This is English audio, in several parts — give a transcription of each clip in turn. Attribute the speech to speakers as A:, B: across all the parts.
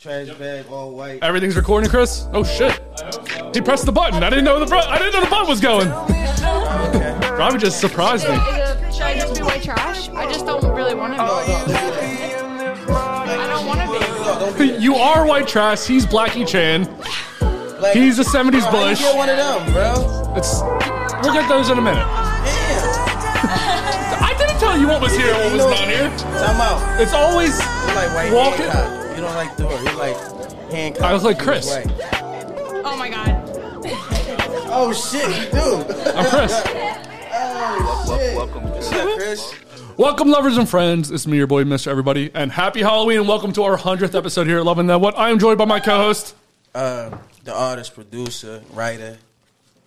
A: trash bag, all white.
B: Everything's recording, Chris. Oh shit! He pressed the button. I didn't know the bro- I didn't know the button was going. Robbie just surprised me.
C: Should I just be white trash? I just don't really want to be. I don't want to be.
A: Don't do that.
B: You are white trash. He's Blackie Chan.
A: Like,
B: He's a '70s
A: how you
B: Bush.
A: get one of them, bro.
B: It's, we'll get those in a minute.
A: Damn.
B: I didn't tell you what was here and what was not here.
A: Time out.
B: It's always
A: You like white
B: Walking-
A: Hancock. You don't like Thor. You like Hancock.
B: I look like
A: He was
B: Chris.
A: white.
C: Oh my god.
A: Oh shit, you do.
B: I'm Chris.
A: Oh shit.
D: Welcome
A: What's
D: to
A: up, Chris?
B: Welcome, lovers and friends. It's me, your boy, Mr. Everybody, and happy Halloween, and welcome to our 100th episode here at Loving That What. I am joined by my co host
A: Um, the artist, producer, writer,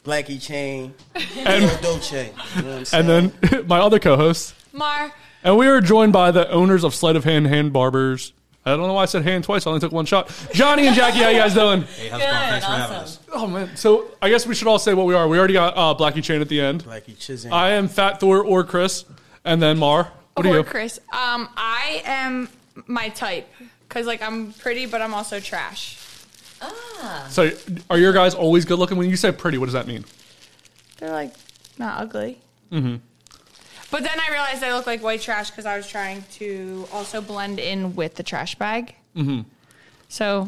A: Blackie Chain,
B: and,
A: Dolce. You know what I'm saying?
B: and then my other co host.
C: Mar.
B: And we are joined by the owners of Sleight of Hand Hand Barbers. I don't know why I said hand twice, I only took one shot. Johnny and Jackie, how you guys doing?
E: Hey, how's it going? Thanks for having us.
B: Oh, man. So I guess we should all say what we are. We already got uh, Blackie Chain at the end.
A: Blackie Chisholm.
B: I am Fat Thor or Chris, and then Mar. What
C: or
B: are you?
C: Chris. Um, I am my type because like I'm pretty, but I'm also trash.
B: So, are your guys always good looking? When you say pretty, what does that mean?
C: They're like not ugly. Mm-hmm. But then I realized I look like white trash because I was trying to also blend in with the trash bag. Mm-hmm. So,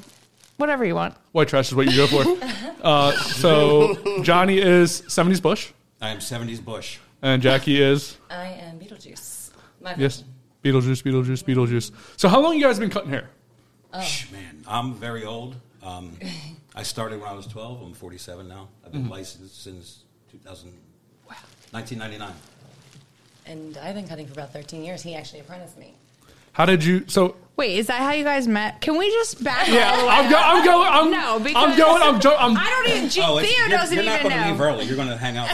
C: whatever you want.
B: White trash is what you go for. uh, so Johnny is 70s Bush,
E: I am 70s Bush.
B: and Jackie is
F: I am Beetlejuice. My
B: yes, Beetlejuice, Beetlejuice, Beetlejuice. So how long you guys been cutting hair?
E: Shh, man, I'm very old. Um, I started when I was 12. I'm 47 now. I've been licensed since 2000, 1999.
F: And I've been cutting for about 13 years. He actually apprenticed me.
B: How did you? So
C: Wait, is that how you guys met? Can we just back
B: yeah,
C: all the way
B: I'm, go,
C: up?
B: I'm going. I'm,
C: No, because
B: I'm going. I'm, jo- I'm
C: I don't even. G-
E: Oh, it's-
C: Theo
E: you're,
C: doesn't
E: you're
C: even
E: not
C: know.
E: to leave early. You're going to hang out.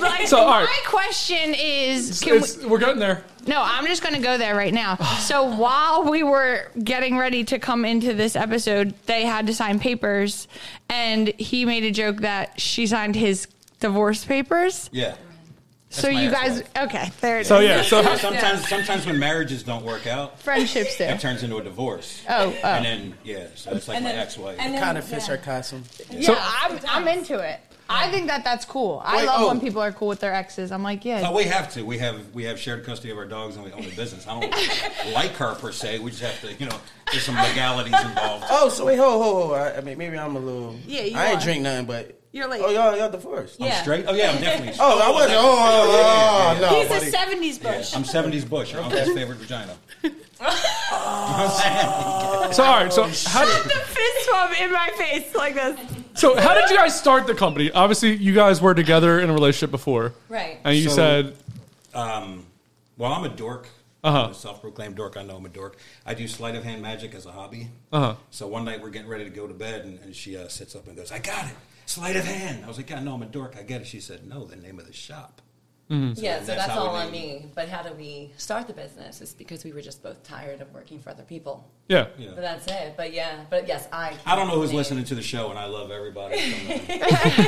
C: Like,
B: So, all right.
C: My question is, can
B: it's,
C: we,
B: we're getting there.
C: no, I'm just going to go there right now. So while we were getting ready to come into this episode, they had to sign papers, and he made a joke that she signed his divorce papers.
E: yeah.
C: so
E: my
C: you guys,
E: ex-wife.
C: okay, there it is.
B: So yeah. So
E: So sometimes, sometimes when marriages don't work out,
C: Friendships there.
E: it turns into a divorce.
C: Oh, oh.
E: And then, yeah, so it's like my ex-wife.
F: and then-
A: kind of fits
F: yeah.
A: her costume.
C: yeah, I'm, I'm into it. I think that that's cool. I
E: Wait,
C: love
E: oh.
C: when people are cool with their exes. I'm like, yeah.
E: Oh, we have to. We have we have shared custody of our dogs, and we own the business. I don't like her per se. We just have to, you know, there's some legalities involved.
A: Oh, so wait, ho, ho, ho. I, I mean, maybe I'm a little.
F: Yeah, you
A: I ain't
F: are.
A: drink nothing, but.
F: You're late.
A: Oh, y'all, y'all divorced.
F: Yeah.
E: Straight? Oh yeah, I'm definitely.
A: Oh, I wasn't. Oh, oh, oh, no.
F: He's
A: buddy.
F: a 70s bush.
E: I'm 70s Bush. Your uncle's favorite vagina.
B: so all right. So how did,
C: fist bump in my face like this.
B: so how did you guys start the company? Obviously, you guys were together in a relationship before,
F: Right.
B: and you
A: So-
B: said
E: Um, Well, I'm a dork.
B: Uh-huh.
E: I'm a self-proclaimed dork. I know I'm a dork. I do sleight of hand magic as a hobby.
B: Uh-huh.
E: So one night we're getting ready to go to bed, and, and she uh, sits up and goes, "I got it, sleight of hand." I was like, "Yeah, no, I'm a dork. I get it." She said, "No, the name of the shop."
F: yeah, so
E: that's
F: that's
E: how
F: all
E: we
F: on
E: made
F: me. But how do we start the business? It's because we were just both tired of working for other people.
B: yeah.
E: You know.
F: But that's it. But yeah, but yes, I.
E: I don't know who's
F: Name.
E: listening to the show, and I love everybody. So,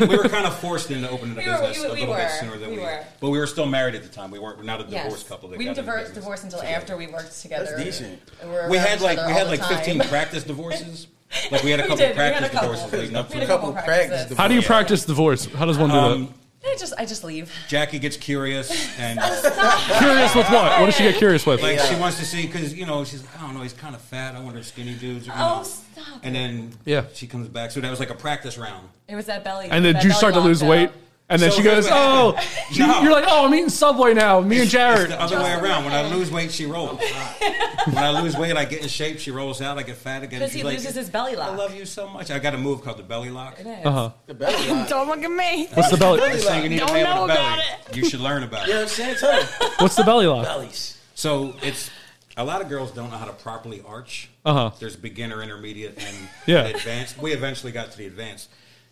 E: um, we were kind of forced into opening the
F: We were-
E: business
F: we-
E: a
F: we
E: little
F: were.
E: bit sooner than we,
F: We were.
E: but we were still married at the time. We weren't. We're not a
F: Yes.
E: divorced couple. that
F: We
E: got
F: didn't
E: into
F: divorce,
E: business
F: divorce until
E: together.
F: after we worked together.
A: That's decent.
F: And were
E: We
F: around
E: had
F: each
E: like
F: other
E: we
F: all
E: had
F: the
E: like
F: time.
E: 15 practice divorces. Like we had a
F: We
E: couple
F: did. We had
E: practice
F: a couple.
E: divorces leading up
F: We had
E: to
F: a
E: it.
A: Couple
F: practices.
A: practice
B: How do you
E: Yeah.
B: practice divorce? How does one do
E: Um,
F: I just, I just leave.
E: Jackie gets curious and
B: that? Curious with what? What does she get curious with?
E: like she wants to see because you know she's like I don't know he's kind of fat. I wonder if skinny dudes. Are
F: Oh,
E: gonna-"
F: stop.
E: And then
B: Yeah.
E: she comes back. So that was like a practice round.
F: It was that belly.
B: and then
F: that
B: you
F: belly
B: start to
F: lock,
B: lose
F: though.
B: weight, and then
E: So
B: she goes,
E: here's what
B: "Oh,
E: happened.
B: you,
E: No.
B: are like, oh, I'm eating Subway now. Me and
E: It's
B: Jared."
E: the other way around. When I lose weight, she rolls.
F: Oh,
E: when I lose weight, I get in shape. She rolls out. I get fat again.
F: Because
E: She's
F: he
E: like,
F: loses his belly lock.
E: I love you so much. I got a move called the belly lock.
F: It is.
B: Uh-huh.
A: The belly line.
C: Don't look at me.
B: What's the belly?
E: This thing you need
C: Don't
E: a man
C: know
E: with a belly.
C: about it.
E: You should learn about
A: You know
E: it.
A: what I'm saying? Tell them.
B: What's the belly lock?
A: Bellies.
E: So it's a lot of girls don't know how to properly arch.
B: Uh-huh.
E: There's beginner, intermediate, and
B: Yeah.
E: advanced. We eventually got to the advanced.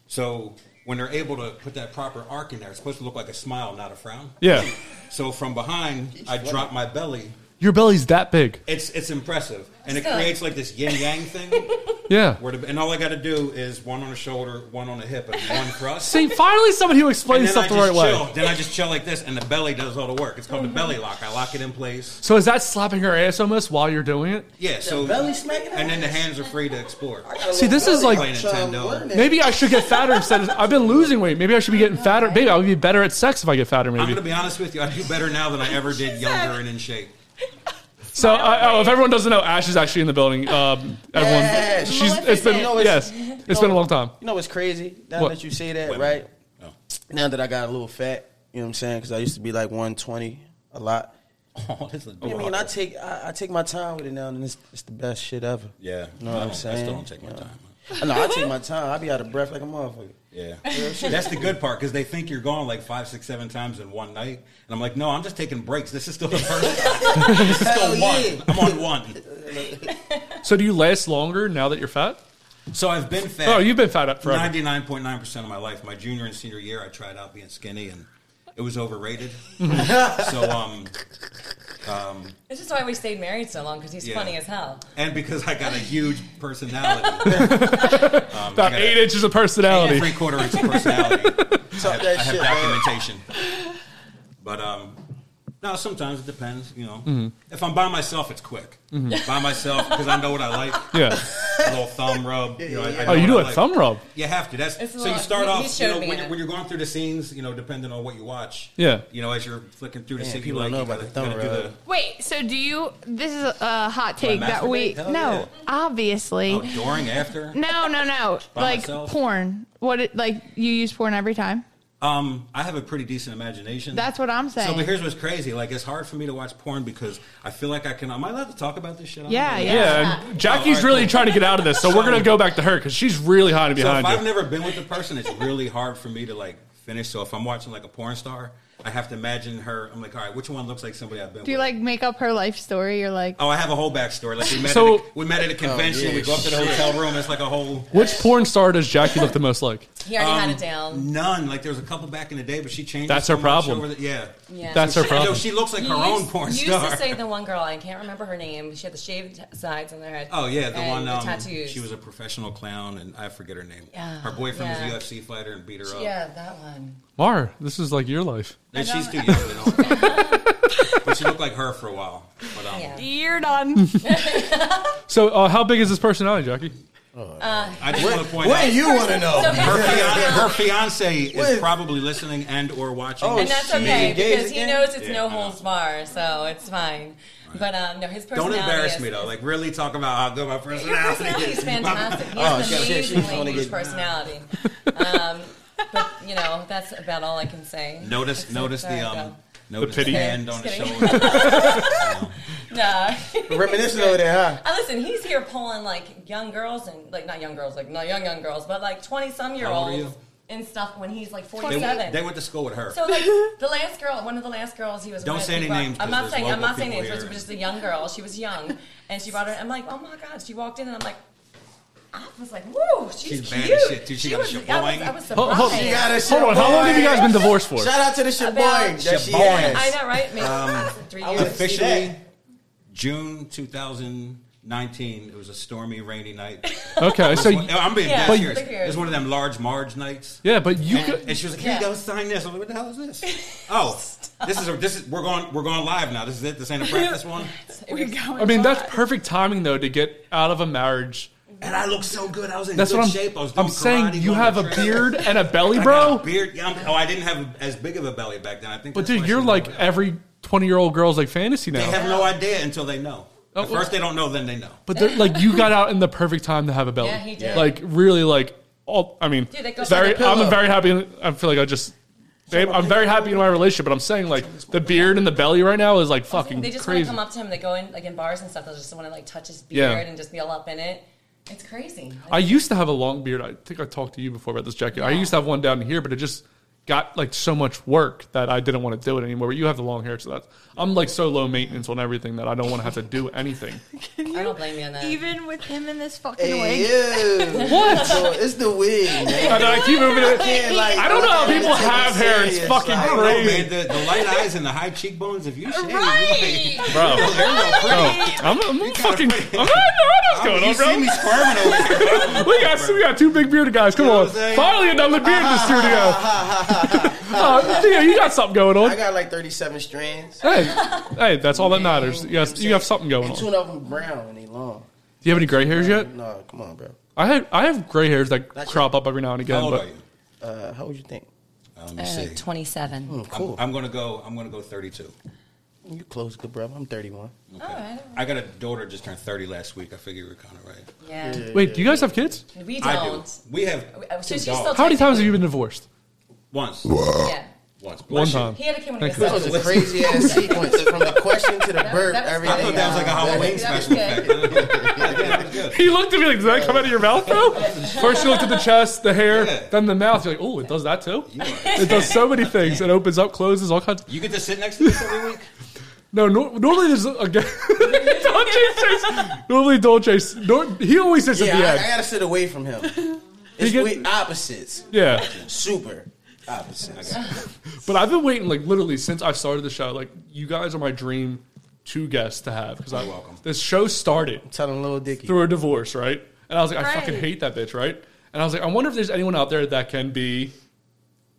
E: So when they're able to put that proper arc in there, it's supposed to look like a smile, not a frown.
B: Yeah.
E: So from behind, I drop my belly
B: Your belly's that big.
E: It's it's impressive, and it
F: Still.
E: creates like this yin yang thing.
B: Yeah.
E: where the, and all I got to do is one on the shoulder, one on the hip, and one thrust.
B: See, finally somebody who
E: and
B: explains stuff the
E: I
B: right
E: just chill.
B: way.
E: Then I just chill like this, and the belly does all the work. It's called the belly lock. I lock it in place.
B: So is that slapping her ass almost while you're doing it?
E: Yeah. So
A: belly smacking
E: and then the hands are free to explore.
B: See, this is like-
E: Play Nintendo.
B: Maybe I should get fatter instead. Of, I've been losing weight. Maybe I should be getting fatter. Maybe I would be better at sex if I get fatter.
E: I'm gonna
B: Maybe.
E: be honest with you. I do better now than I ever did younger and in shape.
B: So, I, oh, if everyone doesn't know, Ash is actually in the building. Um, everyone, she's. It's been
A: No,
B: yes,
A: it's-
B: it's been a long time.
A: You know what's crazy? Now
B: What?
A: that you say that,
E: Wait a
A: right?
E: minute. Oh.
A: Now that I got a little fat, you know what I'm saying? Because I used to be like 120 a lot.
E: Oh, that's a
A: I mean, I take I, I take my time with it now, and it's, it's the best shit ever.
E: yeah.
A: know what I'm
E: I don't- I
A: saying?
E: still don't take my time.
A: No, I take my time. I be out of breath like a motherfucker.
E: Yeah, that's the good part because they think you're going like five, six, seven times in one night, and I'm like, no, I'm just taking breaks. This is still the first. this is still one. I'm on one.
B: So, do you last longer now that you're fat?
E: So I've been fat.
B: Oh, you've been fat up forever.
E: Ninety nine point nine percent of my life. My junior and senior year, I tried out being skinny, and it was overrated. so um,
F: This is why we stayed married so long because he's
E: Yeah.
F: funny as hell.
E: and because I got a huge personality, um,
B: About eight inches of personality.
E: three quarter inch of personality. I have,
A: that
E: I have
A: shit, man.
E: documentation. But um, no, sometimes it depends. You know,
B: Mm-hmm.
E: if I'm by myself, it's quick. By myself because I know what I like.
B: Yeah.
E: A little thumb rub. You know, I, I know
B: Oh, you
E: what
B: do
E: I
B: a
E: like.
B: thumb rub.
E: You have to. That's
F: It's a
E: so you
F: lot.
E: start
F: He- he
E: off. You
F: showed
E: know,
F: me
E: when
F: in
E: you're,
F: it.
E: when you're going through the scenes, you know, depending on what you watch.
B: Yeah.
E: You know, as you're flicking through to
A: Man,
E: see, if you
A: people
E: like,
A: don't
E: you
A: know
E: gotta,
A: about the thumb
E: gotta do the.
A: rub.
C: Wait, so do you? This is a hot take that we
E: masturbate? Hell
C: no,
E: yeah.
C: obviously.
E: Oh, during after.
C: No, no, no.
E: By
C: like
E: myself?
C: porn. What? It, like you use porn every time?
E: Um, I have a pretty decent imagination.
C: That's what I'm
E: So,
C: saying.
E: but here's what's crazy. Like, it's hard for me to watch porn because I feel like I can. Am I allowed to talk about this shit? I don't
C: Yeah,
E: know.
C: yeah.
B: Yeah, and Jackie's
E: alright,
B: really
E: cool.
B: trying to get out of this, so, we're
E: So-
B: gonna go back to her because she's really hiding
E: So if
B: behind
E: I've
B: you.
E: never been with the person, it's really hard for me to like finish. So if I'm watching like a porn star, I have to imagine her. I'm like, all right, which one looks like somebody I've been
C: Do
E: with?
C: you like make up her life story? You're like,
E: Oh, I have a whole backstory. Like we met,
B: So-
E: at a, we met at a convention. we go up to the hotel room. It's like a whole
B: Which porn star does Jackie look the most like?
F: He already
E: Um,
F: had it down.
E: none. Like there was a couple back in the day, but she changed.
B: That's
E: it
B: her
E: so much
B: problem.
E: over the- yeah.
F: Yeah.
B: That's her
E: So
B: problem.
E: she looks like
F: You
E: her
F: used,
E: own porn
F: you
E: star.
F: used to say the one girl, I can't remember her name. She had the shaved sides on her head.
E: Oh yeah, the
F: and
E: one
F: the
E: um,
F: tattoos.
E: she was a professional clown, and I forget her name.
F: Yeah,
E: her boyfriend
F: yeah.
E: was a UFC fighter and beat her up.
F: yeah, that one.
B: Mar, this is like your life.
E: and she's too young. To know. but she looked like her for a while. But um,
F: Yeah.
C: you're done.
B: So, uh, how big is this personality, Jackie?
E: I just want to point
A: What
E: out
A: do you want to know?
F: So
E: her,
F: basically-
E: fian- her fiance is
A: What?
E: probably listening and or watching.
A: Oh,
F: and that's
A: shit.
F: okay
A: Gays
F: because he
A: again?
F: knows it's
E: Yeah,
F: no
E: I know.
F: holds bar, so it's fine. But um, no, his
E: Don't
F: personality.
E: embarrass
F: is,
E: me though. Like really talk about how good my personality.
F: Your personality is
E: is.
F: fantastic. He
A: Oh,
F: has
A: shit,
F: an
A: shit, she's
F: amazingly
A: gonna
F: huge
A: get-
F: personality. Um, but you know, that's about all I can say.
E: Notice,
F: Except
E: notice
F: there I
E: the um,
F: go.
E: notice
B: pity.
E: the hand on the
F: Just
E: shoulder.
F: kidding. No.
A: Reminiscing over there, huh?
F: Uh, listen, he's here pulling like young girls and like not young girls, like not young young girls, but like twenty some year
E: How old are
F: olds
E: you?
F: and stuff when he's like
E: They
F: forty
E: went, they
F: seven.
E: went to school with her.
F: So like the last girl, one of the last girls he was.
E: Don't
F: with,
E: say
F: he
E: any
F: brought-
E: names
F: I'm
E: 'cause
F: not
E: there's
F: saying I'm
E: local
F: not saying
E: people
F: names. It
E: here.
F: was just a young girl. She was young, and she brought her. I'm like, oh my god. She walked in, and I'm like. I was like, "Woo, she's,
E: She's
F: cute."
E: bad as shit, Oh, dude. She got a
F: was, I was, I
E: shaboing.
B: Hold-
F: was surprised.
B: hold-
A: She got a
B: Hold on, how long have you guys been divorced for?
A: Shout out to the shit boy
F: About-
A: that she
E: Shaboy.
A: has.
F: I know, right? Maybe
E: Um,
F: three years.
E: officially June 2019. It was a stormy, rainy night.
B: Okay, so
E: Well, I'm being
F: Yeah,
E: dead
F: but-
E: serious. It was one of them large Marge nights.
B: yeah, but you
E: And,
B: could.
E: and she was like, "Here you
F: Yeah.
E: go, sign this." I'm like, "What the hell is this?" Oh, this is a, this is we're going we're going live now. This is it. This ain't a practice one.
C: We're going.
B: I mean, that's perfect timing though to get out of a marriage.
E: And I looked so good. I was in
B: That's
E: good
B: what I'm.
E: shape. I was doing
B: I'm saying
E: karate,
B: you
E: going
B: have
E: to
B: a
E: train.
B: beard and a belly,
E: I got a
B: bro.
E: beard. Yeah, I'm- oh, I didn't have as big of a belly back then. I think.
B: But
E: that's why
B: dude,
E: she
B: you're
E: was
B: like
E: big.
B: every 20 year old girl's like fantasy
E: They
B: now.
E: have no idea until they know.
B: Oh,
E: At
B: well-
E: first, they don't know. Then they know.
B: But they're, like you got out in the perfect time to have a belly.
F: Yeah, he did.
B: Like really, like all. I mean,
F: Dude, that goes
B: very.
F: like a
B: I'm a
A: pillow.
B: very happy. I feel like I just. Babe, I'm very happy in my relationship, but I'm saying like the beard and the belly right now is like fucking
F: They just want
B: crazy.
F: to come up to him. They go in like in bars and stuff. They'll just want to like touch his
B: Yeah.
F: beard and just be all up in it. It's crazy.
B: I used to have a long beard. I think I talked to you before about this, Jackie. I used to have one down here, but it just got like so much work that I didn't want to do it anymore. But you have the long hair, so that's I'm like so low maintenance on everything that I don't want to have to do anything.
F: I don't blame you on that.
C: Even with him in this fucking
A: Hey,
C: wig.
A: ew.
B: What?
A: So it's the wig, man.
B: And I keep moving it.
A: Can't, like,
B: I don't know how people
A: take it
B: have hair. It's
A: serious,
B: fucking
A: like-
E: I don't know, man.
B: crazy,
E: The, the light eyes and the high cheekbones. If you shave, you
C: Right.
E: like-
B: bro.
E: There you go,
B: Bro,
E: pretty.
B: I'm, I'm fucking.
E: pretty-
B: I'm, I don't know what's going
E: you
B: on, bro.
E: see me squirming over here. bro.
B: We got, we got two big bearded guys. Come
E: You know
B: on.
E: what I'm saying?
B: Finally, another beard in the studio. Oh, Theo, you got something going
A: I
B: on.
A: got like 37 strands.
B: Hey, hey, that's all that matters. You, got, you have something going
A: And
B: on.
A: two
B: Do
A: of them brown and they long.
B: you have any gray hairs yet?
A: No, come on, bro.
B: I have, I have gray hairs that
A: That's
B: crop up every now and
E: How
B: again.
E: old are
B: But
E: you?
A: Uh, how would you think?
E: Uh, Let me
F: Uh,
E: see.
F: 27.
A: Hmm,
E: I'm-
A: cool.
E: I'm, gonna go. I'm gonna go 32.
A: you close, good brother. I'm 31.
E: Okay.
F: right.
E: I got a daughter just turned 30 last week. I figure you're kind of right.
F: Yeah.
B: wait, do you guys have kids?
F: We
E: I do.
F: don't.
E: We have
F: Uh, So
E: two
F: she's
E: dogs.
F: still
B: How many times have you been divorced?
E: once.
F: Yeah.
E: Once. Bless
B: One
E: you.
B: time.
F: He had a kid when he was
A: That was
F: seven.
A: a crazy ass sequence from the question to the burp.
F: that was-
A: Everything.
E: I thought that was like a Halloween
F: That was
E: special
F: good.
E: effect. Yeah, that was good.
B: He looked at me like, "Does that come out of your mouth, bro?" First, you looked at the chest, the hair,
E: Yeah.
B: then the mouth. You're like, "Oh, it does that too." It does so many things. It opens up, closes, all kinds.
E: You get to sit next to us every week.
B: No, no normally there's a guy. Dolce says. Normally Dolce. s- Nor, he always sits
A: Yeah,
B: at the
A: I, I
B: end.
A: gotta sit away from him. It's
B: get-
A: we opposites.
B: yeah,
A: Super opposites.
B: but I've been waiting like literally since I started the show. Like you guys are my dream two guests to have because I
E: You're welcome.
B: this show started
A: Tell him little Dicky.
B: through a divorce, right? And I was like, I fucking
C: Right.
B: hate that bitch, right? And I was like, I wonder if there's anyone out there that can be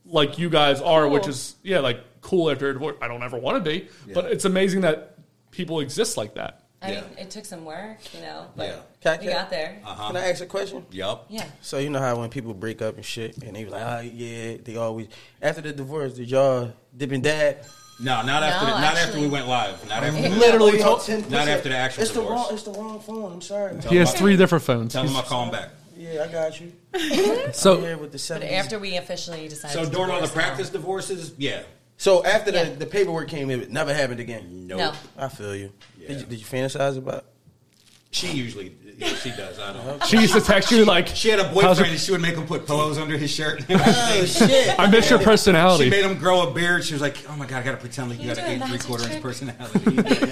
B: like you guys are, which
C: Cool.
B: is yeah, like cool after a divorce. I don't ever want to be, but it's amazing that people exist like that.
F: I mean,
E: Yeah.
F: it took some work, you know,
E: Yeah.
F: but
A: Can I- Uh,
F: we got there.
A: Can I ask a question?
E: Yup.
F: Yeah.
A: So you know how when people break up and shit, and they was like, oh yeah, they always after the divorce, did y'all dip and dab?
E: No, not after.
F: No,
E: the, not after
F: actually-
E: we went live. Not after.
A: Literally,
B: told-
E: Not after the actual
A: It's the
E: divorce.
A: wrong. It's the wrong phone. I'm sorry.
B: He has three different phones.
E: Tell them I'll call them back.
A: Yeah, I got you.
B: so
A: Here with the
F: But
A: 70s.
F: after we officially decided
E: So
F: to
E: during all the
F: divorce,
E: practice divorces, yeah.
A: so after the,
F: Yeah.
A: the paperwork came, it never happened again.
E: No.
F: No.
A: I feel you. Did,
E: Yeah.
A: you. did you fantasize about?
E: She usually, yeah, she does. I don't.
B: she used to text you like,
E: She had a
B: How's
E: boyfriend,
B: your-
E: and she would make him put pillows under his shirt.
A: Oh shit!
B: "I miss your
E: she
B: personality."
E: made him grow a beard. She was like, "Oh my god, I gotta pretend like you got
F: You're
E: an
F: doing
E: eight three
F: magic
E: quarter inch
F: trick.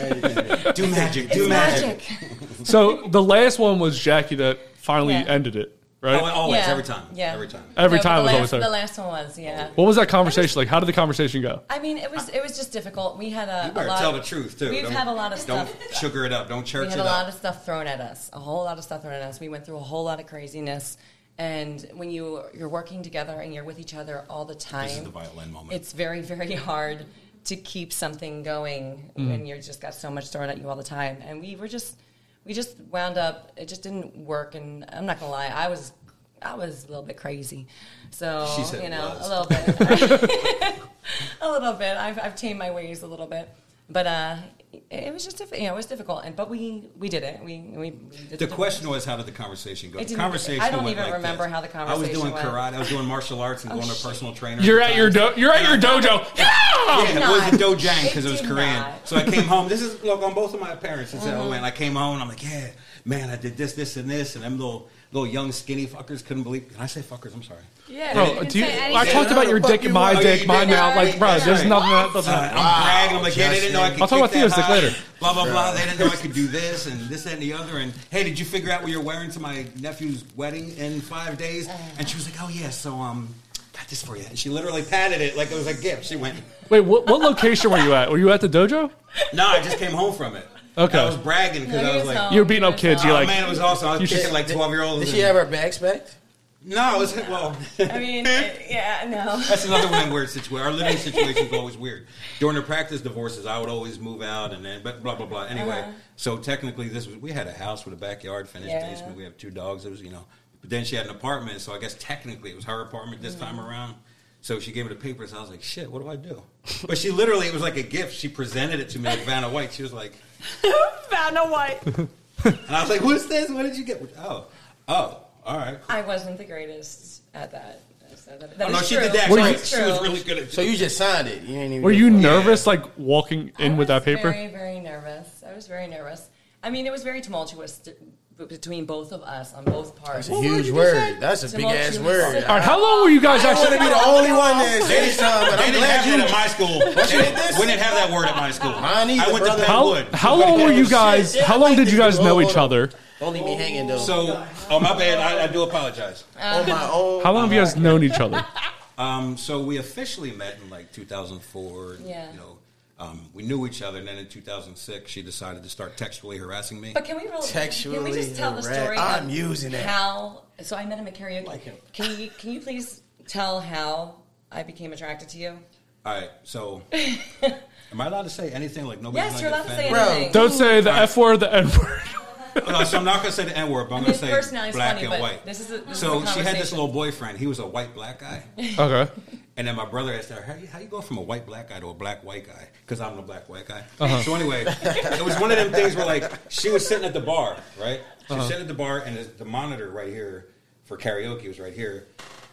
E: personality. do magic, do
F: It's
E: magic."
F: magic.
B: So the last one was Jackie that finally
F: Yeah.
B: ended it,
E: Oh,
B: right?
E: always,
F: Yeah.
E: every time,
F: Yeah.
E: every time.
B: Every
F: No, but
B: time
F: the
B: was
F: last,
B: always her.
F: The last one was, yeah.
E: Oh.
B: What was that conversation like? How did the conversation go?
F: I mean, it was it was just difficult. We had a,
E: You
F: a
E: better
F: lot.
E: tell the truth too.
F: We've
E: Don't-
F: had a lot of stuff.
E: Don't sugar it up. Don't
F: We
E: church
F: had
E: it
F: a lot
E: up.
F: of stuff thrown at us, a whole lot of stuff thrown at us. We went through a whole lot of craziness, and when you you're working together and you're with each other all the time,
E: This is the violin moment.
F: it's very very hard to keep something going
B: Mm-hmm.
F: when you're just got so much thrown at you all the time and we were just we just wound up it just didn't work and i'm not gonna lie i was i was a little bit crazy so
E: She said
F: you know
E: was.
F: a little bit a little bit I've, I've tamed my ways a little bit but uh it- it was just diff- you know it was difficult and but we we did it we we, we did
E: the
F: it.
E: question was, how did the conversation go?
F: It
E: The
F: didn't-
E: conversation.
F: I don't
E: went
F: even
E: like
F: remember
E: this.
F: how the
E: I was doing
F: conversation went. Oh,
E: karate. I was doing martial arts and going to a
F: shit.
E: personal trainer.
B: You're
E: at the
B: at your
E: time.
B: do- you're at your dojo. Yeah!
E: Yeah,
F: did
E: it was a
F: not.
E: dojang because it
F: It
E: was
F: did
E: Korean.
F: not. Uh-huh.
E: So I came home. This is look on both of my parents. And said, "Oh man, I came home. and I'm like, yeah, man, I did this, this, and this, and them little little young skinny fuckers couldn't believe. Can I say fuckers? I'm sorry.
C: Yeah.
B: Bro,
C: can
B: do you,
C: say
B: I
C: anything.
B: talked about your
A: Fuck
B: dick,
A: you,
B: my
E: why
B: dick,
E: you
B: my
E: did
B: mouth.
E: that?
B: Like, bro,
E: That's
B: there's
E: right.
B: nothing that
E: Uh,
B: doesn't.
E: I'm bragging. I'm like, yeah, they didn't know I could.
B: I'll talk
E: kick
B: about Theo's
E: that
B: dick
E: high.
B: later.
E: Blah blah blah. They didn't know I could do this and this that, and the other. And hey, did you figure out what you're wearing to my nephew's wedding in five days?
F: Uh-huh.
E: And she was like, oh yeah, so um, got this for you. And she literally patted it like it was a gift. She went.
B: Wait, what, what location were you at? Were you at the dojo?
E: No, I just came home from it.
B: Okay.
E: I was bragging because
F: No,
E: I
F: he
E: was
F: was
E: like,
F: home.
B: You were beating up kids. You're
E: oh
B: like,
E: man, it was awesome. I was
B: should-
E: kicking like twelve year olds.
A: Did she have her bags back?
E: No, it was well.
F: i mean it- yeah no
E: That's another one weird situation. Our living situation is always weird. During the practice divorces, I would always move out and then but blah blah blah. Anyway, so technically, this was we had a house with a backyard, finished
F: Yeah.
E: basement. We have two dogs. It was you know, but then she had an apartment, so I guess technically it was her apartment this time around. So she gave me the papers. I was like, shit, what do I do? But she literally, it was like a gift. She presented it to me like Vanna White. She was like,
B: Oh.
C: Vanna White.
E: and I was like, what's this? What did you get? Oh, oh, all right.
F: i wasn't the greatest at that so that, that
E: Oh,
F: is
E: no, she
F: true.
E: did that.
B: Were
E: so
B: you-
E: she was really good at.
A: So you just signed it. You ain't even.
B: were you nervous like walking
F: I
B: in with that
F: was
B: paper?
F: Very, very nervous. I was very nervous. I mean, it was very tumultuous th- b- between both of us on both parts.
A: That's a huge word. That's a big ass word.
B: All right, how long were you guys
A: I
B: actually?
A: want to be the only one that said something, but
E: They
A: I'm
E: didn't have that at
A: glad you.
E: my school.
A: did
E: They
A: this?
E: didn't- we didn't have that word at my school.
A: Mine either,
E: I went
A: brother.
E: to
B: How,
E: Penwood.
B: how long were you guys?
A: Yeah,
B: How
A: I
B: long
A: like
B: did you
A: this.
B: guys know
A: Hold
B: each
A: on.
B: other?
A: Don't leave me hanging though.
E: So, oh my bad. I, I do apologize.
A: on my own.
B: How long have you guys known each other?
E: Um, so we officially met in like 2004. and,
F: Yeah.
E: You know, um, we knew each other, and then in 2006, she decided to start textually harassing me.
F: But can we really? can we
A: Textually
F: just tell the
A: harass-
F: story?
A: I'm
F: of
A: using that.
F: How? So I met him at karaoke.
A: Like him.
F: Can you can you please tell how I became attracted to you?
E: All right. So, am I allowed to say anything? Like nobody?
F: Yes, you're allowed to say
A: Bro,
F: anything.
B: Don't say the f word, the n word.
E: so I'm not gonna say the N word, but I'm
F: I mean,
E: gonna say
F: personality's
E: black
F: funny,
E: and
F: but
E: white.
F: this is a- this
E: so
F: is a
E: she had this
F: conversation.
E: little boyfriend. He was a white black guy,
B: Okay.
E: and then my brother asked her, "How you, how you go from a white black guy to a black white guy?" Because I'm the black white guy. So anyway, it was one of them things where like she was sitting at the bar, right? She was sitting at the bar, and the- the monitor right here for karaoke was right here.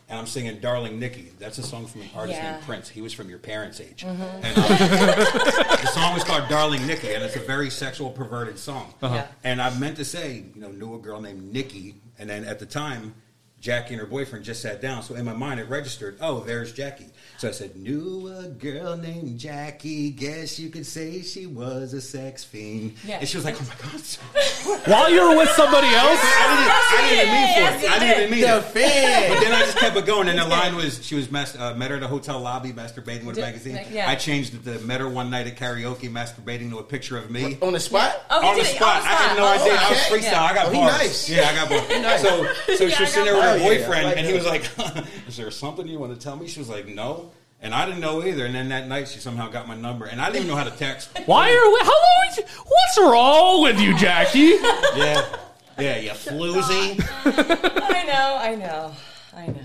E: And I'm singing "Darling Nikki." That's a song from an artist
F: Yeah.
E: named Prince. He was from your parents' age. And, um, the song was called "Darling Nikki," and it's a very sexual, perverted song.
F: Yeah.
E: And I meant to say, you know, knew a girl named Nikki, and then at the time, Jackie and her boyfriend just sat down. So in my mind, it registered, oh, there's Jackie. So I said, knew a girl named Jackie. Guess you could say she was a sex fiend.
F: Yeah.
E: And she was like, oh my god.
B: While you were with somebody else,
E: I didn't, I didn't mean for it. I didn't mean
A: The
E: it. But
A: fan.
E: then I just kept it going, and the line was she was mas- uh, met her in a hotel lobby masturbating with a
F: Did-
E: magazine.
F: yeah.
E: I changed it to met her one night at karaoke masturbating to a picture of me
A: on the spot.
F: Oh, you
E: on the
F: did it.
E: spot.
F: On the
E: I had no
F: spot.
E: idea.
F: Oh,
E: I was
A: okay.
E: freestyle. I got
A: Oh, he
E: bars.
A: nice.
E: Yeah, I got bars. So, so
F: Yeah,
E: she
F: I
E: was sitting there with
A: got
E: her
A: bars. Oh, yeah,
E: boyfriend,
A: I like
E: and he
A: that.
E: was like, "Is there something you want to tell me?" She was like, "No," and I didn't know either. And then that night, she somehow got my number, and I didn't even know how to text.
B: why are we, how long? was you- What's wrong with you, Jackie?
E: yeah, yeah, you floozy.
F: I know, I know, I know.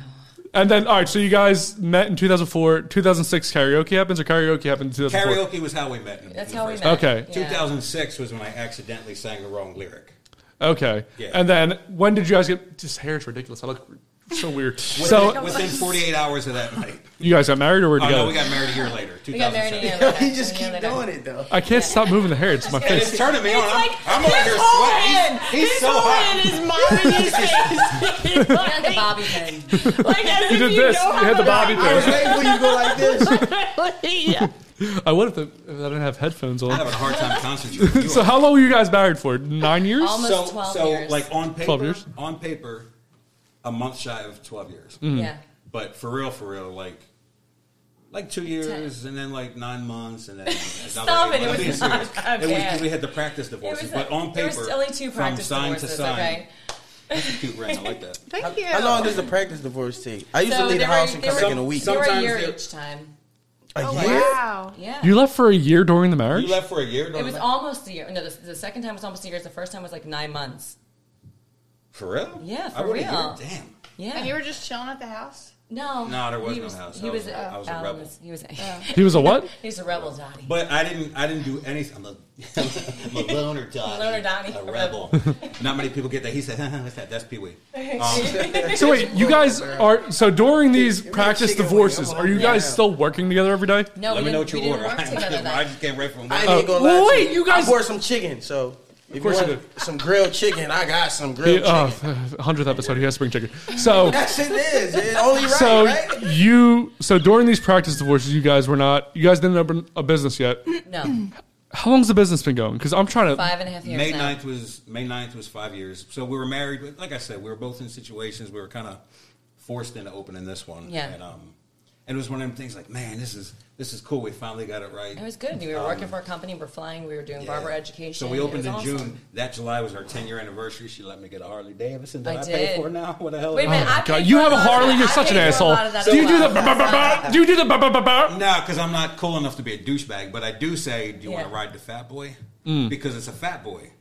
B: And then, all right, so you guys met in 2004, 2006. Karaoke happens, or karaoke happened in 2004.
E: Karaoke was how we met. in- in
F: That's
E: the
F: how we
E: first
F: met.
B: Okay.
F: Yeah.
E: 2006 was when I accidentally sang the wrong lyric.
B: Okay.
E: Yeah.
B: And then, when did you guys get? This hair is ridiculous. I look so weird.
E: Within,
B: so
E: within 48 hours of that night.
B: you guys got married or were
E: Oh
B: together?
E: no, we got married a year later. 2007.
F: We got married a year
A: Yo,
F: later.
A: he just
F: A year
A: keep
F: later.
A: doing it though.
B: I can't stop moving the hair. It's my
E: And
B: face.
E: it's turning me on.
F: He's
E: I'm,
F: like,
E: I'm over
F: his
E: here
F: whole
E: sweating.
F: hand-
E: He's, he's
F: his
E: so
F: whole
E: hot.
F: hand is mopping his face. Like the bobby pin.
C: Like, as
B: You
C: if
B: did
C: you
B: this.
C: know
B: You
C: how
B: had the
C: to-
B: bobby
A: I was
B: pin.
A: waiting for you to go like this.
C: yeah.
B: I would if, the, if I didn't have headphones
E: I'm
B: on.
E: having a hard time concentrating. You
B: So
E: are-
B: how long were you guys married for? Nine years.
F: Almost
E: so,
F: 12
E: so,
F: years.
E: like on paper,
B: 12 years?
E: on paper, a month shy of 12 years.
B: Mm.
F: yeah.
E: But for real, for real, like, like two years, and then like nine months, and then another
F: Stop
E: eight
F: it, it
E: months. I'm being serious.
F: was not that
E: It was
F: bad.
E: because we had the practice
F: It
E: divorces,
F: was
E: but on paper,
F: there was only two practice
E: from sign
F: divorces,
E: to sign,
F: Okay.
E: cute ring. I like that.
C: Thank you.
A: How long does the practice divorce take? I used to
F: So
A: leave
F: they
A: the
F: were-
A: house and
F: they
A: come
F: were-
A: back in a week.
F: They were a
E: Sometimes
F: year
E: they-
F: each time.
A: A
B: oh,
A: year?
C: Oh, Wow.
F: Yeah.
B: You left for a year during the marriage.
E: You left for a year.
F: it was
E: Norman?
F: almost a year. No, the, the second time was almost a year. The first time was like nine months.
E: for real.
F: Yeah,
E: I
F: for
E: would've
F: real.
E: yeared- Damn.
F: Yeah.
C: And you were just chilling at the house?
F: no.
E: No, there was
F: he
E: no house.
F: He
E: I
F: was,
E: was a-
F: uh,
E: I was a
F: Alan
E: rebel.
F: was- He was.
B: He was a what?
F: He's a rebel, Dottie.
E: But I didn't. I didn't do anything. I'm a, I'm a loner, Donnie.
F: Loner Donnie.
E: A rebel. Not many people get that. He said, "What's that? That's Pee Wee." Um,
B: So wait, you guys are so during these practice
A: chicken wing.
B: divorces,
A: I'm
B: are you
A: on
B: guys
A: now.
B: still working together every day?
F: No,
E: Let
F: we
E: me know what
F: didn't-
E: you
F: we
E: order.
F: didn't work together
E: I
F: then.
E: just came right from.
A: I ain't
E: work.
A: even gonna lie. to
B: uh, wait, you guys-
A: I bought some chicken, so if
B: course
A: you
B: you
A: want some grilled chicken, I got some grilled
B: Uh,
A: chicken.
B: 100th episode, he has to bring chicken. So,
A: That's it is. It's only right,
B: so
A: right?
B: you, so during these practice divorces, you guys were not, you guys didn't open a business yet.
F: No,
B: How long's the business been going? Because I'm trying to.
F: five and a half years.
E: May
F: now.
E: 9th was May 9th was five years. So we were married, but like I said, we were both in situations we were kind of forced into opening this one.
F: Yeah.
E: And, um, and it was one of them things like, man, this is this is cool. We finally got it right.
F: It was good. We were working for a company. We were flying. We were doing barber education.
E: So we
F: It
E: opened
F: was
E: in
F: awesome.
E: June. That July was our 10 year anniversary. She let me get a Harley Davidson that
F: I
E: I, pay
F: did.
E: for now. What the hell?
F: Wait a minute. I paid
B: Oh God,
F: for
B: you have a
F: lot of
B: Harley.
F: that.
B: You're
F: I
B: such an
F: paid for a
B: asshole.
F: lot of that
B: Do you
F: as
B: do the?
F: well.
B: ba- ba- ba- ba- Do you do the? ba- ba- ba- ba?
E: No, because I'm not cool enough to be a douchebag, but I do say, do you want
F: Yeah.
E: to ride the fat boy? Because it's a fat boy.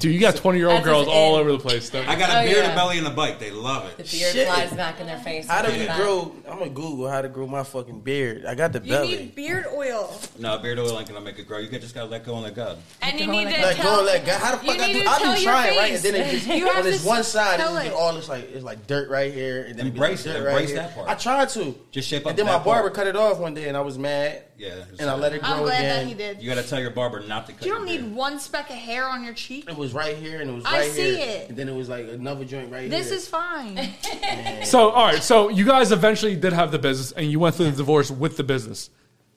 B: Dude, you got 20 year old
F: That's his
B: girls all
F: end.
B: over the place. don't you?
E: I got a
F: Oh,
E: beard,
F: yeah.
E: a belly, and a bike. They love it.
F: The beard
A: Shit.
F: flies back in their face.
A: How do
F: It's
A: you
F: not-
A: grow? I'm gonna Google how to grow my fucking beard. I got the
C: You
A: belly.
C: need beard oil.
E: No, beard oil ain't gonna make it grow. You just gotta let go and let God.
C: And you need to
A: Like,
C: tell
A: go like, God, how the
C: you
A: fuck I
C: need
A: do?
C: to
A: I
C: tell
A: be
C: your
A: trying, right?
C: face.
A: And then it just
C: You have
A: on this
C: to
A: one side,
C: tell
A: it's
C: it.
A: just all this like it's like dirt right here, and then it
E: Embrace
A: gets
E: it,
A: dirt right
E: embrace
A: here.
E: that part.
A: I tried to.
E: Just shape up
A: And then
E: that
A: my barber
E: part.
A: cut it off one day, and I was mad.
E: Yeah,
A: and I let it grow
C: I'm glad
A: again.
C: that he did.
E: You gotta tell your barber not to cut.
C: You don't
E: your
C: need one speck of hair on your cheek.
A: It was right here and it was
C: I
A: right here.
C: see it.
A: And then it was like another joint right
C: This
A: here.
C: is fine.
B: So, all right. So, you guys eventually did have the business, and you went through the divorce with the business.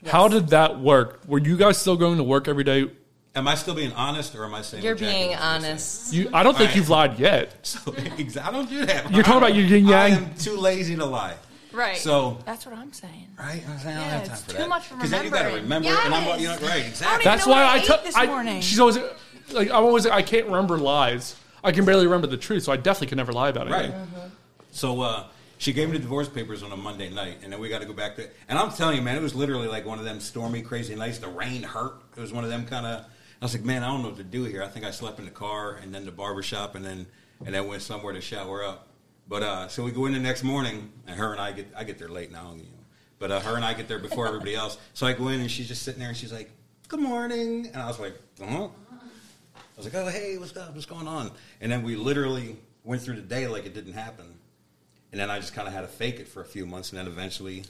B: How did that work? Were you guys still going to work every day?
E: Am I still being honest, or am I saying
F: You're
E: what Jackie
F: being
E: was gonna say?
F: honest.
B: You, I don't think
E: right.
B: you've lied yet.
E: So, exa- I don't do that.
B: You're talking about your yin yang?
E: I am too lazy to lie.
C: Right.
E: So
C: That's what I'm saying.
E: right, I don't have time
C: it's
E: for
C: too
E: that.
C: much for
E: then you gotta remember,
C: remembering.
E: it, and I'm
C: Yes.
E: you know, right
C: I don't
E: exactly.
B: That's
C: know
B: why I
C: what I
B: took.
C: ate this
B: I
C: morning.
B: she's always like I'm always. I can't remember lies. I can barely remember the truth, so I definitely can never lie about it.
E: Right. So uh, she gave me the divorce papers on a Monday night, and then we got to go back to. And I'm telling you, man, it was literally like one of them stormy, crazy nights. The rain hurt. It was one of them kind of. I was like, man, I don't know what to do here. I think I slept in the car, and then the barber shop, and then and then went somewhere to shower up. But uh, so we go in the next morning, and her and I get I get there late now, you know. But uh, her and I get there before everybody else. So I go in, and she's just sitting there, and she's like, "Good morning," and I was like, "Huh." I was like, oh, hey, what's up? What's going on? And then we literally went through the day like it didn't happen. And then I just kind of had to fake it for a few months. And then eventually,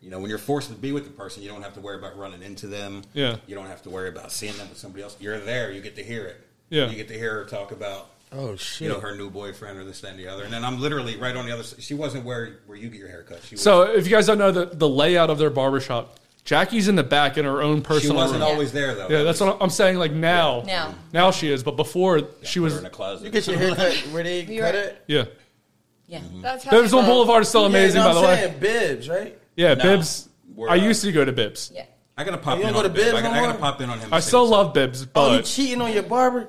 E: you know, when you're forced to be with the person, you don't have to worry about running into them.
B: Yeah.
E: You don't have to worry about seeing them with somebody else. You're there. You get to hear it.
B: Yeah.
E: You get to hear her talk about,
A: Oh shit.
E: you know, her new boyfriend or this, that, and the other. And then I'm literally right on the other side. She wasn't where, where you get your haircut. She was,
B: So, if you guys don't know the, the layout of their barbershop, Jackie's in the back in her own
E: she
B: personal
E: wasn't
B: room.
E: always there, though.
B: yeah, that's what I'm saying. Like now,
F: Now.
B: now she is, but before she
E: Put her
B: was.
E: in a closet.
A: you get your hair cut where they
F: You
A: cut
F: were-
A: it.
B: Yeah,
F: Yeah.
C: That's how they
B: Bibs on
C: vote.
B: Boulevard is still amazing,
A: yeah,
B: by
A: you know
B: the
A: what I'm
B: way.
A: saying? Bibs, right?
B: Yeah,
E: No.
B: Bibs.
E: We're,
B: I
E: uh,
B: used to go to Bibs.
F: Yeah.
E: I gotta pop
A: You
E: in
A: don't
E: on
A: go to
E: him.
A: bed
E: I gotta,
A: no
E: I gotta
A: more?
E: pop in on him.
B: I
E: and say
B: still
E: what's up.
B: love Bibs,
A: Oh, you
B: but
A: cheating on your barber?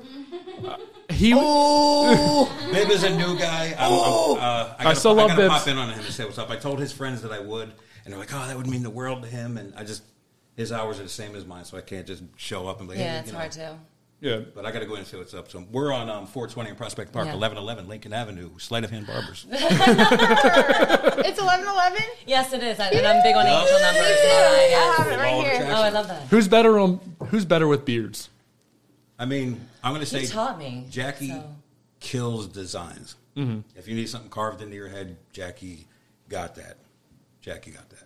B: he.
A: Oh,
E: Bib is a new guy. I'm, I'm, uh, I, gotta,
B: still love
E: I gotta
B: Bibbs.
E: pop in on him and say what's up. I told his friends that I would, and they're like, "Oh, that would mean the world to him." And I just his hours are the same as mine, so I can't just show up and be.
F: Yeah,
E: Yeah,
F: it's hard to.
B: Yeah,
E: But I got to go in and say what's up. So we're on um, 420 in Prospect Park,
F: Yeah.
E: 1111 Lincoln Avenue, sleight of hand barbers.
C: It's eleven eleven.
F: Yes, it is. I, and I'm big on angel numbers. and all that,
C: I
F: yes.
C: have it right
E: Law of
C: here.
E: attraction.
F: Oh, I love that.
B: who's better on? Who's better with beards?
E: I mean, I'm going to say
F: He taught me.
E: Jackie
F: so-
E: kills designs. Mm-hmm. If you need something carved into your head, Jackie got that. Jackie got that.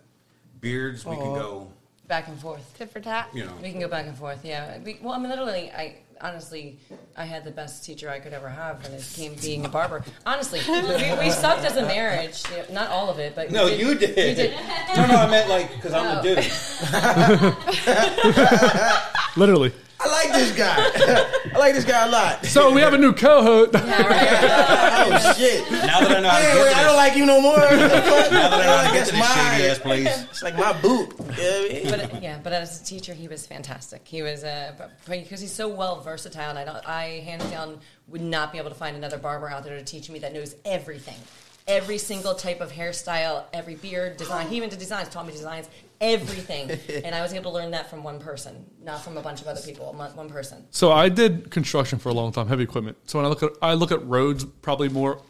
E: Beards, we can go.
F: Back and forth.
C: Tit for tat.
E: You know,
F: We can go back and forth, yeah. We, well, I mean, literally, I honestly, I had the best teacher I could ever have when it came to being a barber. Honestly, we, we sucked as a marriage. Yeah, Not all of it, but we
E: No, you did.
F: We did.
E: No, no, I meant like because I'm the
F: Oh.
E: dude.
B: Literally.
A: I like this guy. I like this guy a lot.
B: So we have a new co-host.
A: oh shit.
E: Now that I know how to
A: Hey,
E: get
A: wait,
E: to
A: I don't
E: this,
A: like you no more.
E: now that I know how to get
A: That's
E: to this shady ass
A: mine.
E: place,
A: It's like my boot. You know what I mean?
F: But uh, yeah, but as a teacher, he was fantastic. He was uh, because he's so well versatile, and I don't, I hands down would not be able to find another barber out there to teach me that knows everything, every single type of hairstyle, every beard design. He even did designs, taught me designs, everything, and I was able to learn that from one person, not from a bunch of other people. One, one person.
B: So I did construction for a long time, heavy equipment. So when I look at I look at roads probably more.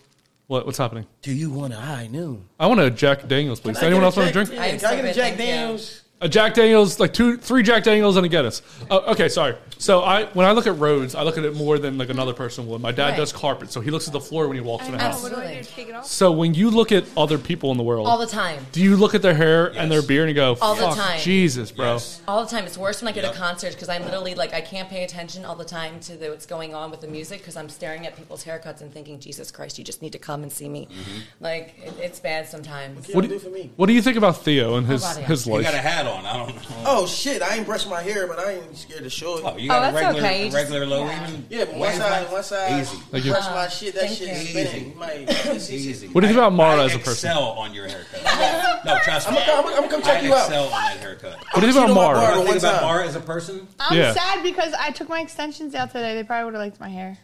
B: What what's happening?
A: Do you want a high noon?
B: I want a Jack Daniels, please. Anyone else want a drink?
A: Can I
F: I'm
A: get a
F: stupid,
A: Jack
F: thank you.
A: Daniels?
B: A Jack Daniels, like two, three Jack Daniels and a Guinness. Oh, okay, sorry. So I when I look at roads, I look at it more than like another person would. My dad
F: Right.
B: does carpet, so he looks at the floor when he walks in a
C: I don't
B: house.
C: know, what do I
F: Absolutely.
C: do to kick it off?
B: So when you look at other people in the world,
F: All the time.
B: do you look at their hair and their
E: Yes.
B: beard and go,
F: All the
B: "Fuck,
F: time.
B: Jesus, bro"?
E: Yes.
F: All the time. It's worse when I get
E: Yep.
F: a concert because I'm literally like I can't pay attention all the time to the, what's going on with the music because I'm staring at people's haircuts and thinking, Jesus Christ, you just need to come and see me. Like it, it's bad sometimes.
A: What do you do for me?
B: What do you think about Theo and his
F: Nobody.
B: his
E: you got
B: life?
E: a hat on. I don't know.
A: Oh shit! I ain't brushed my hair, but I ain't scared to show it.
E: Oh, you got
F: that's
E: a regular,
F: okay.
E: a regular low even.
A: yeah, but once I once I
E: Easy.
B: Like
A: brush my shit, that
F: Thank
A: shit
F: you.
A: is spinning. You might- it's easy.
E: Easy.
B: What do you think about Mara
E: I
B: as a person?
E: Excel on your haircut. no, trust
A: I'm
E: me.
A: gonna come- I'm gonna come check
E: I
A: you out.
E: Excel on that haircut.
B: What do you think
A: Cheat
B: about
A: on my
B: Mara?
A: barber.
E: What
A: one
E: think about
A: time.
E: Mara as a person?
C: I'm
B: Yeah.
C: sad because I took my extensions out today. They probably would have liked my hair.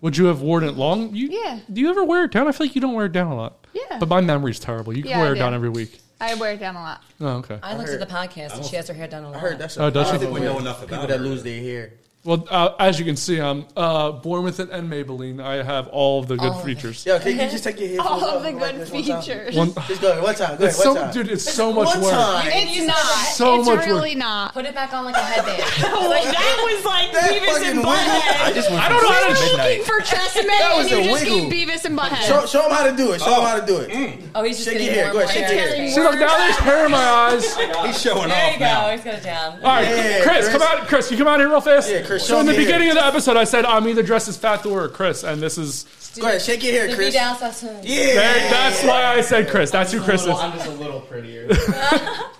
B: Would you have worn it long? You,
C: Yeah.
B: Do you ever wear it down? I feel like you don't wear it down a lot.
C: Yeah.
B: But my memory's terrible. You can
C: Yeah, I
B: wear it
C: do.
B: down every week.
C: I wear it down a lot.
B: Oh, okay.
F: I looked
A: heard-
F: at the podcast and she has her hair done a lot.
A: I heard that's a
E: Uh,
B: Oh, does she?
A: problem
E: People know
A: with
E: enough
A: people
E: about
A: that
E: her.
A: lose their hair.
B: well, uh, as you can see, I'm uh, born with it and Maybelline. I have all of the good
F: All of it.
B: features.
A: Yo, can you just take your hair?
C: All of the good features.
B: One,
A: Just go ahead, one time. Go ahead,
B: it's
A: one
B: so,
A: time.
B: dude, it's so much
A: one
B: work.
A: time.
C: It's not.
B: so
C: it's
B: much work.
C: really not.
F: Put it back on like a headband.
C: like that was like
A: That fucking wiggle. I just went.
B: I don't know how to.
C: looking for Tresemme
A: was
C: and you
A: a
C: just
A: wiggle.
C: keep Beavis and Butthead.
A: Show, show him how to do it. Show him
E: Oh.
A: how to do it.
F: oh, he's just
A: Shake
F: getting
A: your hair.
F: more
A: Go
F: and
A: ahead,
F: more
A: shake your
F: hair.
B: See, look, now there's hair in my eyes. All
E: He's showing
F: There
E: off
F: you go.
E: now.
F: He's got it down.
B: right,
A: Yeah, Chris.
B: Chris, come out. Chris, you come out here real fast.
A: Yeah, Chris, Chris,
B: So in the
A: Show me
B: beginning
A: here.
B: of the episode, I said I'm either dressed as Fat Thor or Chris, and this is
A: Go ahead, shake your hair,
F: The
A: Chris.
F: readouts, that's a-
A: Yeah.
B: There- that's why I said Chris. That's who Chris is.
D: I'm just a little prettier.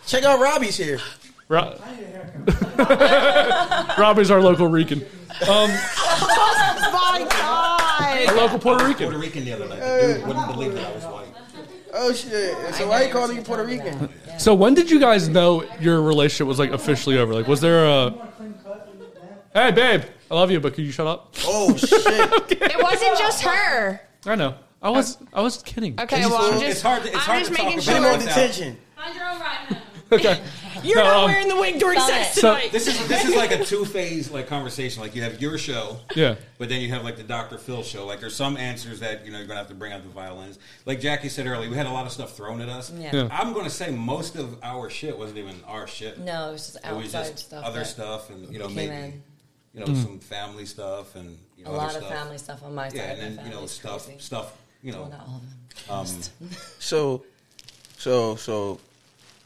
A: Check out Robbie's hair.
B: Ro- Robbie's our local Rican, um,
C: Oh
A: My God.
B: a local Puerto
E: Puerto
B: Rican.
E: Rican the other night. The dude wouldn't believe that I was white.
A: Oh shit. So why you calling you Puerto Rican?
B: So when did you guys know your relationship was like officially over? Like, was there a Hey, babe, I love you, but could you shut up?
A: Oh shit.
C: It wasn't just her.
B: I know. I was I was kidding.
C: Okay, well, I'm
E: It's
C: just,
E: hard to- it's
C: I'm
E: hard
C: just
E: to talk
C: making
E: about
A: Put him
C: sure.
E: it.
A: on detention.
B: Okay.
C: You're
B: No,
C: not
B: um,
C: wearing the wig during
F: Stop
C: sex
F: it.
B: So-
C: tonight.
E: This is this is like a two phase like conversation. Like you have your show,
B: Yeah.
E: but then you have like the Dr. Phil show. Like there's some answers that you know you're gonna have to bring out the violins. Like Jackie said earlier, we had a lot of stuff thrown at us.
F: Yeah. Yeah.
E: I'm gonna say most of our shit wasn't even our shit.
F: No, it was just
E: it was
F: outside
E: Oh, just
F: stuff
E: other
F: that
E: stuff, and you know
F: came
E: maybe
F: in.
E: you know some family stuff and you know
F: a
E: other
F: lot of
E: stuff.
F: family stuff on my side.
E: Yeah, and
F: My
E: then you know
F: family's
E: stuff
F: crazy. Oh,
E: stuff you know.
F: Well, not all of them.
E: Um,
A: So, so, so,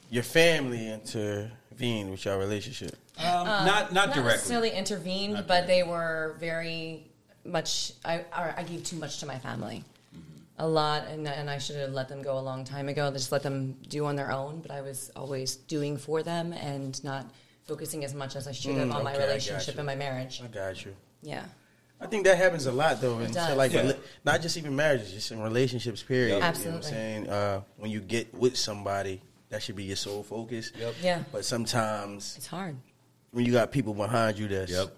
A: your family intervened with your relationship.
E: um, not not
F: Uh, Not
E: directly.
F: necessarily intervened, but they were very much. I or I gave too much to my family,
E: Mm-hmm.
F: a lot, and and I should have let them go a long time ago. Just let them do on their own. But I was always doing for them and not focusing as much as I should
E: Mm,
F: have on
A: okay,
F: my
A: I got
F: relationship
A: you.
F: and my marriage.
A: I got you.
F: Yeah,
A: I think that happens a lot though, and
F: does.
A: like
E: Yeah.
A: rela- not just even marriages, just in relationships. Period. You know what
F: Absolutely.
A: I'm saying? Uh, when you get with somebody, that should be your sole focus.
E: Yep.
F: Yeah.
A: But sometimes
F: it's hard.
A: when you got people behind you, that's
E: Yep.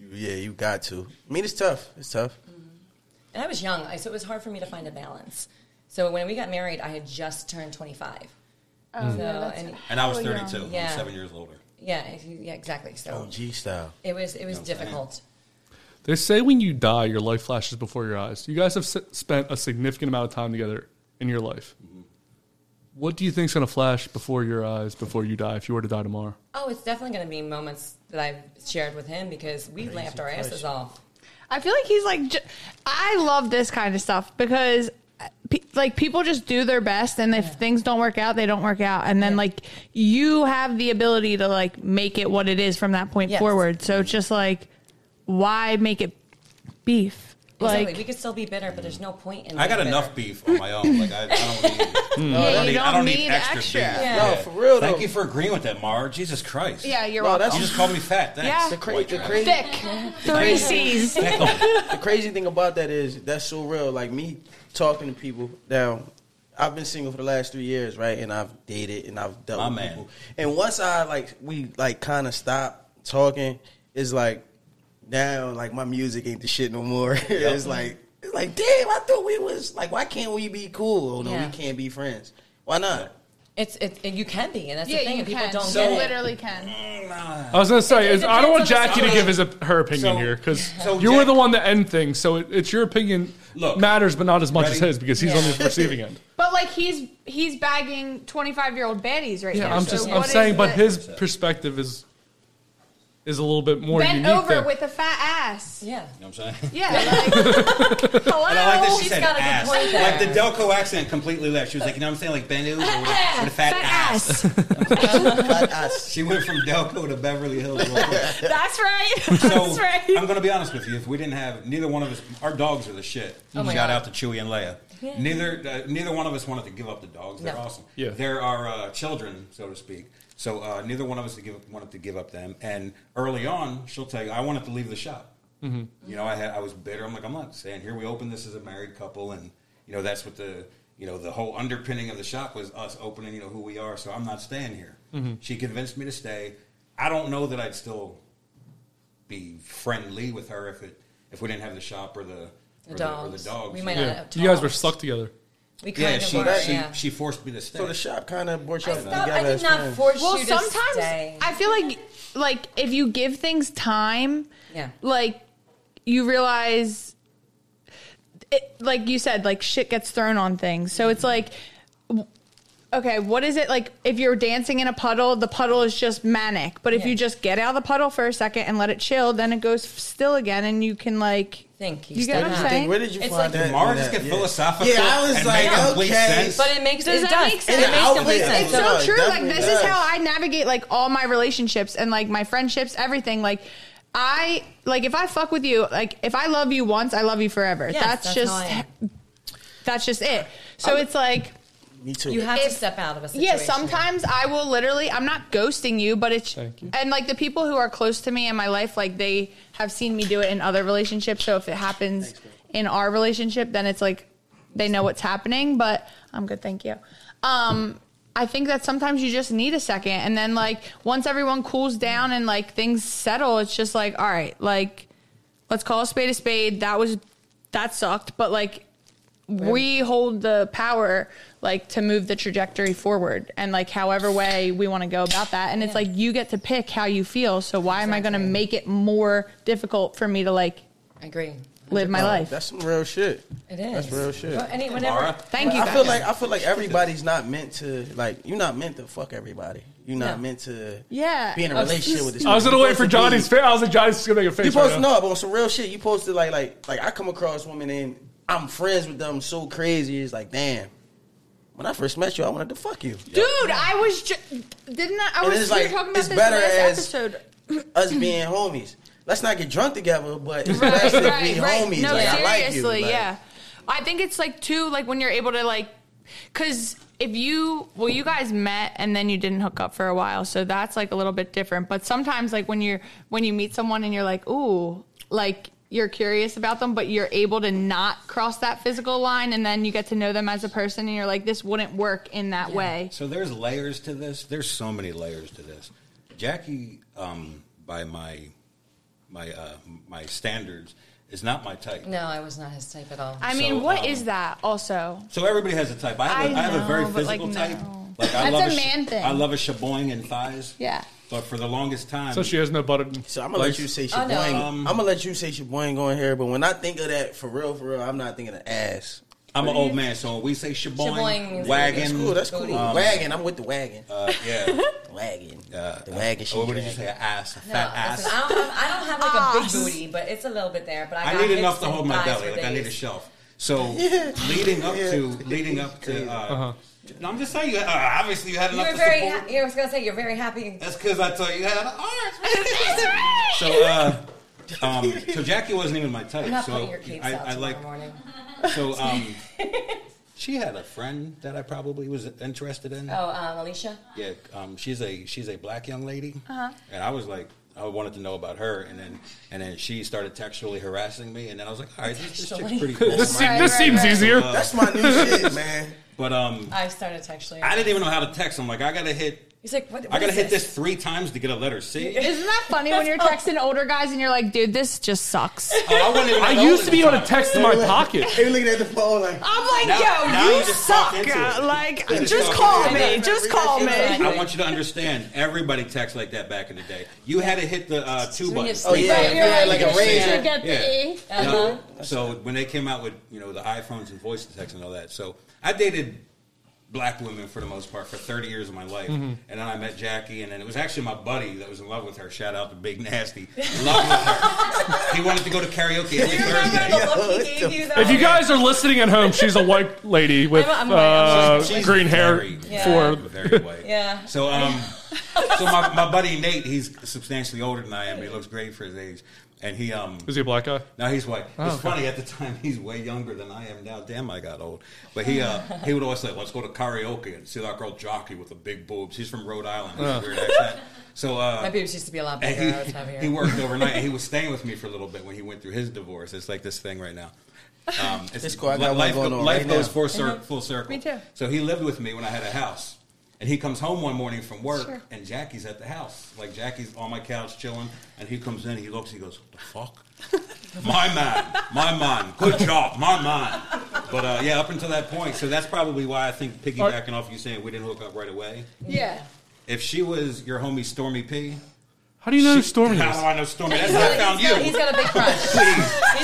A: you- Yeah, you got to. I mean, it's tough. It's tough.
F: And I was young, I- so it was hard for me to find a balance. So when we got married, I had just turned twenty five.
C: Mm.
F: so and
E: And I was
C: Oh, yeah.
E: 32.
F: Yeah.
E: I'm seven years older.
F: yeah, if you- yeah, exactly. So
A: OG style.
F: it was it was
E: I'm saying.
F: difficult.
B: They say when you die, your life flashes before your eyes. You guys have s- spent a significant amount of time together in your life.
E: Mm-hmm.
B: What do you think's going to flash before your eyes before you die if you were to die tomorrow?
F: Oh, it's definitely going to be moments that I've shared with him because we laughed our asses
A: question.
F: off.
C: I feel like he's like, j- I love this kind of stuff because uh, pe- like people just do their best and if things don't work out, they don't work out. And then
F: Yeah.
C: like you have the ability to like make it what it is from that point
F: Yes.
C: forward. So it's just like, why make it beef?
F: Exactly.
C: Like,
F: we could still be bitter, but there's no point in.
E: I got
F: being
E: enough
F: bitter.
E: beef on my own. Like I, I don't need. Oh, I
C: yeah,
E: don't
C: you
E: need,
C: don't
E: I don't
C: need,
E: need
C: extra.
E: extra, beef.
F: Yeah.
A: No, for real though.
E: Thank you for agreeing with that, Mar. Jesus Christ.
C: Yeah, you're
A: No,
C: welcome.
A: that's
E: You just called me fat. Thanks.
C: Yeah.
A: the, cra- the, crazy,
C: thick. Three C's.
A: the crazy thing about that is that's so real. Like me talking to people now, I've been single for the last three years, right? And I've dated and I've dealt
E: My
A: with
E: man.
A: people. And once I like we like kind of stop talking, it's like now like my music ain't the shit no more. it's like it's like damn, I thought we was like why can't we be cool? Oh no,
F: Yeah.
A: we can't be friends. Why not?
F: It's it, it- you can be, and that's
C: Yeah,
F: the thing.
C: you
F: and people
C: can.
F: don't
C: You
F: get it.
C: literally can.
B: I was going to say,
F: It- it
B: is, I don't
F: depends
B: want
F: on the
B: Jackie to
E: song.
B: give his op- her opinion
E: So-
B: here 'cause here because
E: so
B: you were
E: Jack-
B: the one that end things. So it, it's your opinion
E: Look.
B: matters, but not as much
E: Ready?
B: as his because he's on the receiving end.
C: But like he's he's bagging twenty five year old baddies right
B: Yeah,
C: now.
B: I'm
C: so
B: just
C: what
B: I'm
C: is
B: saying, but
C: the-
B: his perspective is is a little bit more
C: bent
B: unique.
C: over
B: there.
C: with a fat ass.
F: Yeah.
E: You know what I'm saying?
C: Yeah, like, hello.
E: And I like that she
F: She's
E: said
F: got a good
E: ass.
F: point there.
E: Like the Delco accent completely left. She was like, you know what I'm saying? Like Ben Ooze with, a- with a fat, ass.
A: Not us.
E: She went from Delco to Beverly Hills. real quick.
C: That's right.
E: So
C: That's
E: I'm
C: right.
E: going to be honest with you. If we didn't have neither one of us, our dogs are the shit.
F: Oh my
E: Shout
F: God.
E: out to Chewy and Leia. Neither uh, neither one of us wanted to give up the dogs. They're
F: No.
E: awesome.
B: Yeah.
E: They're our uh, children, so to speak. So uh, neither one of us to give, wanted to give up them. And early on, she'll tell you, I wanted to leave the shop. You know, I had I was bitter. I'm like, I'm not saying here we open this as a married couple, and you know that's what the you know the whole underpinning of the shop was us opening. You know who we are. So I'm not staying here. She convinced me to stay. I don't know that I'd still be friendly with her if it if we didn't have the shop or the
F: The
E: or
F: dogs.
E: The, or the dogs.
F: We might not
B: Yeah.
F: have
B: You guys were
F: talked.
B: stuck together.
F: We kind
E: Yeah,
F: of
E: she,
F: were.
E: she,
F: yeah.
E: she forced me to stay.
A: So the shop kind of brought y'all
F: I, stopped,
A: together.
F: I
A: as
F: did not
A: friends.
F: force
C: Well,
F: you to
C: sometimes
F: stay.
C: I feel like like if you give things time,
F: Yeah.
C: like you realize it, like you said like shit gets thrown on things. So it's like w- okay, what is it like if you're dancing in a puddle, the puddle is just manic, but if
F: Yeah.
C: you just get out of the puddle for a second and let it chill, then it goes still again and you can like
F: Think you
C: You
F: stay
C: get what
F: back.
C: I'm saying?
A: Where did you
F: It's
A: find
F: like-
A: that?
E: Mara just get
A: yeah.
E: philosophical.
A: Yeah, I was
E: and
A: like,
E: make complete
A: okay.
E: sense.
F: But it makes
C: Does
F: it
C: that
F: does.
C: make sense?
F: It makes complete
A: Outfit.
F: sense.
C: it's
A: It
C: so
A: does,
C: true. Like
A: definitely
C: this is
A: does.
C: how I navigate like all my relationships and like my friendships, everything. Like I like if I fuck with you, like if I love you once, I love you forever.
F: Yes,
C: that's,
F: that's how I
C: just that's just it. So it's like
A: Me too.
F: You have to
C: If-
F: step out of a situation.
C: yeah, sometimes I will literally I'm not ghosting you, but it's
B: Thank you.
C: and like the people who are close to me in my life, like they have seen me do it in other relationships. So if it happens in our relationship, then it's like they know what's happening, but I'm good, thank you. Um I think that sometimes you just need a second and then like once everyone cools down and like things settle, it's just like, all right, like let's call a spade a spade. That was that sucked, but like we hold the power like to move the trajectory forward and like however way we want to go about that and it's like you get to pick how you feel so why am i going to
F: Exactly.
C: make it more difficult for me to like
F: I agree.
C: live my life
A: That's some real shit.
F: It is.
A: That's real shit.
F: Well, any, whenever,
E: Laura?
C: thank you
A: I feel
C: guys.
A: like I feel like everybody's not meant to like you're not meant to fuck everybody. You're not
F: No.
A: meant to
C: Yeah. Oh,
A: be in a relationship with this.
B: I was gonna
A: person.
B: wait for
A: You're supposed to be-
B: Johnny's face. I was like, Johnny's gonna make a face.
A: You supposed
B: right
A: to
B: now.
A: know, but on some real shit, you supposed to like like like I come across women and I'm friends with them so crazy. It's like damn. When I first met you, I wanted to fuck you.
C: dude i was ju- didn't i i
A: And
C: was
A: it's
C: we were
A: like,
C: talking
A: it's
C: about this
A: better
C: last
A: as-
C: episode
A: Us being homies. Let's not get drunk together, but it's best if we homies.
C: No,
A: like,
C: seriously,
A: I like you. Like,
C: yeah. I think it's like too like when you're able to like because if you well you guys met and then you didn't hook up for a while so that's like a little bit different but sometimes like when you're when you meet someone and you're like ooh like you're curious about them but you're able to not cross that physical line and then you get to know them as a person and you're like this wouldn't work in that way
E: So there's layers to this. There's so many layers to this. Jackie, um, by my my uh, my standards, is not my type.
F: No, I was not his type at all.
C: i mean
E: So,
C: what is
E: um,
C: that also
E: So everybody has a type. I have, a I
C: I
E: have a very
C: know, but, like,
E: physical
C: no.
E: type. Like I
C: That's
E: love
C: a
E: sh-
C: man thing.
E: I love a shaboing and thighs.
C: Yeah.
E: But for the longest time,
B: So she has no button.
A: So I'm gonna let you say
F: I
A: Shaboyne.
F: know.
E: Um,
A: I'm gonna let you say Shaboyne going here, but when I think of that for real, for real, I'm not thinking of ass.
E: I'm an old man, so when we say shaboing,
F: Shaboing means-
E: wagon,
A: That's cool. That's cool.
E: Um,
A: wagon. I'm with the wagon.
E: uh, yeah.
A: wagon.
E: Uh,
A: the wagon.
E: Or what did you
A: dragging.
E: say? An ass, a
F: No,
E: fat ass.
F: listen, I, don't have, I don't have like a big
C: Ass.
F: booty, but it's a little bit there. But I,
E: I
F: got
E: need enough
F: hips
E: to
F: and
E: hold my
F: thighs
E: belly.
F: for
E: Like I need a
F: days.
E: shelf. So leading up to leading up to. Uh, no, I'm just saying. You, uh, obviously, you had
F: You
E: enough to
F: were very.
E: support.
F: Ha- Oh, you know, I was gonna say you're very happy.
E: That's because I thought you had an arms.
C: right!
E: so, uh, um, so Jackie wasn't even my type.
F: I'm not
E: so
F: putting your capes
E: I,
F: out
E: I
F: tomorrow
E: like.
F: morning.
E: So um, she had a friend that I probably was interested in.
F: Oh, um, Alicia.
E: Yeah, um, she's a she's a black young lady,
F: Uh-huh.
E: and I was like, I wanted to know about her, and then and then she started textually harassing me, and then I was like, all right, this, this chick's
F: Textually.
E: pretty cool.
B: This, se-
C: Right,
B: this
C: right,
B: seems
C: right.
B: easier.
E: Uh,
A: That's my new shit, man.
E: But um,
F: I started texting.
E: I
F: her.
E: didn't even know how to text. I'm like, I gotta hit,
F: He's like, what,
E: I
F: what
E: gotta
F: is
E: hit this three times to get a letter C. oh,
C: isn't that funny when you're texting older guys and you're like dude this just sucks
E: I, wasn't even
B: I
E: that
B: used
E: old
B: to
E: at
B: be
E: the
B: able to
E: time.
B: text in my pocket.
A: They looking at the phone like.
C: I'm like,
E: Now-
C: yo,
E: now
C: you,
E: you just talked
C: suck.
E: into it.
C: Like,
E: You
C: just,
E: just talked
C: call
E: into
C: me.
F: it.
C: Just call me.
F: Exactly.
E: I want you to understand. Everybody texts like that back in the day. You had to hit the uh, two
F: We had
E: buttons.
A: Oh yeah,
F: Right,
A: if you
F: you're
A: had
F: right,
A: like
F: you
A: a
F: just
A: razor.
F: said-
C: Get the
E: Yeah.
C: E.
E: Yeah.
F: Uh-huh.
E: So when they came out with you know the iPhones and voice text and all that, so I dated black women for the most part for 30 years of my life, and then I met Jackie, and then it was actually my buddy that was in love with her. Shout out to Big Nasty, in love with her. he wanted to go to karaoke every
F: You remember
E: Thursday.
F: the look he gave you? Though?
B: If you guys are listening at home, she's a white lady with
F: I'm white, I'm
B: uh,
F: white.
E: She's
B: green hair
E: very-
B: for
E: very white.
F: Yeah.
E: So um, so my, my buddy Nate, he's substantially older than I am. But he looks great for his age, and he um.
B: Is he a black guy?
E: Now he's white. It's
B: Oh, okay.
E: funny at the time he's way younger than I am now. Damn, I got old. But he uh, he would always say, "Let's go to karaoke and see that girl jockey with the big boobs." She's from Rhode Island.
B: Oh.
E: He's a weird accent. So
F: my
E: uh,
F: boobs used to be a lot bigger. I was
E: and
F: heavier.
E: he, he worked overnight. and he was staying with me for a little bit when he went through his divorce. It's like this thing right now. Um, it's,
A: It's cool. I got one
E: life
A: going on
E: life
A: right
E: goes
A: now.
E: full, cir- full circle.
C: Mm-hmm. Me too.
E: So he lived with me when I had a house. And he comes home one morning from work, and Jackie's at the house. Like, Jackie's on my couch chilling, and he comes in, he looks, he goes, What the fuck? my man, my man, good job, my man. But uh, yeah, up until that point, so that's probably why I think piggybacking off you saying we didn't hook up right away.
C: Yeah.
E: If she was your homie Stormy P,
B: How do you know who Stormy
E: how
B: is?
E: do I know Stormy? That's how I found
F: he's,
E: you.
F: got, he's got a big crush. he's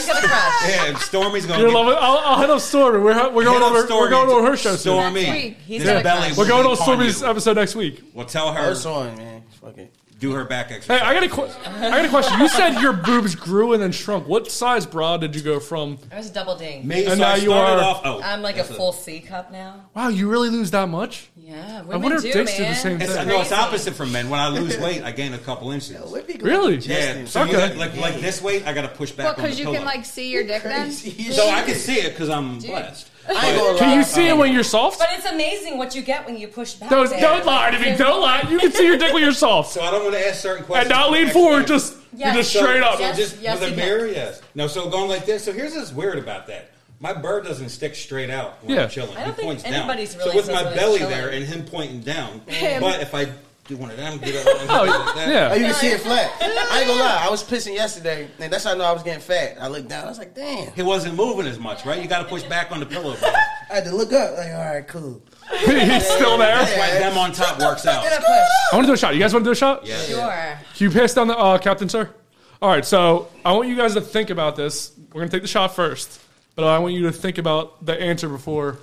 F: got a crush.
E: Yeah, Stormy's going.
B: You're loving, I'll, I'll hit up Stormy. We're, we're going over. We're going over her show. soon.
E: Stormy,
F: Next week. He's
E: this
F: got a
E: belly
F: crush.
E: will
B: We're going
E: be
B: on
E: upon
B: Stormy's
E: you.
B: episode next week.
E: Well, tell her
A: First on, man. Fuck it.
E: Do her back exercise.
B: Hey, I got a que- I got a question. You said your boobs grew and then shrunk. What size bra did you go from?
F: I was a double ding.
E: May-
B: And
E: so I
B: now you
E: started
B: are-
E: off- oh,
F: I'm like a
E: that's
F: full C cup now.
B: Wow, you really lose that much?
F: Yeah,
B: I
F: women
B: wonder if
F: do,
B: dicks do
F: man.
B: the same
E: It's,
B: thing.
E: no, it's
F: Crazy.
E: opposite from men. When I lose weight, I gain a couple inches.
B: Really?
E: Yeah, so you
B: Okay.
E: got, like like this weight, I got to push back.
C: What?
E: on the
C: Because you
E: pillow.
C: can like see your dick then.
E: So I can see it because I'm blessed.
A: I ain't gonna
B: Can you
A: lie.
B: see it when you're soft?
F: But it's amazing what you get when you push back.
B: Don't,
F: there.
B: don't lie to me. Don't lie. You can see your dick when you're soft.
E: So I don't want to ask certain
B: And
E: questions.
B: not lean
E: Next
B: forward.
E: thing.
B: Just
F: Yes.
B: just straight up.
E: So
F: Yes,
E: just
F: yes,
E: with a
F: you can.
E: mirror, yes. No, so going like this. So here's what's weird about that. My bird doesn't stick straight out when
B: Yeah.
E: I'm chilling.
F: I don't
E: he
F: think
E: points
F: anybody's
E: down.
F: really
E: so with my
F: supposed to
E: belly
F: chilling.
E: there and him pointing down. But if I do one of them, get up and
B: Oh,
E: like that.
A: Oh,
B: yeah.
A: you can see it flat. I ain't gonna lie. I was pissing yesterday, and that's how I know I was getting fat. I looked down. I was like, damn.
E: He wasn't moving as much, right? You got to push back on the pillow. bro.
A: I had to look up. Like, all right, cool.
B: He's still
E: That's
B: there.
E: why them on top works out.
B: I want to do a shot. You guys want to do a shot?
E: Yeah.
F: Sure.
B: Can you pass down the uh, captain, sir? All right, so I want you guys to think about this. We're gonna take the shot first, but I want you to think about the answer before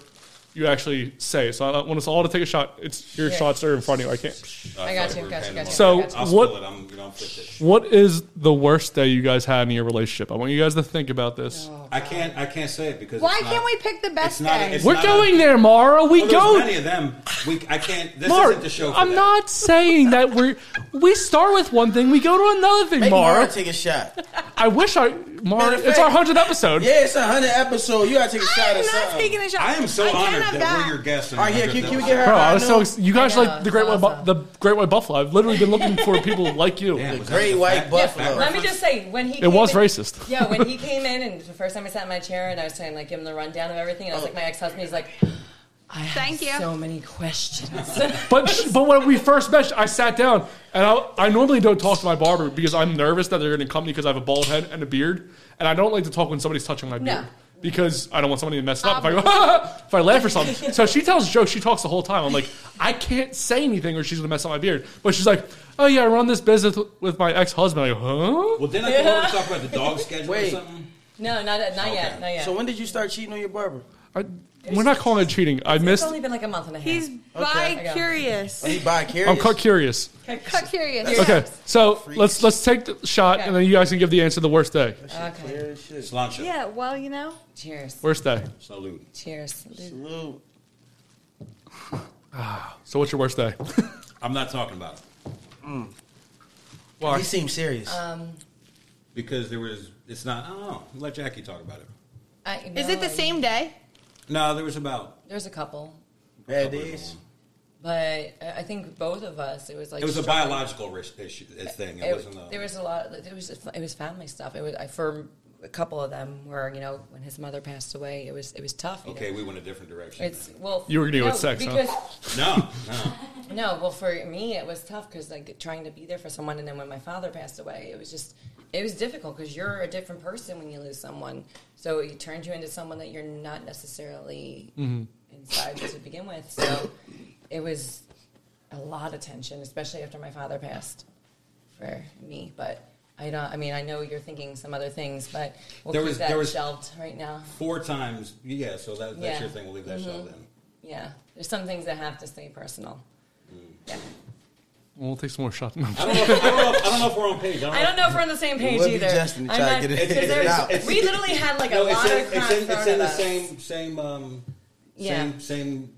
B: you actually say. it. So I want us all to take a shot. It's your
F: Yeah.
B: shots are in front of you. I can't.
F: I got you, got you, got you.
B: So
E: I'll
B: what?
E: spill it. I'm, you know, I'm fifty.
B: What is the worst day you guys had in your relationship? I want you guys to think about this.
E: I can't. I can't say it because.
C: Why
E: it's not-
C: can't we pick the best
E: it's not-
C: day?
E: it's
B: We're
E: not a-
B: going there, Mara. We
E: Well,
B: go.
E: There's many of them. We. I can't. This
B: Mark,
E: isn't the show. For
B: I'm
E: that.
B: not saying that we're we start with one thing, we go to another thing,
A: Make
B: Mara.
A: Mara take a shot.
B: I wish I Mara.
A: Matter of
B: It's our
A: fact-
B: hundredth episode.
A: Yeah, it's a hundred episode. You gotta take a shot
C: I'm
A: or
C: not
A: something.
C: taking a shot.
E: I am so
C: I can't
E: honored
C: have
E: that, we're your guests.
A: all right, here, can, can we get her?
B: Bro, I
A: high
B: was so
A: noon?
B: ex- you guys
F: know,
B: like the
F: it's
B: great white
F: awesome.
B: bu- the great white buffalo. I've literally been looking for people like you.
E: Damn, was that
A: Great
E: the
A: white
E: fact-
A: buffalo.
E: fact
F: Let me
E: reference?
F: just say, when he
B: It was
F: in-
B: racist.
F: Yeah, when he came in, and the first time I sat in my chair, and I was saying, like, give him the rundown of everything, and I was like, my ex-husband, he's like, I have
C: Thank you.
F: so many questions. I
B: But sh- but when we first met, I sat down and I, I normally don't talk to my barber because I'm nervous that they're going to come because I have a bald head and a beard, and I don't like to talk when somebody's touching my
F: No. Um.
B: beard because I don't want somebody to mess it up. If I go, if I laugh or something, so she tells jokes. She talks the whole time. I'm like, I can't say anything or she's going to mess up my beard. But she's like, Oh yeah, I run this business with my ex husband. I go, Huh?
E: Well, then I thought we were talking about the dog schedule or
A: Wait.
E: something.
F: no, not not
E: Okay.
F: yet, not yet.
A: So when did you start cheating on your barber?
B: I, we're not calling it cheating. I
F: it's
B: missed.
F: only been like a month and a half.
C: He's bi curious.
A: Oh, He bi curious.
B: I'm cut curious.
C: Cut curious.
B: Okay, so let's let's take the shot and
F: Okay.
B: then you guys can give the answer. The worst day.
F: okay.
A: Clear as shit.
E: Slancha.
C: Yeah. Well, you know.
F: Cheers.
B: Worst day.
E: Salute.
F: Cheers.
A: Salute.
B: So what's your worst day?
E: I'm not talking about it
A: He seems serious.
F: Um,
E: because there was. It's not. I don't know. Let Jackie talk about it.
F: I,
C: Is
F: no,
C: it the
F: I-
C: same day?
E: No, there was about.
F: There's a couple,
A: Bad days.
F: but I I think both of us, it was like
E: It was a
F: struggle.
E: biological ris- issue thing. It, wasn't. um, A,
F: there was a lot. It was it was family stuff. It was I, for a couple of them were you know when his mother passed away. It was it was tough. you
E: okay,
F: know.
E: we went a different direction.
F: it's well.
B: You were gonna go
F: no,
B: with sex, huh?
F: because,
E: no, no.
F: No, well for me it was tough because like trying to be there for someone, and then when my father passed away, it was just it was difficult because you're a different person when you lose someone. So it turns you into someone that you're not necessarily
E: Mm-hmm.
F: inside to begin with. So it was a lot of tension, especially after my father passed for me. But I don't. I mean, I know you're thinking some other things, but we'll
E: There
F: keep
E: was-
F: that
E: there was-
F: shelved right now.
E: Four times. Yeah. So that, that's
F: Yeah.
E: your thing. We'll leave that
A: Mm-hmm.
E: show then.
F: Yeah, there's some things that have to stay personal. Yeah.
B: We'll take some more shots.
E: I don't know. If, I, don't know if, I don't know if we're on page. I
F: I
E: don't
F: don't know if we're on the same page
A: would be
F: either.
A: Justin to
F: I'm
A: try to
F: not-
A: get it-
F: 'cause
A: get it
F: there's-
A: out.
F: we literally had like a
E: know. No,
F: lot
E: it's in,
F: of
E: it's
F: crap
E: in,
F: thrown
E: it's
F: at
E: in the
F: us.
E: same same um,
F: Yeah.
E: same same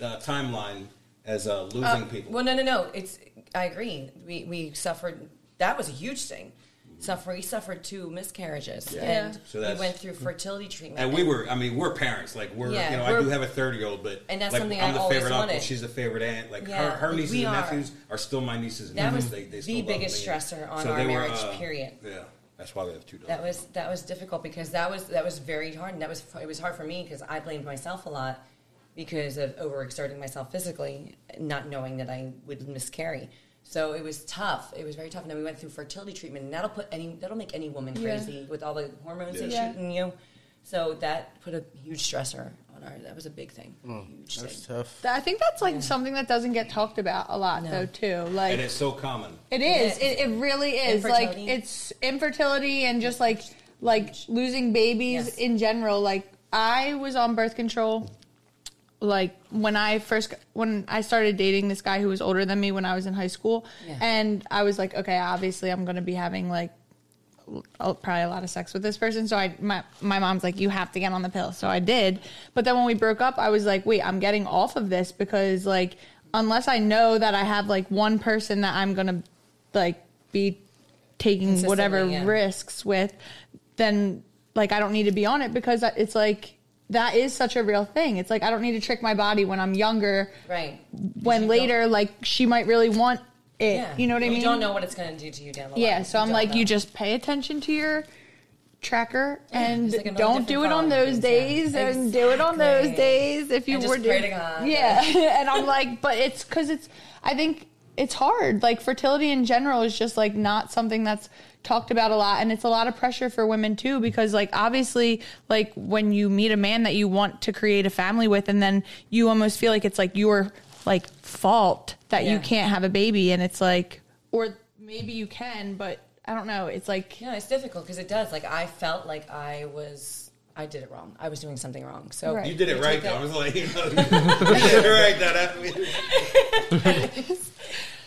E: uh, timeline as uh, losing people.
F: Well, no, no, no. It's I agree. We we suffered. That was a huge thing. Suffer. We suffered two miscarriages,
E: Yeah.
F: and
E: Yeah. So
F: we
E: that's-
F: went through fertility treatment.
E: And we were, I mean, we're parents. Like we're,
F: Yeah,
E: you know, I
F: we're-
E: do have a thirty-year-old, but
F: And that's
E: like,
F: something
E: I'm
F: I
E: the
F: always
E: favorite uncle.
F: wanted.
E: She's the favorite aunt. Like
F: Yeah,
E: her, her nieces
F: we
E: and
F: are.
E: nephews are still my nieces and
F: That
E: nephews.
F: was
E: they, they
F: the
E: still love
F: biggest
E: me.
F: stressor on
E: So
F: our
E: they were, uh,
F: marriage, period.
E: Yeah, that's why we have two dogs.
F: That was that was difficult because that was that was very hard, and that was it was hard for me because I blamed myself a lot because of overexerting myself physically, not knowing that I would miscarry. So it was tough. It was very tough, and then we went through fertility treatment, and that'll put any that'll make any woman
C: Yeah.
F: crazy with all the hormones they
C: Yeah.
F: shoot in you. So that put a huge stressor on our. That was a big thing. huge
A: Oh, That's
F: thing.
A: tough.
C: I think that's like something that doesn't get talked about a lot
F: No.
C: though too. Like
E: and it's so common.
C: It is.
F: Yeah.
C: It, it really is. Like
F: Infertility.
C: it's infertility and just like like losing babies
F: Yes.
C: in general. Like I was on birth control like when I first when I started dating this guy who was older than me when I was in high school,
F: Yeah.
C: and I was like, okay, obviously I'm gonna be having like a- probably a lot of sex with this person. So I my my mom's like, you have to get on the pill. So I did. But then when we broke up, I was like, wait, I'm getting off of this because like unless I know that I have like one person that I'm gonna like be taking
F: Consistently,
C: whatever
F: yeah.
C: risks with, then like I don't need to be on it because it's like that is such a real thing. It's like I don't need to trick my body when I'm younger.
F: right.
C: When
F: You
C: later,
F: don't-
C: like she might really want it.
F: yeah.
C: You know what I mean?
F: You don't know what it's going to do to you down the line.
C: Yeah, so I'm
F: don't
C: like,
F: know.
C: you just pay attention to your tracker and
F: just like another
C: don't
F: different
C: do it on
F: phone,
C: those
F: yeah.
C: days and do it on those
F: Exactly.
C: days if you
F: And
C: were
F: just pray
C: doing
F: to God.
C: yeah and i'm like but it's because it's i think it's hard like fertility in general is just like not something that's talked about a lot and it's a lot of pressure for women too because like obviously like when you meet a man that you want to create a family with and then you almost feel like it's like your like fault that you
F: Yeah.
C: can't have a baby and it's like or maybe you can but i don't know it's like
F: No, it's difficult because it does. Like I felt like I was, I did it wrong. I was doing something wrong. So
C: Right.
E: You did it
F: take
E: right, though.
F: that-
E: I was like, you know, you did it right, though. That- I mean,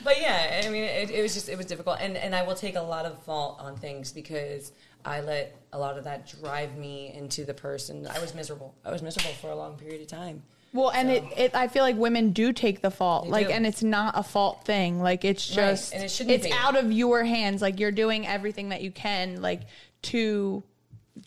F: But yeah, I mean, it, it was just it was difficult, and and I will take a lot of fault on things because I let a lot of that drive me into the person. I was miserable. I was miserable for a long period of time.
C: Well, and it, it, I feel like women do take the fault,
F: They
C: like,
F: do.
C: and it's not a fault thing. Like, it's
F: Right,
C: just,
F: and it shouldn't
C: it's
F: be.
C: out of your hands. Like, you're doing everything that you can, like, to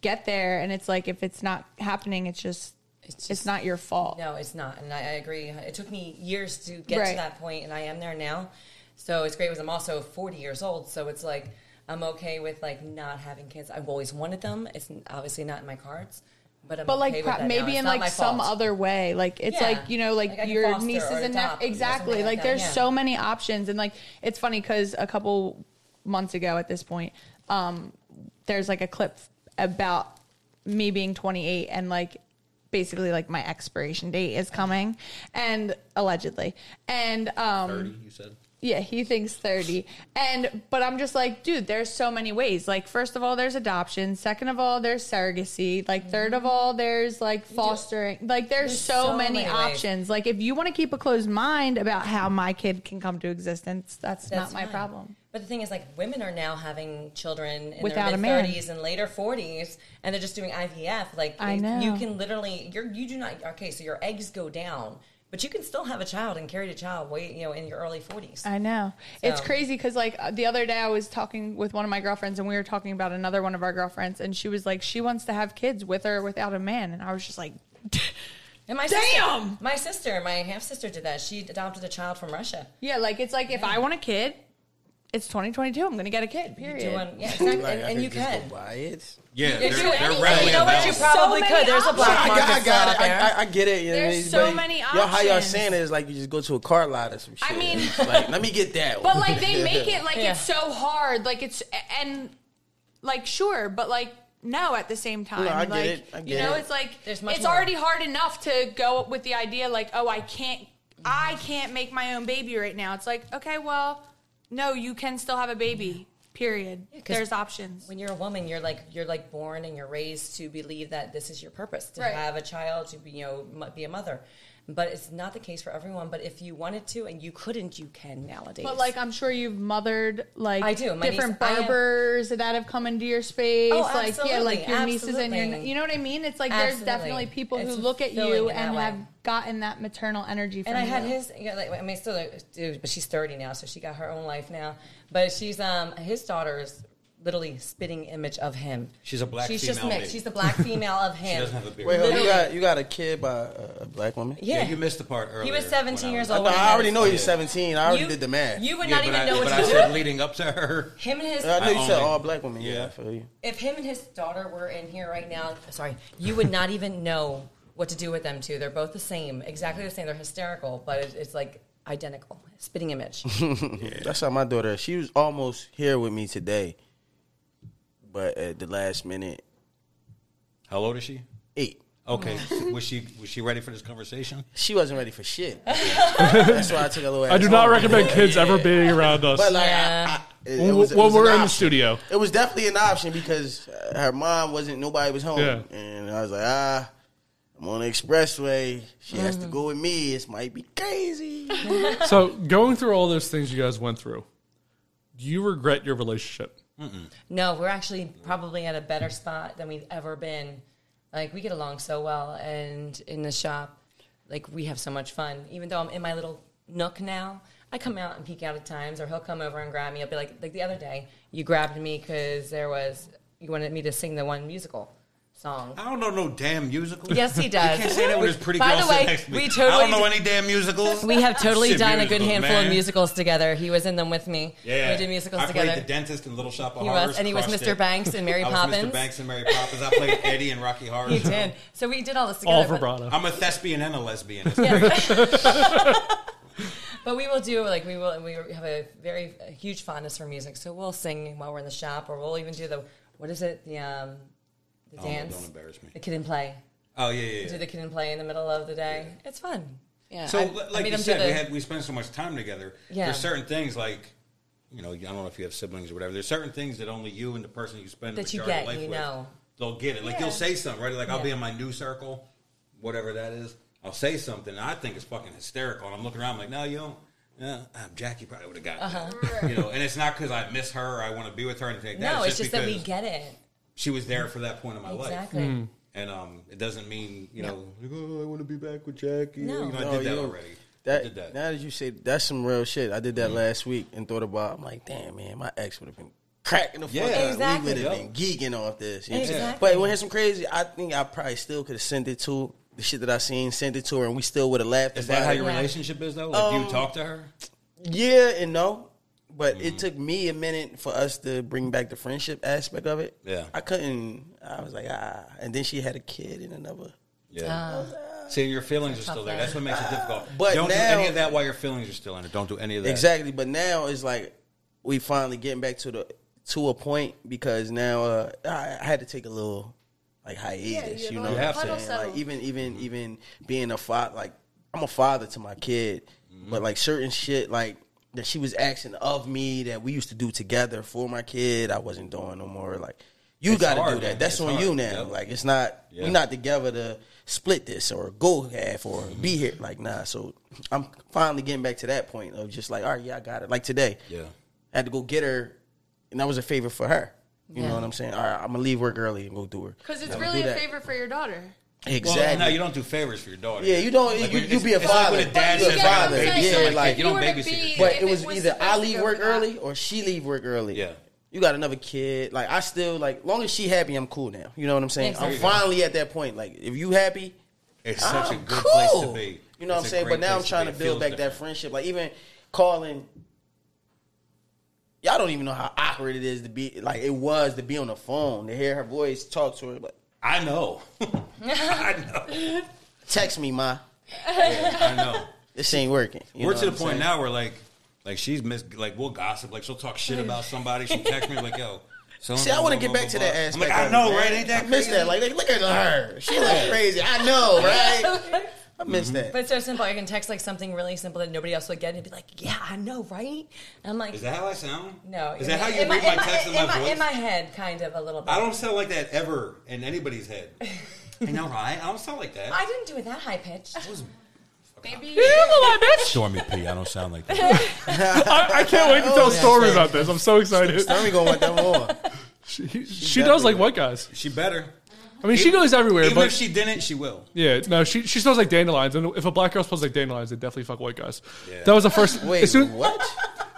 C: get there. And it's like, if it's not happening, it's just, it's,
F: It's
C: it's
F: just-
C: not your fault.
F: No, it's not, and I, I agree. It took me years to get
C: Right.
F: to that point, and I am there now. So it's great because I'm also 40 years old. So it's like I'm okay with like not having kids. I've always wanted them. It's obviously not in my cards, but I'm
C: But like
F: okay
C: pro-
F: with that now.
C: maybe
F: It's
C: in
F: not
C: like
F: my
C: some
F: fault.
C: other way, like it's
F: Yeah.
C: like you know like,
F: Like, I can
C: your
F: foster
C: nieces
F: or
C: and
F: adopt
C: nephews.
F: or
C: Exactly,
F: something
C: like
F: like that,
C: there's
F: yeah.
C: so many options, and like it's funny because a couple months ago at this point, um, there's like a clip about me being 28 and like basically like my expiration date is coming, and allegedly, and um,
E: 30, you said.
C: yeah, he thinks 30. And but I'm just like, dude, there's so many ways. Like first of all, there's adoption, second of all, there's surrogacy, like third of all, there's like fostering. Like there's,
F: There's
C: so,
F: so
C: many,
F: many ways.
C: options. Like if you want to keep a closed mind about how my kid can come to existence, that's,
F: That's
C: not my
F: fine.
C: problem.
F: But the thing is, like, women are now having children in
C: Without a
F: their mid
C: man.
F: thirties and later forties, and they're just doing IVF. Like,
C: I
F: you-
C: know.
F: you can literally, you're, you do not. Okay, so your eggs go down, but you can still have a child and carry the child way, you know, in your early forties.
C: I know. It's
F: So-
C: crazy because, like, uh, the other day I was talking with one of my girlfriends and we were talking about another one of our girlfriends, and she was like, she wants to have kids with or without a man. And I was just like,
F: And my
C: Damn!
F: sister, my sister, my half sister did that. She adopted a child from Russia.
C: Yeah, like it's like if I want a kid, it's 2022. I'm gonna get a kid. Period.
F: Doing, yeah, exactly.
A: Like,
F: and,
A: I
F: and
A: could
F: you
A: just
F: can.
A: go buy it.
E: Yeah,
F: You
E: they're,
F: do
E: they're
F: anything.
E: rattling
F: You know what? You
E: about.
F: probably
C: So
F: could.
C: many
F: There's a black
C: options.
A: I got, I
F: market
A: got
F: out
A: it.
F: there.
A: I, I, I get it. You know,
C: There's
A: but
C: so many
A: Y'all, how y'all
C: options.
A: saying it is like you just go to a car lot or some shit.
C: I mean-
A: It's like, let me get that.
C: But
A: one.
C: like they make it like
F: Yeah.
C: it's so hard. Like it's and like sure, but like no at the same time.
A: No, I get
C: like
A: it. I
C: you
A: get
C: know,
A: it.
C: it's like
F: There's much
C: it's
F: more.
C: already hard enough to go with the idea like, oh, I can't I can't make my own baby right now. It's like, okay, well, no, you can still have a baby. Period.
F: 'cause
C: There's options.
F: when you're a woman you're like you're like born and you're raised to believe that this is your purpose to
C: Right.
F: have a child to be you know mu- be a mother but it's not the case for everyone but if you wanted to and you couldn't you can nowadays
C: But like, I'm sure you've mothered like
F: I do. My
C: different
F: niece- I am-
C: barbers that have come into your space.
F: Oh,
C: like yeah, like
F: absolutely,
C: your nieces and your
F: absolutely.
C: you know what I mean. It's like there's
F: Absolutely.
C: definitely people who
F: It's
C: look at you
F: fulfilling in
C: and
F: that
C: have
F: way.
C: gotten that maternal energy. From
F: and I had
C: you.
F: his. You know, like, I mean, still, like, dude, but she's thirty now, so she got her own life now. But she's um his daughter's literally spitting image of him.
E: She's a black
F: She's just
E: female baby.
F: mixed. She's the black female of him.
E: doesn't have a beard.
A: Wait, hold on, you
F: Literally.
A: got you got a kid by a a black woman?
F: yeah.
E: you missed the part earlier.
F: He was seventeen years
A: I,
F: old.
A: know,
F: when he
A: I
F: had
A: already
F: his-
A: know he's 17. I already did the math.
F: You would
E: Yeah,
F: not
E: but
F: even
E: I,
F: know
E: but
F: what
E: I
F: to do.
E: said leading up to her.
F: Him and his
A: I know you said
E: only-
A: all black women. Yeah,
E: Yeah.
A: I feel you.
F: if him and his daughter were in here right now, sorry, you would not even know what to do with them two. They're both the same, exactly the same. They're hysterical, but it's, it's like identical, spitting image.
A: That's how my daughter. She was almost here with me today, but at the last minute,
E: How old is she?
A: eight.
E: Okay, so was she was she ready for this conversation?
A: She wasn't ready for shit. That's why I took a little.
B: I do not recommend kids ever being around us.
A: But like,
F: Yeah.
A: I, I, it, it
B: When-
A: was, it
B: when
A: was
B: we're
A: an
B: in the
A: option.
B: studio.
A: it was definitely an option because uh, her mom wasn't. Nobody was home,
B: Yeah.
A: and I was like, ah, I'm on the expressway. She has to go with me. This might be crazy.
B: So going through all those things you guys went through, do you regret your relationship?
F: No, we're actually probably at a better spot than we've ever been. Like we get along so well, and in the shop, like we have so much fun. Even though I'm in my little nook now, I come out and peek out at times, or he'll come over and grab me. I'll be like, like the other day, you grabbed me because there was you wanted me to sing the one musical song.
E: I don't know no damn musical.
F: Yes, he does.
E: You can't say that when there's pretty
F: By
E: girls
F: the way,
E: sitting next to me.
F: we totally
E: I don't know
F: d-
E: any damn musicals.
F: We have totally
E: Shit,
F: done a good
E: musicals,
F: handful
E: man.
F: of musicals together. He was in them with me.
E: yeah,
F: we did musicals
E: I
F: together.
E: played the dentist in Little Shop of
F: He was,
E: Horrors,
F: and he was
E: crushed
F: Mr.
E: it.
F: Banks in Mary
E: I was
F: Poppins.
E: Mr. Banks and Mary Poppins. I played Eddie and Rocky Horror.
F: he
E: Show.
F: did. So we did all this together.
B: All
F: but-
B: vibrato.
E: I'm a thespian and a lesbian.
F: But we will do like we will. We have a very a huge fondness for music, so we'll sing while we're in the shop, or we'll even do the what is it the um the
E: Oh, don't-
F: dance?
E: don't embarrass me.
F: The kid and play.
E: Oh yeah, yeah.
F: Do
E: yeah.
F: the kid and play in the middle of the day. It's fun. Yeah.
E: So,
F: I-
E: li-
F: I
E: like
F: made
E: you
F: him do
E: said,
F: the-
E: we had we spend so much time together.
F: Yeah.
E: There's certain things like, you know, I don't know if you have siblings or whatever. There's certain things that only you and the person you spend the
F: That you
E: majority
F: get,
E: of life
F: you
E: with,
F: know.
E: they'll get it. Like
C: Yeah.
E: you'll say something, right? Like I'll be
F: Yeah.
E: in my new circle, whatever that is. I'll say something and I think it's fucking hysterical, and I'm looking around I'm like, no, you don't. Yeah, um, Jackie probably would have got
F: Uh-huh.
E: that, you know. And it's not because I miss her or I want to be with her or anything like that.
F: no, it's just that we
E: because
F: get it
E: she was there for that point in my life.
F: exactly.
E: And um, it doesn't mean you know, like, oh, I want to be back with Jackie.
F: No.
E: you know, I
A: No,
E: did that
A: you-
E: already. I
A: That,
E: did that. Mm-hmm.
A: now that you say that's some real shit. I did that last week and thought about. I'm like, damn man, my ex would have been cracking the fuck
E: Yeah.
A: up.
F: Exactly.
A: We would have been geeking off this. You know what I'm saying?
F: Exactly.
A: But when it's some crazy, I think I probably still could have sent it to the shit that I seen, sent it to her, and we still would have laughed.
E: Is
A: about
E: that how
A: it.
E: your
F: Yeah.
E: relationship is though? Like, do
A: Um,
E: you talk to her?
A: Yeah and no. But
E: Mm.
A: it took me a minute for us to bring back the friendship aspect of it.
E: Yeah.
A: I couldn't. I was like, ah. And then she had a kid and another.
E: Yeah. See, your feelings are still there. That's what makes it difficult.
A: But
E: don't do
A: now-
E: any of that while your feelings are still in it. Don't do any of that.
A: Exactly. But now it's like we finally getting back to the to a point because now uh, I, I had to take a little like hiatus.
C: you're
A: you know
C: like,
A: what I'm
E: "Fuck
A: saying?
C: yourself."
A: Like even even even being a father, like I'm a father to my kid,
E: Mm-hmm.
A: but like certain shit like. That she was asking of me that we used to do together for my kid, I wasn't doing no more. Like, you
E: It's
A: got to
E: hard,
A: do
E: man.
A: that. That's
E: It's
A: on
E: hard.
A: you now.
E: Yeah.
A: Like, it's not
E: Yeah.
A: we're not together to split this or go half or
E: Mm-hmm.
A: be here. Like, nah. So I'm finally getting back to that point of just like, all right, yeah, I got it. Like today,
E: Yeah.
A: I had to go get her, and that was a favor for her. You know
F: Yeah.
A: what I'm saying? All right, I'm gonna leave work early and go do her.
C: Because it's
A: Now,
C: really
A: do
C: a
A: that.
C: favor for your daughter.
A: Exactly.
E: Well, no, you don't do favors for your daughter.
A: yeah, you don't.
E: Like,
A: you,
E: when-
A: you be a
E: it's like
A: father.
E: when a dad
A: you
E: says,
A: a
E: "I'm
A: father.
E: gonna babysit
A: Yeah,
E: my
A: like
E: kid." You
C: If
E: don't babysit your
C: be-
E: kid.
A: but
C: if
A: it was
C: was
A: either I
C: supposed to
A: leave
C: go
A: work
C: to that-
A: early or she leave work early.
E: Yeah.
A: You got another kid. Like I still like long as she happy, I'm cool now. You know what I'm saying?
F: Exactly.
A: I'm finally at that point. Like if you happy,
E: It's such a
A: I'm
E: good place to
A: Ah, cool.
E: be.
A: You know what I'm
E: It's a
A: saying?
E: great
A: But now I'm
E: place
A: trying
E: be.
A: to
E: It
A: build
E: feels
A: back that friendship. Like even calling y'all don't even know how awkward it is to be like it was to be on the phone, to hear her voice, talk to her, like
E: I know. I know.
A: text me, ma.
E: I know.
A: This ain't working. You
E: We're
A: know
E: to the
A: what I'm
E: point
A: saying?
E: now where like, like she's mis- like we'll gossip. Like she'll talk shit about somebody. She'll text me like, "Yo." So
A: See, I want to get back to that aspect.
E: I'm like,
A: of
E: I
A: it,
E: know,
A: man.
E: right? Ain't that
A: I miss
E: crazy?
A: that. Like, like, look at her. She looks crazy. I know, right? I
E: Mm-hmm.
A: miss that.
F: But it's so simple. I can text like something really simple that nobody else would get, and it'd be like, "Yeah, I know, right?" And I'm like,
E: Is that how I sound?
F: "No."
E: Is
F: in
E: that
F: my-
E: how you
F: in
E: read my,
F: in
E: text and my,
F: in
E: voice?
F: In my head, kind of a little bit.
E: I don't sound like that ever in anybody's head. I know, right? I don't sound like that.
F: I didn't do it that high pitched.
C: Maybe
E: Stormy P. I don't sound like that.
B: I, I can't wait to
A: Oh,
B: tell Stormy about this. I'm so excited.
A: Stormy gonna want that more.
B: She, she does like white guys.
E: She better.
B: I mean, she goes everywhere,
E: Even if
B: but
E: she didn't, she will.
B: yeah, no, she she smells like dandelions, and if a black girl smells like dandelions, they definitely fuck white guys.
E: Yeah.
B: That was the first.
A: Wait,
B: as soon-
A: what?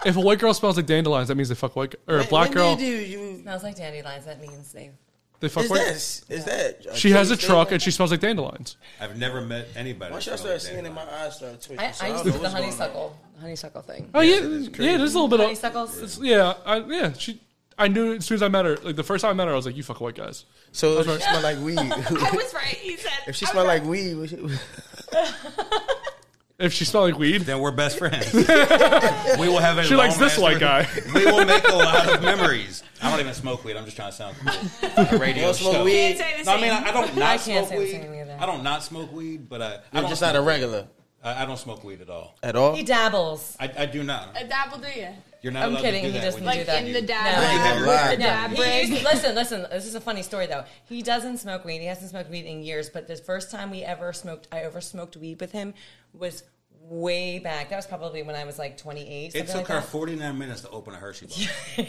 B: If a white girl smells like dandelions, that means they fuck white or a black
A: When
B: girl.
A: did you- you-
F: Smells like dandelions. That means they.
B: They fuck
A: is
B: white.
A: this? Is that? a
B: She has a
A: true
B: truck
A: statement?
B: and she smells like dandelions.
E: I've never met anybody.
A: Once
E: that
A: y'all
E: smelled
A: started
E: like
A: seeing it, my
E: that.
A: eyes started twitching.
F: I,
A: so
F: I
A: I don't know
F: used to do the
A: what's going on.
F: honeysuckle, honeysuckle thing.
B: Oh yeah,
E: it is crazy.
B: yeah. There's a little bit of
F: Honeysuckles.
B: yeah, I, yeah. She, I knew as soon as I met her. Like the first time I met her, I was like, "You fuck white guys."
A: So if she smelled like weed.
C: I was right. He said.
A: if she
C: I was
A: smelled
C: right.
A: like weed, was she-
B: If she smelled like weed,
E: Then we're best friends. we will have a
B: she likes this
E: long-lasting-
B: white guy.
E: We will make a lot of memories. I don't even smoke weed. I'm just trying to sound cool. On a radio
A: don't smoke
E: show.
A: weed?
C: Can't say the
E: No, I mean
C: same.
E: I I don't not
F: I can't
E: smoke
F: say the
E: weed.
F: same either.
E: I don't not smoke weed, but I, I
A: I'm
E: don't
A: just not a regular
E: I, I don't smoke weed at all.
A: at all.
F: He dabbles.
E: I, I do not.
C: a dabble, do you?
E: You're not
F: I'm
E: allowed
F: kidding,
E: to do
F: he
E: that.
F: doesn't
E: when
F: do
E: you-
C: like
F: that.
C: in the
F: No.
A: I ain't
C: dab.
A: gonna
F: No,
A: lie.
C: dab
F: he
C: rig.
F: used- listen, listen. This is a funny story though. He doesn't smoke weed. He hasn't smoked weed in years. But the first time we ever smoked, I ever smoked weed with him was way back. That was probably when I was like 28.
E: It
F: something
E: took
F: like
E: her
F: that.
E: 49 minutes to open a Hershey bar.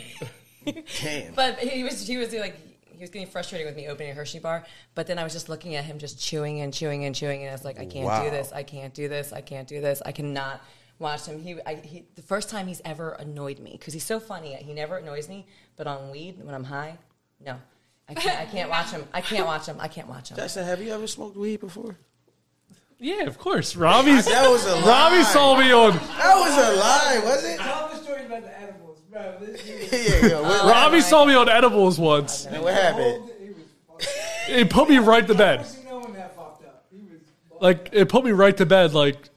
A: Damn.
F: But he was he was like he was getting frustrated with me opening a Hershey bar. But then I was just looking at him just chewing and chewing and chewing, and I was like, I can't
A: Wow.
F: do this. I can't do this. I can't do this. I cannot watch him. He, I, he the first time he's ever annoyed me because he's so funny. He never annoys me, but on weed when I'm high, no. I can't, I can't watch him. I can't watch him. I can't watch him.
A: Jackson, have you ever smoked weed before?
B: Yeah, of course. Robbie's
A: That was a
B: Robbie
A: lie.
B: saw me on
A: That was a lie, was it?
D: Tell the story about the edibles, bro. This dude,
A: yeah, yeah. What,
B: Robbie saw me on edibles once.
A: what happened?
D: old, he was fucked up.
B: It put me right to
D: How
B: bed.
D: was he knowing that fucked up? He was fucked
B: Like it put me right to bed. Like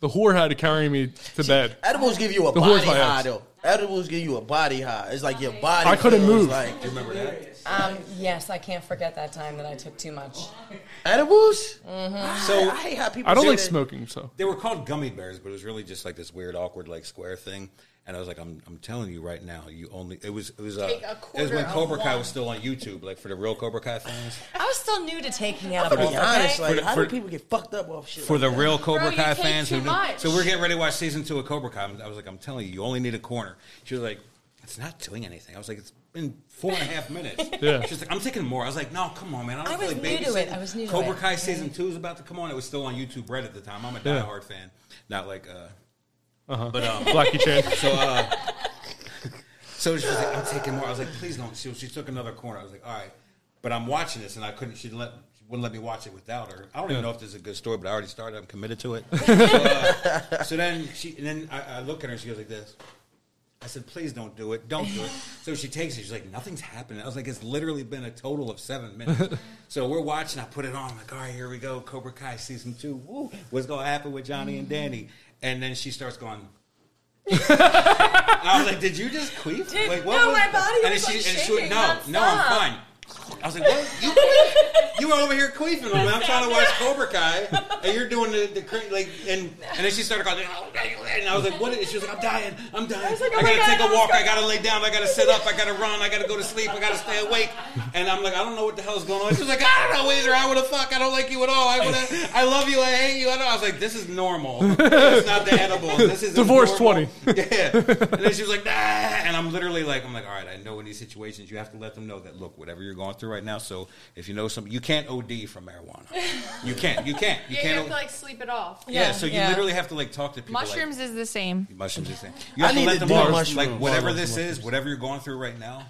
B: the whore had to carry me to bed.
A: Edibles give you a
B: whore's
A: body
B: my
A: high,
B: ex.
A: though. Edibles give you a body high. It's like your body.
B: I couldn't
A: feels
B: move.
A: Like
E: Remember that?
F: Um, yes, I can't forget that time that I took too much.
A: edibles. So I,
E: So
A: hate how people.
B: I don't
A: say
B: like
A: that.
B: smoking, so
E: they were called gummy bears, but it was really just like this weird, awkward, like square thing. And I was like, I'm, I'm telling you right now, you only it was it was uh,
C: Take a
E: it was
C: quarter
E: when Cobra
C: of
E: Kai
C: one.
E: was still on YouTube, like for the real Cobra Kai things.
F: I was still new to taking
A: To
F: edibles.
A: be honest,
F: okay?
A: like
E: For-
A: how
E: for-
A: do people get fucked up off shit?
E: for
A: like
E: the real Cobra
C: you
E: Kai
C: take
E: fans.
C: too
E: who do-
C: much.
E: So we're getting ready to watch season two of Cobra Kai. I'm- I was like, I'm telling you, you only need a corner. She was like, it's not doing anything. I was like, it's been four and a half minutes.
B: Yeah.
E: She's like, I'm taking more. I was like, no, come on, man. I, don't
F: I
E: feel
F: was
E: like
F: new to it.
E: babysitting.
F: I was new to
E: Cobra
F: it.
E: Kai season two is about to come on. It was still on YouTube Red at the time. I'm a
B: Yeah.
E: diehard fan, not like, uh, but um,
B: Blackie Chan.
E: so, uh, so she was like, I'm taking more. I was like, please don't. She, she took another corner. I was like, all right. But I'm watching this, and I couldn't. She let she wouldn't let me watch it without her. I don't even know if this is a good story, but I already started. I'm committed to it. so, uh, so then she, and then I, I look at her. and She goes like this. I said, please don't do it. Don't do it. So she takes it. She's like, nothing's happening. I was like, it's literally been a total of seven minutes. so we're watching. I put it on. I'm like, all right, here we go. Cobra Kai season two. Woo. What's going to happen with Johnny
F: Mm-hmm.
E: and Danny? And then she starts going. I was like, did you just queef?
F: Dude,
E: like,
F: no,
E: was
F: my
E: that?
F: body
E: and
F: was,
E: she,
F: like,
E: and she
F: shaking
E: went, no, no, I'm
F: nonstop.
E: fine. I was like, what? You, you were over here queefing. I'm, like, I'm trying to watch Cobra Kai, and you're doing the, the cra- like, and and then she started calling, "Oh, and I was like, what? Is, she was like, I'm dying, I'm dying. I,
F: was like, oh my
E: gotta
F: God,
E: take
F: I
E: a
F: was
E: walk. I
F: gonna-
E: gotta lay down. I gotta sit up. I gotta run. I gotta go to sleep. I gotta stay awake. And I'm like, I don't know what the hell's going on. She was like, I don't know either. I would have fuck. I don't like you at all. I would have. I love you. I hate you. I, don't. I was like, this is normal. It's not the edible. This is
B: Divorce
E: normal.
B: 20.
E: Yeah. And then she was like, nah. And I'm literally like, I'm like, all right, I know in these situations you have to let them know that, look, whatever you're going through right now. So if you know something, you can't OD from marijuana. You can't. You can't.
C: Yeah, you
E: You can't.
C: have
E: o-
C: to like sleep it off.
E: yeah, So you
F: yeah.
E: literally have to like talk to people. like-
C: Mushrooms is the same.
E: mushrooms. Is the same. You
A: I
E: have to
A: need
E: let
A: to
E: them
A: do
E: know,
A: mushrooms. Uh-huh.
E: like whatever
B: Bars,
E: this
B: mushrooms.
E: is, whatever you're going through right now,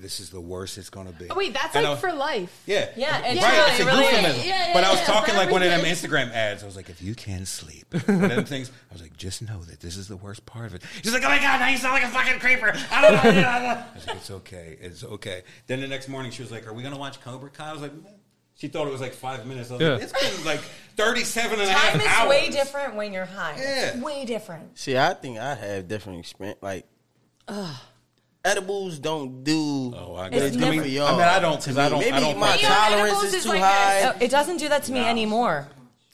E: this is the worst it's going to be.
C: Oh, wait, that's
E: And
C: like
E: I-
C: for life.
E: yeah,
F: Yeah,
E: right.
F: it's
E: it's a
F: really- really-
E: euphemism.
F: yeah, yeah,
E: but I was
F: yeah,
E: talking
F: for
E: like one of them Instagram ads. I was like, if you can sleep, one of them things. I was like, just know that this is the worst part of it. She's like, oh my god, now you sound like a fucking creeper. I don't know. I, don't know. I was like, it's okay, it's okay. Then the next morning, she was like, are we going to watch Cobra Kai? I was like. "No." She thought it was like five minutes. I was like,
B: Yeah.
E: it's been like 37 and a half
F: Time is
E: hours.
F: way different when you're high. It's
E: Yeah.
F: way different.
A: See, I think I have different experience. Like, edibles don't do.
E: Oh, I
A: what
E: guess.
A: it
F: never-
A: do for
F: I mean,
A: y'all.
E: I don't, 'cause I don't-
A: Maybe
E: I don't
A: my
E: like-
C: You know,
A: tolerance
C: edibles
A: is
C: is
A: too
C: like
A: high.
F: Oh, it doesn't do that to me anymore.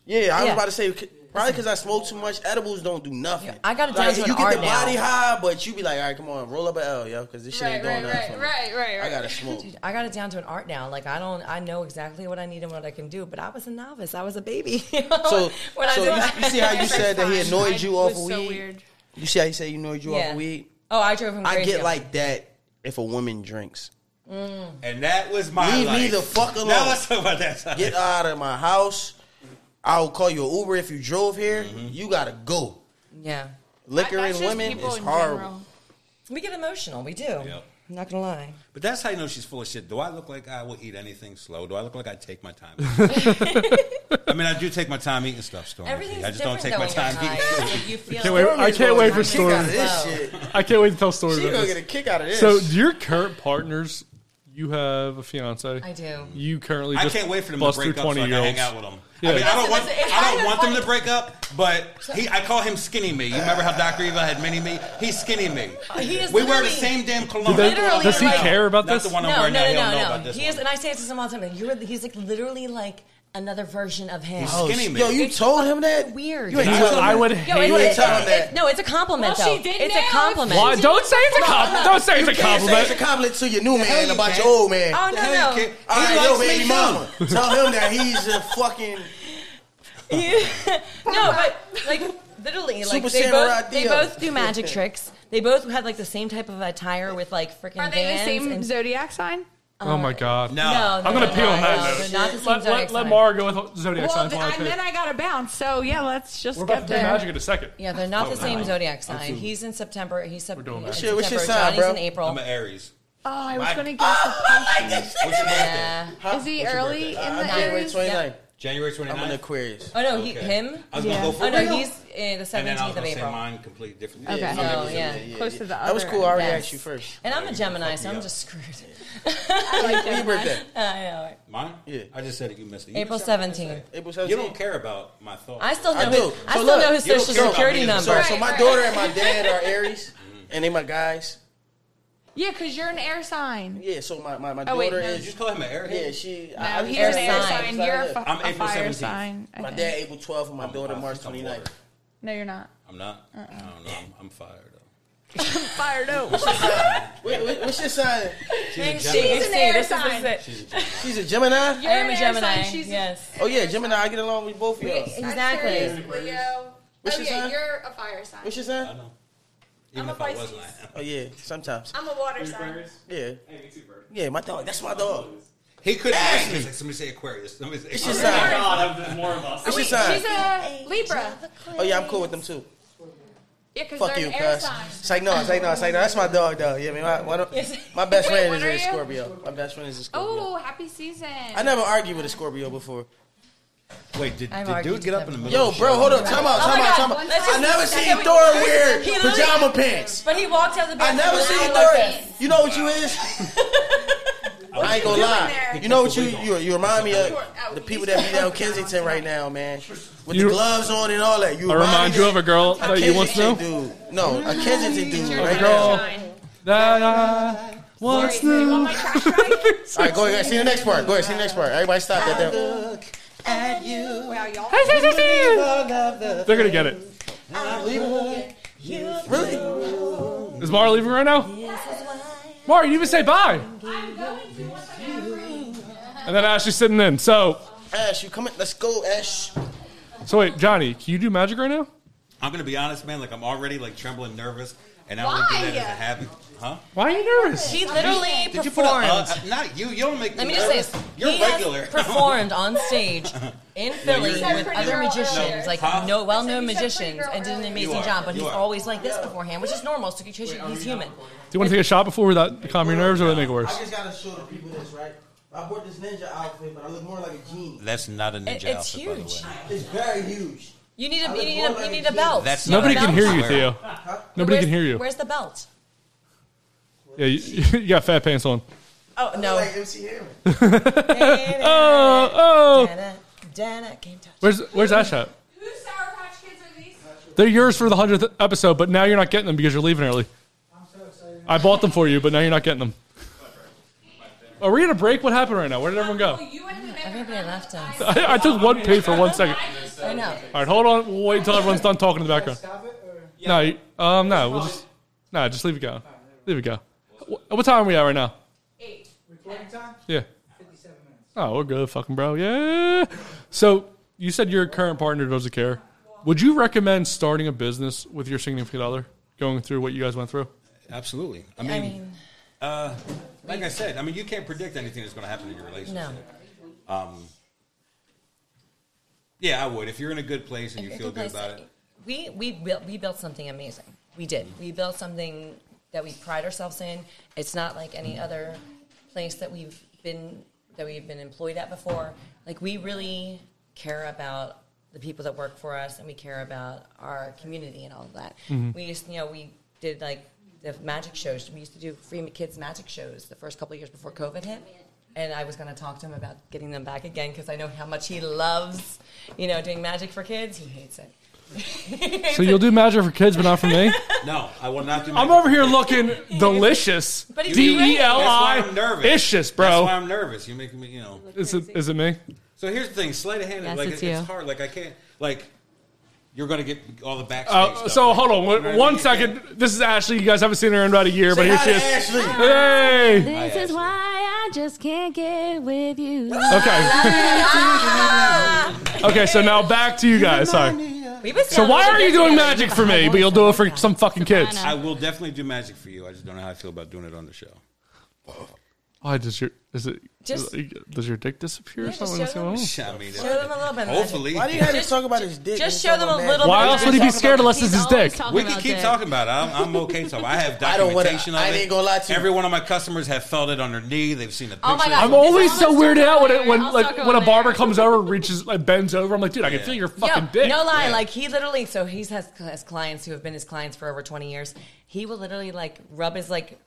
A: Yeah, I was
F: Yeah.
A: about to say c- probably because I smoke too much. Edibles don't do nothing.
F: I got it down
A: like,
F: to an
A: You get
F: art
A: the
F: now.
A: body high, but you be like, all right, come on, roll up an L, yo, because this shit
C: Right,
A: ain't doing
C: right,
A: nothing.
C: right,
A: for me.
C: right, right,
A: I
C: right.
A: gotta smoke.
F: Dude, I got it down to an art now. Like I don't, I know exactly what I need and what I can do. But I was a novice. I was a baby. you know,
A: So,
F: when I
A: so
F: did
A: you,
F: that.
A: you see how you said that he
C: Fine.
A: annoyed you off
C: was
A: of
C: so
A: weed.
C: weird.
A: You see how he said he annoyed you off
F: Yeah.
A: of weed.
F: Oh, I drove him
A: I
F: crazy.
A: get like that if a woman drinks.
E: And that was my
A: Leave me
E: life.
A: the fuck alone.
E: Now let's talk about that.
A: Get out of my house. I'll call you an Uber if you drove here. You gotta go.
F: yeah.
A: Liquor and
C: That's just
A: women
C: people
A: is
C: in
A: horrible.
C: general.
F: We get emotional. We do.
E: Yep.
F: I'm not gonna lie.
E: But that's how you know she's full of shit. Do I look like I will eat anything slow? Do I look like I take my time? I mean, I do take my time eating stuff, Stormy.
F: Everything's
E: I just don't
F: different
E: take my
F: though when
E: time
F: you're
E: eating.
F: high.
E: food.
F: Like, you feel
B: Can't wait-
F: like-
B: I can't wait for
A: She got
B: stories.
A: this shit.
B: I can't wait to tell stories
A: She
B: about
A: gonna
B: this.
A: get a kick out of this.
B: So, your current partners, you have a fiance.
F: I do.
B: You currently.
E: I
B: just
E: can't wait for them to
B: bust through
E: break up so I can
B: 20 year olds.
E: hang out with them.
B: Yeah.
E: I mean, I don't want,
F: Listen, listen,
E: I
F: I
E: don't want
F: have
E: them to break up, but he, I call him Skinny Me. You remember how Dr. Eva had Mini Me? He's Skinny Me.
F: Oh, He is
E: We wear the
F: literally-
E: same damn cologne.
B: they-
F: Literally, does he
E: Not
F: care
B: about
E: not
B: this?
E: The one I'm
F: no,
E: wearing
F: no,
E: now. He
F: no,
E: don't know
F: no,
E: about
F: no.
E: this
F: He
E: one.
F: is, and I say this to him all the time. Like, you're, he's like literally like another version of him.
E: Oh, Skinny man.
A: Yo, you told him that?
F: weird.
A: You ain't
B: I
A: tell him
B: would- I
A: that.
B: would
F: Yo,
B: hate
F: it's,
A: You ain't
F: it's,
A: telling
F: it's-
A: that.
F: no, it's a compliment
C: Well, she
F: though.
C: did
F: it's
C: now.
F: a compliment.
B: Why? Don't say it's a compliment. Don't say it's a
A: Can't say it's a
B: compliment.
A: compliment to your new
E: hell
A: man
E: you
A: about
E: can't.
A: your old man.
F: Oh
E: The hell
F: no,
E: you
F: no.
E: can't-
A: All right,
E: He
A: yo,
E: likes me
A: baby
E: too.
A: mama. Tell him that he's a fucking.
F: no, but like literally, like
A: Super
F: they
A: Samurai
F: both, they
A: Dio.
F: both do magic tricks. They both had like the same type of attire with like freaking
C: Are they the
F: bands
C: same
F: and-
C: zodiac sign?
B: Oh my god.
E: No.
F: No,
B: I'm gonna
F: no,
B: pee on
F: no,
B: that
F: no,
B: note.
F: they're Not the same
B: Let,
F: zodiac
B: let, let
F: sign.
B: Mara go with zodiac
C: Well,
B: signs.
C: th-
B: while I
C: I,
B: pee.
C: then I got to bounce. So yeah, let's just
B: We're about
C: get
B: to do
C: there.
B: magic in a second.
F: Yeah, they're not the same
E: no.
F: zodiac sign. He's in September. He's sep-
B: doing
F: in
B: that.
A: Shit, what's your
F: September.
A: sign,
F: Johnny's
A: bro?
F: in April.
E: I'm an Aries.
C: Oh, I was
E: Right.
C: going to guess.
E: What's your birthday?
F: Yeah.
C: Is he
E: What's your
C: early in
E: birthday?
A: I'm
C: the
A: January
C: Aries?
A: 29th.
E: January 29th.
A: I'm an Aquarius.
F: Oh no, he,
E: Okay.
F: him.
E: I was going
C: Yeah.
E: to go
F: Oh
E: for
F: no,
E: real.
F: he's uh, the
E: And then I was
F: seventeenth of
E: going to say
F: April.
E: mine completely different.
C: Okay.
E: I'm gonna
F: So,
E: be
F: yeah.
E: different.
C: Close to the other.
A: That was cool. I already
F: Yes.
A: asked you first.
F: And I'm a Gemini,
E: Fuck
F: so
E: me
F: I'm
E: up.
F: just screwed.
A: When your birthday?
F: I know.
E: Mine?
A: Yeah.
E: I just said it. You missed it. You
F: April
E: missed it.
F: seventeenth.
A: April 17th.
E: You don't care about my thoughts.
F: I still know.
A: I
F: his,
A: do.
F: I
A: So
F: still
A: look,
F: know his
E: you don't
F: social
E: care about
F: security
E: me.
F: number.
A: Sorry, so
C: Right,
A: my
C: right.
A: daughter and my dad are Aries, and they my guys.
C: Yeah, because you're an air sign.
A: Yeah, so my, my, my
C: Oh,
A: daughter
C: wait, no.
E: Did you
A: is.
E: just call him an airhead?
A: Yeah, she.
C: No,
A: I, I
C: he's
A: just-
C: an air
F: Air sign.
C: sign. You're a, fu-
E: I'm
C: a
E: April
C: fire
E: 17th.
C: sign. I
A: My
C: think.
A: dad April 12th and my
E: I'm
A: daughter
E: five
A: March
E: feet tall
A: 29th.
E: water.
C: No, you're not.
E: I'm not.
C: Uh-uh.
E: I don't know. I'm, I'm fired up.
C: Fired up.
A: Wait, wait, what's your sign?
E: She's a
F: See,
E: Gemini.
C: an
F: see,
C: air
F: this is-
C: sign.
F: this is it.
A: She's a Gemini.
F: I am
C: an
F: a
C: air sign,
F: Gemini.
C: she's a-
F: Yes.
A: Oh yeah, Gemini. I get along with both of y'all.
F: Exactly.
C: Leo.
A: What's
C: oh,
A: your
C: yeah,
A: sign?
C: you're a fire sign.
A: What's your
E: I
A: sign?
E: know. Even
C: a
E: if I
C: Pisces.
E: wasn't, I am.
A: Oh yeah, sometimes.
C: I'm a water sign.
A: Yeah,
G: Hey, me too, bro.
A: yeah. My dog. That's my dog.
E: He couldn't ask me. He's like, somebody say Aquarius. Somebody say
A: It's your
E: Aquarius.
A: sign.
G: God, there's more of us.
A: What's your sign?
C: She's a Libra.
A: uh, Oh yeah, I'm cool with them too.
C: Yeah, because
A: Fuck
C: they're
A: you,
C: an air
A: cuz.
C: sign.
A: Say no, say no, say no. That's my dog, though. Yeah, I mean, my, one of- my best
C: Wait,
A: friend
C: what
A: is
C: are
A: a
C: you?
A: Scorpio. My best friend is a Scorpio.
C: Oh, happy season.
A: I never argued with a Scorpio before.
E: Wait, did, did
F: I've
E: dude get
F: argued with
E: Oh, up in the
F: him.
E: middle
A: Yo,
E: of the
A: bro,
E: show?
A: hold up. Time out, time out,
C: Oh God,
A: time out.
C: one
A: I
C: second.
A: never
C: Second
A: seen
C: we-
A: Thor wear
F: He literally-
A: pajama pants.
F: But he walked out of the
A: I
F: bathroom.
A: never
F: without
A: seen
F: looking.
A: Thor. You know what you is? I ain't gonna lie.
C: there?
A: You know what you you, you remind me of the people that be down Kensington right now, man, with the
B: You-
A: gloves on and all that. You
B: I remind you of a girl that Oh, you once
A: Kensington
B: knew.
A: dude. No, a Kensington dude
C: You're
A: right now.
C: a
B: girl.
C: fire sign.
B: That I once
C: Sorry, you want
B: knew.
C: my trash bag?
A: All right, go ahead. See the next part. Go ahead. See the next part. Everybody stop that. there.
C: Wow, y'all.
B: They're gonna get it.
A: Really?
B: Is Mara leaving right now? Mara, you didn't even say bye. And then Ashley's sitting in. So,
A: Ash, you coming? Let's go, Ash.
B: so wait, Johnny, can you do magic right now?
E: I'm gonna be honest, man. Like I'm already like trembling, nervous, and I don't do
C: Why?
E: that as a habit, huh?
B: Why are you nervous?
F: He literally
E: Did you put a,
F: performed.
E: uh, uh, not you? You don't make me
F: Let me just
E: nervous.
F: say this.
E: You're
F: he has
E: regular.
F: performed on stage in Philly
E: you're-
F: with
C: Pretty
F: other
C: girl
F: magicians,
C: earlier.
F: like
E: Huh?
F: no well-known
C: You said pretty
F: magicians,
C: girl
F: and did an
C: earlier.
E: You
F: amazing
E: are.
F: job. But
E: You
F: he's
E: are.
F: always like this beforehand, which is normal. So he's he's human.
B: Do you want to take a shot before that to calm your nerves or would it make it
A: I
B: worse?
A: just gotta show the people this, right? I bought this ninja outfit, but I look more like a genie.
E: That's not a ninja
F: It- it's
E: outfit, by the
F: huge.
E: way.
A: It's very huge.
F: You need a you need a you need a belt.
E: That's
B: Nobody
E: not a
B: can
E: ninja
B: hear you,
E: outfit.
B: Theo. Nobody can
F: Where's-
B: hear you.
F: Where's the belt?
B: Yeah, you, you got fat pants on.
F: Oh no.
A: Like MC Hammer.
B: Oh, oh.
F: Dana, Dana, can't touch.
B: Where's where's that shot?
C: Whose Sour Patch Kids are these?
B: They're yours for the hundredth episode, but now you're not getting them because you're leaving early.
D: I'm so excited.
B: I bought them for you, but now you're not getting them. Are we in a break? What happened right now? Where did everyone
C: Oh,
B: go?
C: you and the
F: Everybody left us.
B: I, I took one pay for one second.
F: I know.
B: All right, hold on. We'll wait until everyone's done talking in the background.
D: Stop it or
B: No, you- um, no, we'll just no, just leave it go. Leave it go. Wh- What time are we at right now?
C: Eight.
D: recording time?
B: Yeah.
D: 57 minutes.
B: Oh, we're good, fucking bro. Yeah. So you said your current partner doesn't care. Would you recommend starting a business with your significant other? Going through what you guys went through.
E: Absolutely. I mean, uh,
F: I mean,
E: like I said, I mean, you can't predict anything that's going to happen in your relationship.
F: no.
E: Yeah, I would. If you're in a good place and you
F: If
E: feel
F: you
E: good
F: guys-
E: about it,
F: We we built we built something amazing. We did. We built something that we pride ourselves in. It's not like any other place that we've been that we've been employed at before. Like we really care about the people that work for us, and we care about our community and all of that. We used, you know, we did like the magic shows. We used to do free kids magic shows the first couple of years before COVID hit and I was going to talk to him about getting them back again because I know how much he loves, you know, doing magic for kids. He hates it.
B: So you'll do magic for kids, but not for me.
E: no, I will not do.
B: I'm over here looking delicious.
F: But it's
B: D e l
E: That's why
B: i
E: I'm nervous.
B: ishes,
E: That's why
B: bro.
E: I'm nervous. You're making me, you know.
B: Is it is it me?
E: So here's the thing, sleight of hand,
F: Yes,
E: like
F: it's
E: it's,
F: you.
E: hard. Like I can't, like you're gonna get all the backstage.
B: Uh,
E: stuff,
B: so
E: right?
B: hold on,
E: You know what
B: one,
E: I
B: one
E: mean?
B: second. This is Ashley. You guys haven't seen her in about a year, but
A: Say
B: here
A: hi
B: she
A: to
B: is.
A: Ashley.
B: Hey.
E: Hi,
G: This is
E: Ashley.
G: why I just can't get with you.
B: Okay. okay. So now back to you guys. Sorry.
F: We would
B: So why are you doing magic for me, but you'll do it for some fucking kids?
E: I will definitely do magic for you. I just don't know how I feel about doing it on the show.
B: Why does your is it
F: Just-
B: does your dick disappear or
F: Yeah, just
B: something? What's
F: show
B: going on?
E: I mean,
F: Show them a little bit of magic.
E: Hopefully,
A: Why do you have to talk about his dick?
F: Just
A: when you
F: show them
A: talk
F: a
A: about
F: little.
B: Why
F: bit
B: else would he be scared unless it's his dick?
E: we can keep talking about it. I'm, I'm okay. So I have
A: I don't wanna-
E: documentation. of
A: I
E: it.
A: ain't gonna lie to you.
E: Every one of my customers have felt it on their knee. They've seen a picture.
F: Oh my God.
B: I'm always
F: I'll
B: so
F: start
B: weirded out when it
F: going
B: when
F: there. I'll
B: like
F: start
B: when a
F: going
B: barber
F: there.
B: comes over, reaches like bends over. I'm like, dude, I can
E: Yeah.
B: feel your
F: Yo,
B: fucking dick.
F: No lie,
E: Yeah.
F: like he literally. So he has has clients who have been his clients for over twenty years. He will literally like rub his like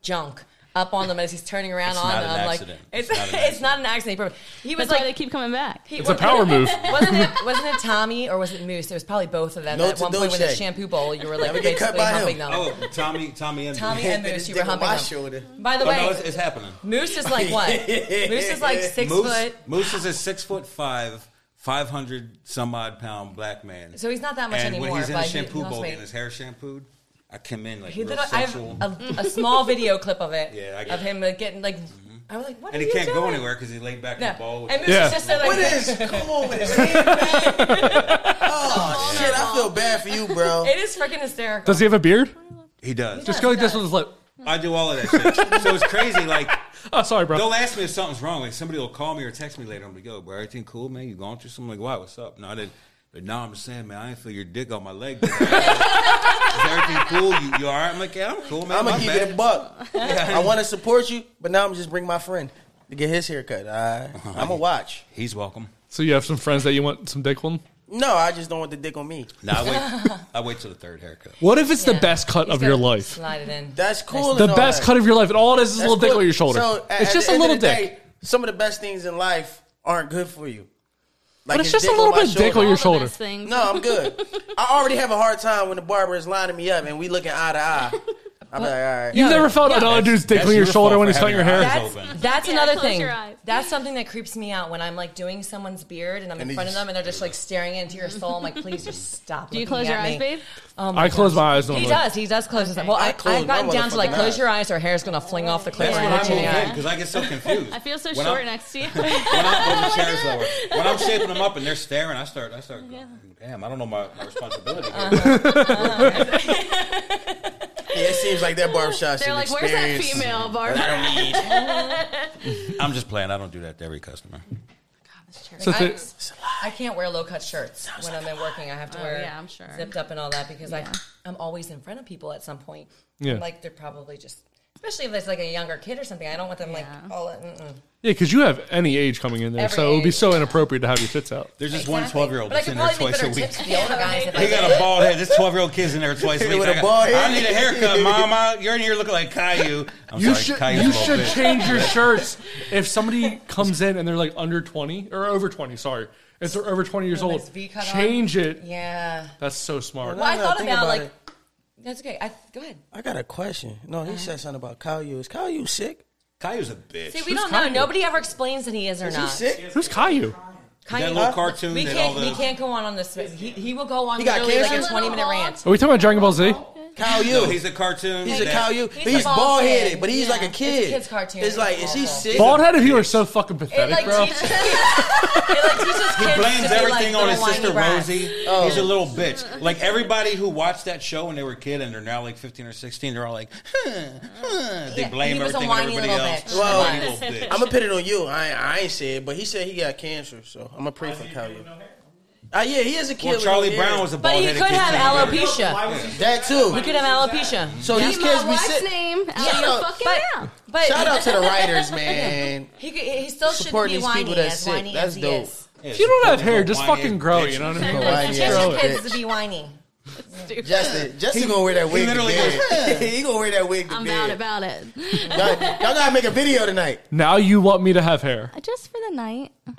F: junk up on them as he's turning around
E: It's
F: on
E: not
F: them.
E: an
F: like
E: accident.
F: it's
E: It's not an
F: it's not an accident. He probably- He was
G: That's why they
F: like.
G: keep coming back.
F: He,
B: It's a power move.
F: Wasn't it? Wasn't it Tommy or was it Moose? It was probably both of them.
A: No
F: at one
A: to
F: point with the
A: Dolce.
F: shampoo bowl, you were like
A: Never get cut
F: basically
A: by him.
F: humping them.
E: Oh, Tommy, Tommy, and
F: Tommy
A: that
F: and Moose,
A: his
F: you
A: dick
F: were
A: on
F: humping
A: my
F: them.
A: shoulder.
F: By the
E: Oh,
F: way,
E: no, it's, it's happening.
F: Moose is like what? Moose is like six
E: Moose,
F: foot.
E: Moose is a six foot five, five hundred some odd pound black man.
F: So he's not that much
E: and
F: anymore.
E: when he's in
F: but
E: the
F: he- he
E: shampoo
F: lost
E: bowl
F: weight.
E: getting his hair shampooed, I come in like
F: He
E: real
F: did. I have
E: sensual.
F: a, a small video clip of it.
E: Yeah, I get
F: of
E: it. Mm-hmm.
F: him like, getting like. I was like, what?
E: and
F: are
E: he
F: you
E: can't go
F: doing?
E: anywhere because he laid back in the
F: No.
E: bowl.
F: And Moose
B: Yeah.
F: is just there, like,
A: What is? Come on with his hand back. Oh shit! I feel bad for you, bro.
F: It is freaking hysterical.
B: Does he have a beard?
E: He does.
B: Just go like this with his lip.
E: I do all of that shit. so it's crazy. Like
B: Oh, sorry, bro.
E: they'll ask me if something's wrong. Like somebody will call me or text me later. I'm like, yo, bro, everything cool, man? You going through something? Like, why? What's up? No, I didn't. But now I'm just saying, man, I ain't feel your dick on my leg. Is everything cool? You, you all right? I'm like, yeah, I'm cool, man.
A: I'm
E: My
A: gonna keep
E: bad.
A: it a buck. I want to support you, but now I'm just bring my friend to get his haircut. I, I'm gonna watch.
E: He's welcome.
B: So you have some friends that you want some dick one?
A: No, I just don't want the dick on me.
E: No, I wait. I wait till the third haircut.
B: What if it's
F: Yeah.
B: the best cut
F: He's
B: of your
F: gonna
B: life?
F: Slide it in.
A: That's cool.
B: The
A: and all
B: best
A: that.
B: cut of your life, and all it is is a
A: That's
B: little dick
A: cool.
B: on your shoulder.
A: So, at-
B: it's
A: at
B: just
A: the
B: a
A: end of
B: little
A: the
B: dick.
A: day, some of the best things in life aren't good for you. Like
B: But it's
A: his
B: just a
A: dick
B: little
A: on my
B: bit dick on
G: All
B: your
G: the
B: shoulder.
G: best things.
A: No, I'm good. I already have a hard time when the barber is lining me up and we looking eye to eye. I'm like, all right.
B: You've never felt another dude's dick
E: that's
B: on your
E: your
B: shoulder
E: fault
B: when
E: for
B: he's cutting your
E: having
B: hair?
E: your eyes
F: That's,
E: open.
F: that's
G: Yeah,
F: another
G: close
F: thing.
G: your eyes.
F: That's something that creeps me out when I'm like doing someone's beard and I'm
A: And
F: in
A: he
F: front of
A: just-
F: them and they're just like staring into your soul. I'm like, please just stop.
G: Do you
F: looking
G: close your
F: at
G: eyes,
F: me.
G: babe?
F: Oh my
B: I close my eyes
F: He
B: normally.
F: does. He does close his eyes. Well,
A: I
F: I,
A: close
F: I've gotten
A: my
F: down to like
A: motherfucking
F: close
A: eyes.
F: your eyes or hair's going to fling off the cliff.
E: That's
F: and
E: when I
F: hit you in
E: move
F: the
E: in
F: eye.
E: because I get so confused.
G: I feel so
E: When
G: short
E: I'm-
G: next to you.
E: when I'm, when the chair's lower. When I'm shaping them up and they're staring, I start, I start, going, damn, I don't know my, my responsibility. here."
A: Yeah, it seems like that barbershop
G: They're
A: should
G: like, where's that
A: experience
G: female
A: that
G: barber?
A: I don't need.
E: I'm just playing. I don't do that to every customer.
B: So
F: I,
B: th-
F: I can't wear low cut shirts when I'm in working. I have to
G: Oh,
F: wear
G: yeah, I'm sure.
F: zipped up and all that because
G: Yeah.
F: I, I'm always in front of people at some point.
B: Yeah.
F: Like they're probably just, especially if there's like a younger kid or something. I don't want them
G: Yeah.
F: like all. Mm-mm.
B: yeah, because you have any age coming in there,
F: Every
B: so it would be
F: age.
B: so inappropriate to have your tits out.
E: There's just one
F: Exactly.
E: 12 year old
F: But I
E: that's
F: could
E: in there
F: probably make
E: twice a
F: better
E: week.
F: tips for the older guys. If
E: He
F: I,
E: got a bald head. This 12 year old kid's in there twice a week.
A: With a
E: I, got-
A: bald head.
E: I need a haircut, mom. I, you're in here looking like Caillou. I'm
B: You
E: sorry,
B: should
E: Caillou's
B: you
E: a little
B: should
E: bitch.
B: change your shirts. If somebody comes in and they're like under twenty or over twenty, sorry, if they're over twenty years
F: With
B: old,
F: his V cut on.
B: change it.
F: yeah.
B: That's so smart.
F: Well, I
A: no,
F: thought
A: think
F: about,
A: about
F: like,
A: it. Oh,
F: that's okay. I, go ahead.
A: I got a question. No, he said something about Caillou. Is Caillou sick?
E: Caillou's a bitch.
F: See, we
B: Who's
F: don't know.
B: Caillou?
F: Nobody ever explains that he is or
A: Is he
F: not.
A: sick?
B: Who's Caillou?
F: Kanye-
E: That little cartoon
F: We
E: that
F: can't.
E: all the-
F: We can't go on on this. He, he will go on
A: He got
F: literally like a
A: cancer?
F: twenty minute rant.
B: Are we talking about Dragon Ball Z?
E: No,
A: Caillou.
E: he's a cartoon.
A: He's a
E: that-
A: Caillou.
F: He's
A: He's,
F: a bald
A: bald
F: kid.
A: headed, but he's
F: Yeah.
A: like a
F: It's a
A: kid.
F: kid's cartoon.
A: It's like, is he
F: Awful.
A: sick?
B: Bald headed people are so fucking
F: It
B: pathetic,
F: like
B: bro.
F: teaches. it like teaches kids
E: blames
F: to be
E: everything
F: like
E: on
F: little
E: his
F: whiny Oh.
E: sister
F: brats.
E: Rosie. He's a little bitch. Like everybody who watched that show when they were a kid and they're now like 15 or 16, they're all like, huh, huh. they
F: Yeah,
E: blame
F: he was a
E: everything on
F: whiny
E: everybody
F: little
E: else.
F: bitch.
A: Well-
E: Whiny little bitch.
A: I'm gonna put it on you. I I ain't say it, but he said he got cancer, so I'm gonna pray for Caillou. Uh, yeah, he is a kid.
E: Well,
A: with
E: Charlie
A: no
E: Brown
A: hair.
E: was a
F: But
E: bald
F: he
E: headed
F: could have alopecia.
D: Alopecia.
A: that too.
F: He could have alopecia.
A: so these
G: Keep
A: kids
G: my
A: be
G: wife's
A: sick.
G: name out
A: Shout
G: of
A: out-
G: your fucking
F: But,
G: mouth.
F: but
A: Shout out to the writers, man.
F: He, could- he still
A: Support
F: shouldn't be
A: these people
F: whiny
A: that's
F: as
A: sick.
F: whiny
A: That's
F: as he
A: dope.
F: is.
B: If you don't have hair, just fucking grow. You know what I mean?
A: Whiny
B: Like,
A: ass
B: just grow
F: Teach
B: it.
F: kids to be whiny.
A: Justin, Justin gonna wear that wig. to
E: literally
A: bed. he gonna wear that wig. To
G: I'm
A: bed.
G: out about it.
A: Y'all, y'all gotta make a video tonight.
B: Now you want me to have hair?
G: Just for the night.
A: Oh,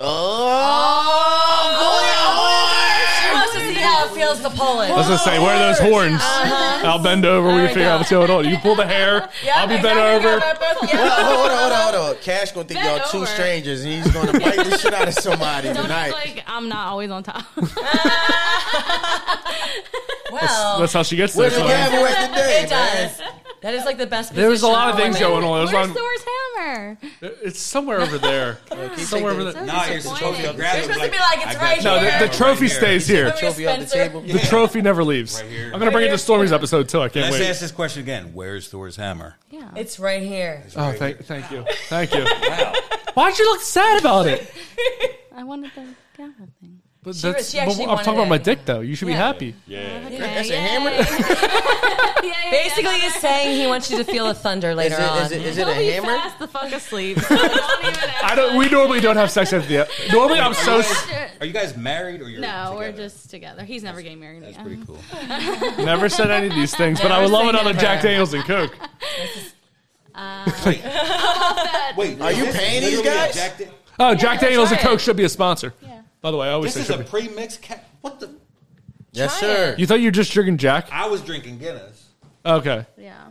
F: She wants to see how it feels to pull it.
B: I Uh-huh. was gonna say, where are those horns? I'll bend over. We're gonna figure out what's going on. You pull the hair. I'll be bent
A: Hold
B: over.
A: on, hold on, hold on. Cash gonna think
G: Bend
A: y'all two
G: over.
A: strangers, and he's gonna bite the shit out of somebody
G: Don't
A: tonight.
G: act like I'm not always on top.
F: Well,
B: That's how she gets there.
A: Where's the
B: So.
A: gavel at today,
F: it
A: man?
F: does. That is like the best.
B: There was a
F: position
B: lot of
F: for
B: things
F: women.
B: going on. There's
G: Where's
B: one-
G: Thor's hammer?
B: It's somewhere over there.
A: He
B: Somewhere
A: take
B: over
A: the-
B: there.
E: Nah, you're supposed to
G: disappointed.
E: grab
F: You're
E: it.
F: supposed to be like, it's
E: I got
F: right
E: you.
B: No,
F: here.
B: the, the trophy
E: Right
B: stays here.
F: Let me
A: Trophy off the
F: Spencer.
A: table.
B: The trophy never leaves.
E: Right here.
B: I'm gonna bring it to Stormy's episode too. I can't
E: Let's ask
B: wait.
E: this question again. Where's Thor's hammer?
G: Yeah.
F: It's right here.
B: Oh, thank, thank you, thank you.
E: Wow.
B: Why'd you look sad about it?
G: I wanted the gavel thing.
B: But
F: She was-
B: that's,
F: she
B: but
F: actually
B: I'm talking about
F: wanted
B: my
F: it.
B: dick, though. You should be
F: Yeah.
B: happy.
E: Yeah.
A: That's a
G: Yeah,
A: hammer.
G: yeah,
A: Is
G: yeah, yeah,
F: Basically,
G: yeah.
F: he's saying he wants you to feel the thunder later
A: it,
F: on.
A: is it, is it
G: He'll
A: a
G: be
A: hammer?
G: fast the fuck asleep. So don't even ask.
B: I don't. We normally don't have sex at the end. Normally, I'm so. s-
E: Are you guys married or you're
G: No, we're
E: together?
G: just together. He's never getting married.
E: That's
G: yeah.
E: pretty cool.
B: Never said any of these things, but I would
F: Never
B: love
F: say
B: another
F: never.
B: Jack Daniels and Coke.
E: Wait,
A: Are you
E: is this
A: paying these
E: literally a
A: guys?
E: Jack Dan-
B: Oh, Jack
F: try
B: Daniels and
F: it.
B: Coke should be a sponsor.
G: Yeah.
B: By the way, I always
E: This is
B: say
E: a
B: should be.
E: pre-mixed. Ca- what the?
A: Yes,
F: Try
A: sir.
F: it.
B: You thought you were just drinking Jack?
E: I was drinking Guinness.
B: Okay,
G: Yeah.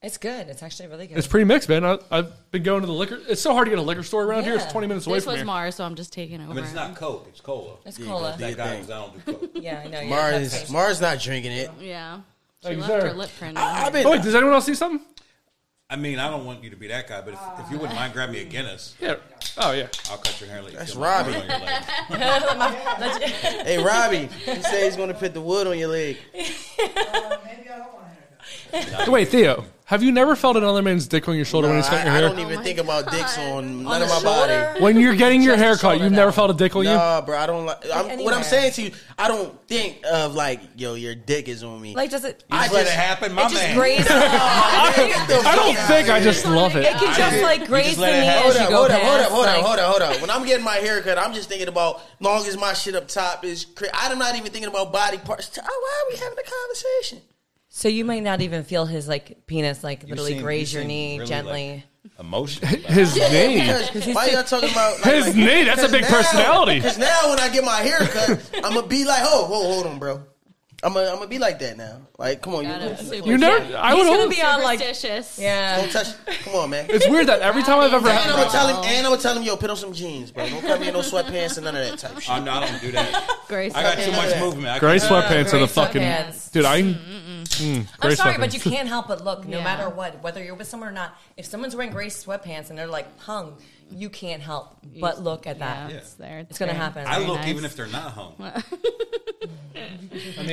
F: It's good. It's actually really good.
B: it's pre-mixed, man. I, I've been going to the liquor. It's so hard to get a liquor store around here. It's
F: Yeah.
B: 20 minutes away
G: This
B: from
G: was
B: here.
G: Mars, so I'm just taking over.
E: I mean, it's not Coke. It's cola.
F: It's cola.
A: Yeah,
E: Thank God, 'cause I don't do Coke.
F: Yeah, I know. you're
A: Mars,
F: not
A: is-
F: patient.
A: Mars not drinking it.
G: Yeah. She
B: Thank you,
G: left
B: sir.
G: her lip print on.
A: I, have been.
B: Oh, wait, does anyone else see something?
E: I mean, I don't want you to be that guy, but if, if you wouldn't mind, grab me a Guinness.
B: Yeah. Oh yeah.
E: I'll cut your hair. Like
A: That's Robbie.
E: Robbie.
A: hey, Robbie, he said he's gonna put the wood on your leg.
D: Maybe I don't want to hear that.
B: Wait, Theo, have you never felt another man's dick on your shoulder
A: No,
B: when he's cutting your
A: I, I
B: hair?
A: don't even
G: my
A: think about dicks
G: God.
A: on,
G: On
A: none
F: the
A: of my
F: shoulder?
A: body.
B: When you're getting your
F: Just
B: hair
F: the
B: cut,
F: shoulder,
B: you've never
F: though.
B: felt a dick on you.
A: Nah, bro, I don't like. I'm, what I'm
F: anywhere.
A: saying to you, I don't think of like, yo, your dick is on me.
F: Like, does it?
E: I
A: I
E: just let it
A: just-
E: happen, my
F: It just
E: man.
F: grazes.
B: I don't think. I just love it.
F: It can just like graze
E: just
F: the
E: let it
F: knee
E: happen.
A: Hold
F: as you
A: up,
F: go
A: hold up,
F: past.
A: hold up, hold up,
F: like-
A: hold up, hold up. When I'm getting my hair cut, I'm just thinking about long as my shit up top is. Cra- I'm not even thinking about body parts. Oh, why are we having a conversation?
F: So you might not even feel his like penis like literally
E: seem-
F: graze
E: you
F: your
E: seem
F: knee
E: really,
F: gently.
E: Like, emotional. about it.
B: His knee.
A: Because why y'all talking about like,
B: His knee. That's a big personality.
A: Because now when I get my hair cut, I'm gonna be like, oh, whoa, hold on, bro. I'm gonna, I'm gonna be like that now. Like, come on, you
G: Gotta-
A: don't
B: You never. I would.
F: He's gonna
B: always-
F: be on like
G: Superstitious.
F: yeah.
A: touch. Come on, man.
B: It's weird that every time I've ever
A: And I'm
B: had.
A: gonna tell him, and I'm gonna tell him, yo, put on some jeans, bro. Don't come in no sweatpants and none of that type shit.
E: Oh, no, I don't do that.
G: Grace.
E: I got too much
A: Yeah.
E: movement. I
B: Gray
E: can't-
B: sweatpants are the
F: gray
B: fucking.
F: sweatpants.
B: Dude, I. Mm,
F: I'm
B: gray
F: sorry,
B: sweatpants.
F: but you can't help but look, no
G: Yeah.
F: matter what, whether you're with someone or not. If someone's wearing gray sweatpants and they're like hung, you can't help but look at that.
G: Yeah, It's there. It's,
F: It's gonna
G: there.
F: happen.
E: I look
G: nice.
E: even if they're not home.
A: Yeah,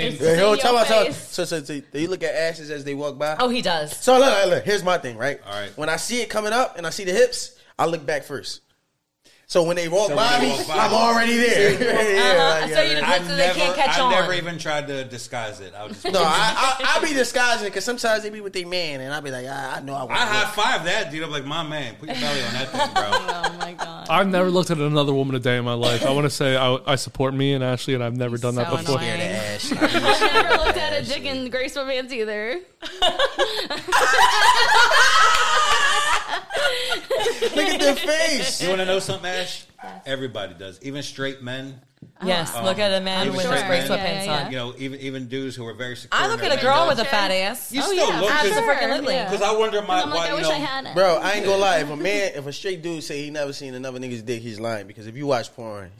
A: he'll
G: See
A: tell
G: your
A: us how-
G: face.
A: So, so, so they look at ashes as they walk by.
F: oh, he does.
A: So look, look, here's my thing, right?
E: All right.
A: When I see it coming up and I see the hips, I look back first. So when they walk
E: So when
A: by
E: they
A: me,
E: walk by.
A: I'm already there. yeah, like,
F: so
A: yeah,
F: you-
A: right.
E: I
F: So
E: never,
F: they can't catch
E: I
F: on.
E: never even tried to disguise it. I was just,
A: no, I, I I be disguising because sometimes they be with their man and I be like, I, I know I want.
E: I high five that dude. I'm like, my man, put your belly on that thing, bro.
G: Oh my god.
B: I've never looked at another woman a day in my life. I want to say I, I support me and Ashley, and I've never done that
G: so
B: before.
G: annoying.
A: ash.
G: I never looked at a dick in Grace Romance either.
A: Look at their face.
E: You want to know something, Ash? Everybody does. Even straight men.
F: Yes,
A: Uh-huh.
F: look at a man
E: I'm
F: with
E: sure.
F: his gray
E: Yeah,
F: sweatpants
G: yeah,
F: on.
E: You know, even even dudes who are very secure.
F: I look at a girl with a Oh, fat ass.
E: You still look
G: for
E: at-
F: Absolutely.
G: yeah.
E: because I wonder my
G: I'm
E: why
G: like, I
E: you
G: wish
E: know.
G: I had it.
A: Bro, I ain't gonna lie. If a man, if a straight dude say he never seen another nigga's dick, he's lying. Because if you watch porn,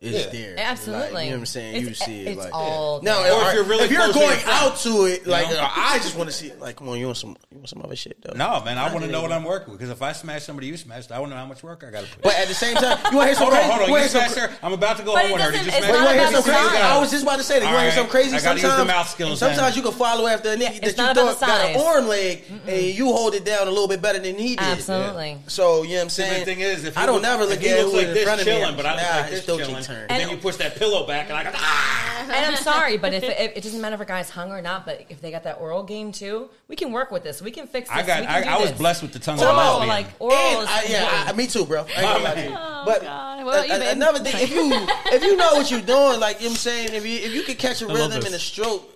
A: it's
E: Yeah.
A: there.
F: Absolutely.
A: Like, you know what I'm saying?
F: It's,
A: you see it.
F: It's
A: like,
F: all
A: No,
F: there.
E: Or if
A: if
E: you're
A: you're
E: really
A: if you're
E: close with
A: going
E: your friend.
A: out to it, like
E: know?
A: I just want to see, like, come on, you want some, you want some other shit though.
E: No, man, I want to know what I'm working with because if I smash somebody you smashed, I want to know how much work I got to put. in.
A: But at the same time, you want to hear some
E: hold on,
A: crazy?
E: hold on.
A: you wanna
E: You
A: hear some
E: smashed
A: cra-
E: her. I'm about to go
F: But it
E: on with her.
F: doesn't-
E: Did you
F: it's
E: smash
A: But you
E: her?
A: want to hear
F: about
A: some
F: the
A: crazy?
F: size.
A: I was just about to say that. You
E: All
A: want to hear some
E: right.
A: crazy?
E: I gotta use the
A: Sometimes-
E: mouth skills,
A: Sometimes
E: man.
A: you can follow after a nigga that
F: It's
A: you
F: not about
A: thought
F: the
A: got an
F: size.
A: arm leg, and you hold it down a little bit better than he did.
F: Absolutely.
A: So you know what I'm
E: See,
A: saying?
E: the thing is, if
A: I
E: he
A: don't
E: looks-
A: never
E: if
A: look
E: he
A: at
E: looks
A: who
E: like
A: in
E: this
A: front of me.
E: chilling, but I look
A: nah,
E: like
A: it's
E: this
A: still
E: chilling.
A: G turn.
E: then you push that pillow back, and I go ah.
F: And I'm sorry, but if it, it doesn't matter if a guy's hung or not, but if they got that oral game too, we can work with this. We can fix. This.
E: I got.
F: We can
E: I,
F: do
E: I was
F: this.
E: blessed with the tongue. of a
F: Oral,
E: lesbian.
F: like oral.
A: And
F: is
A: I, yeah, I,
F: important.
A: me too, bro. I ain't gonna lie to you.
G: Oh,
A: But
G: God. What about you,
A: a- a-
G: babe?
A: another thing, if you if you know what you're doing, like you know what I'm saying, if you if you can catch a
B: love
A: rhythm
B: this.
A: and a stroke,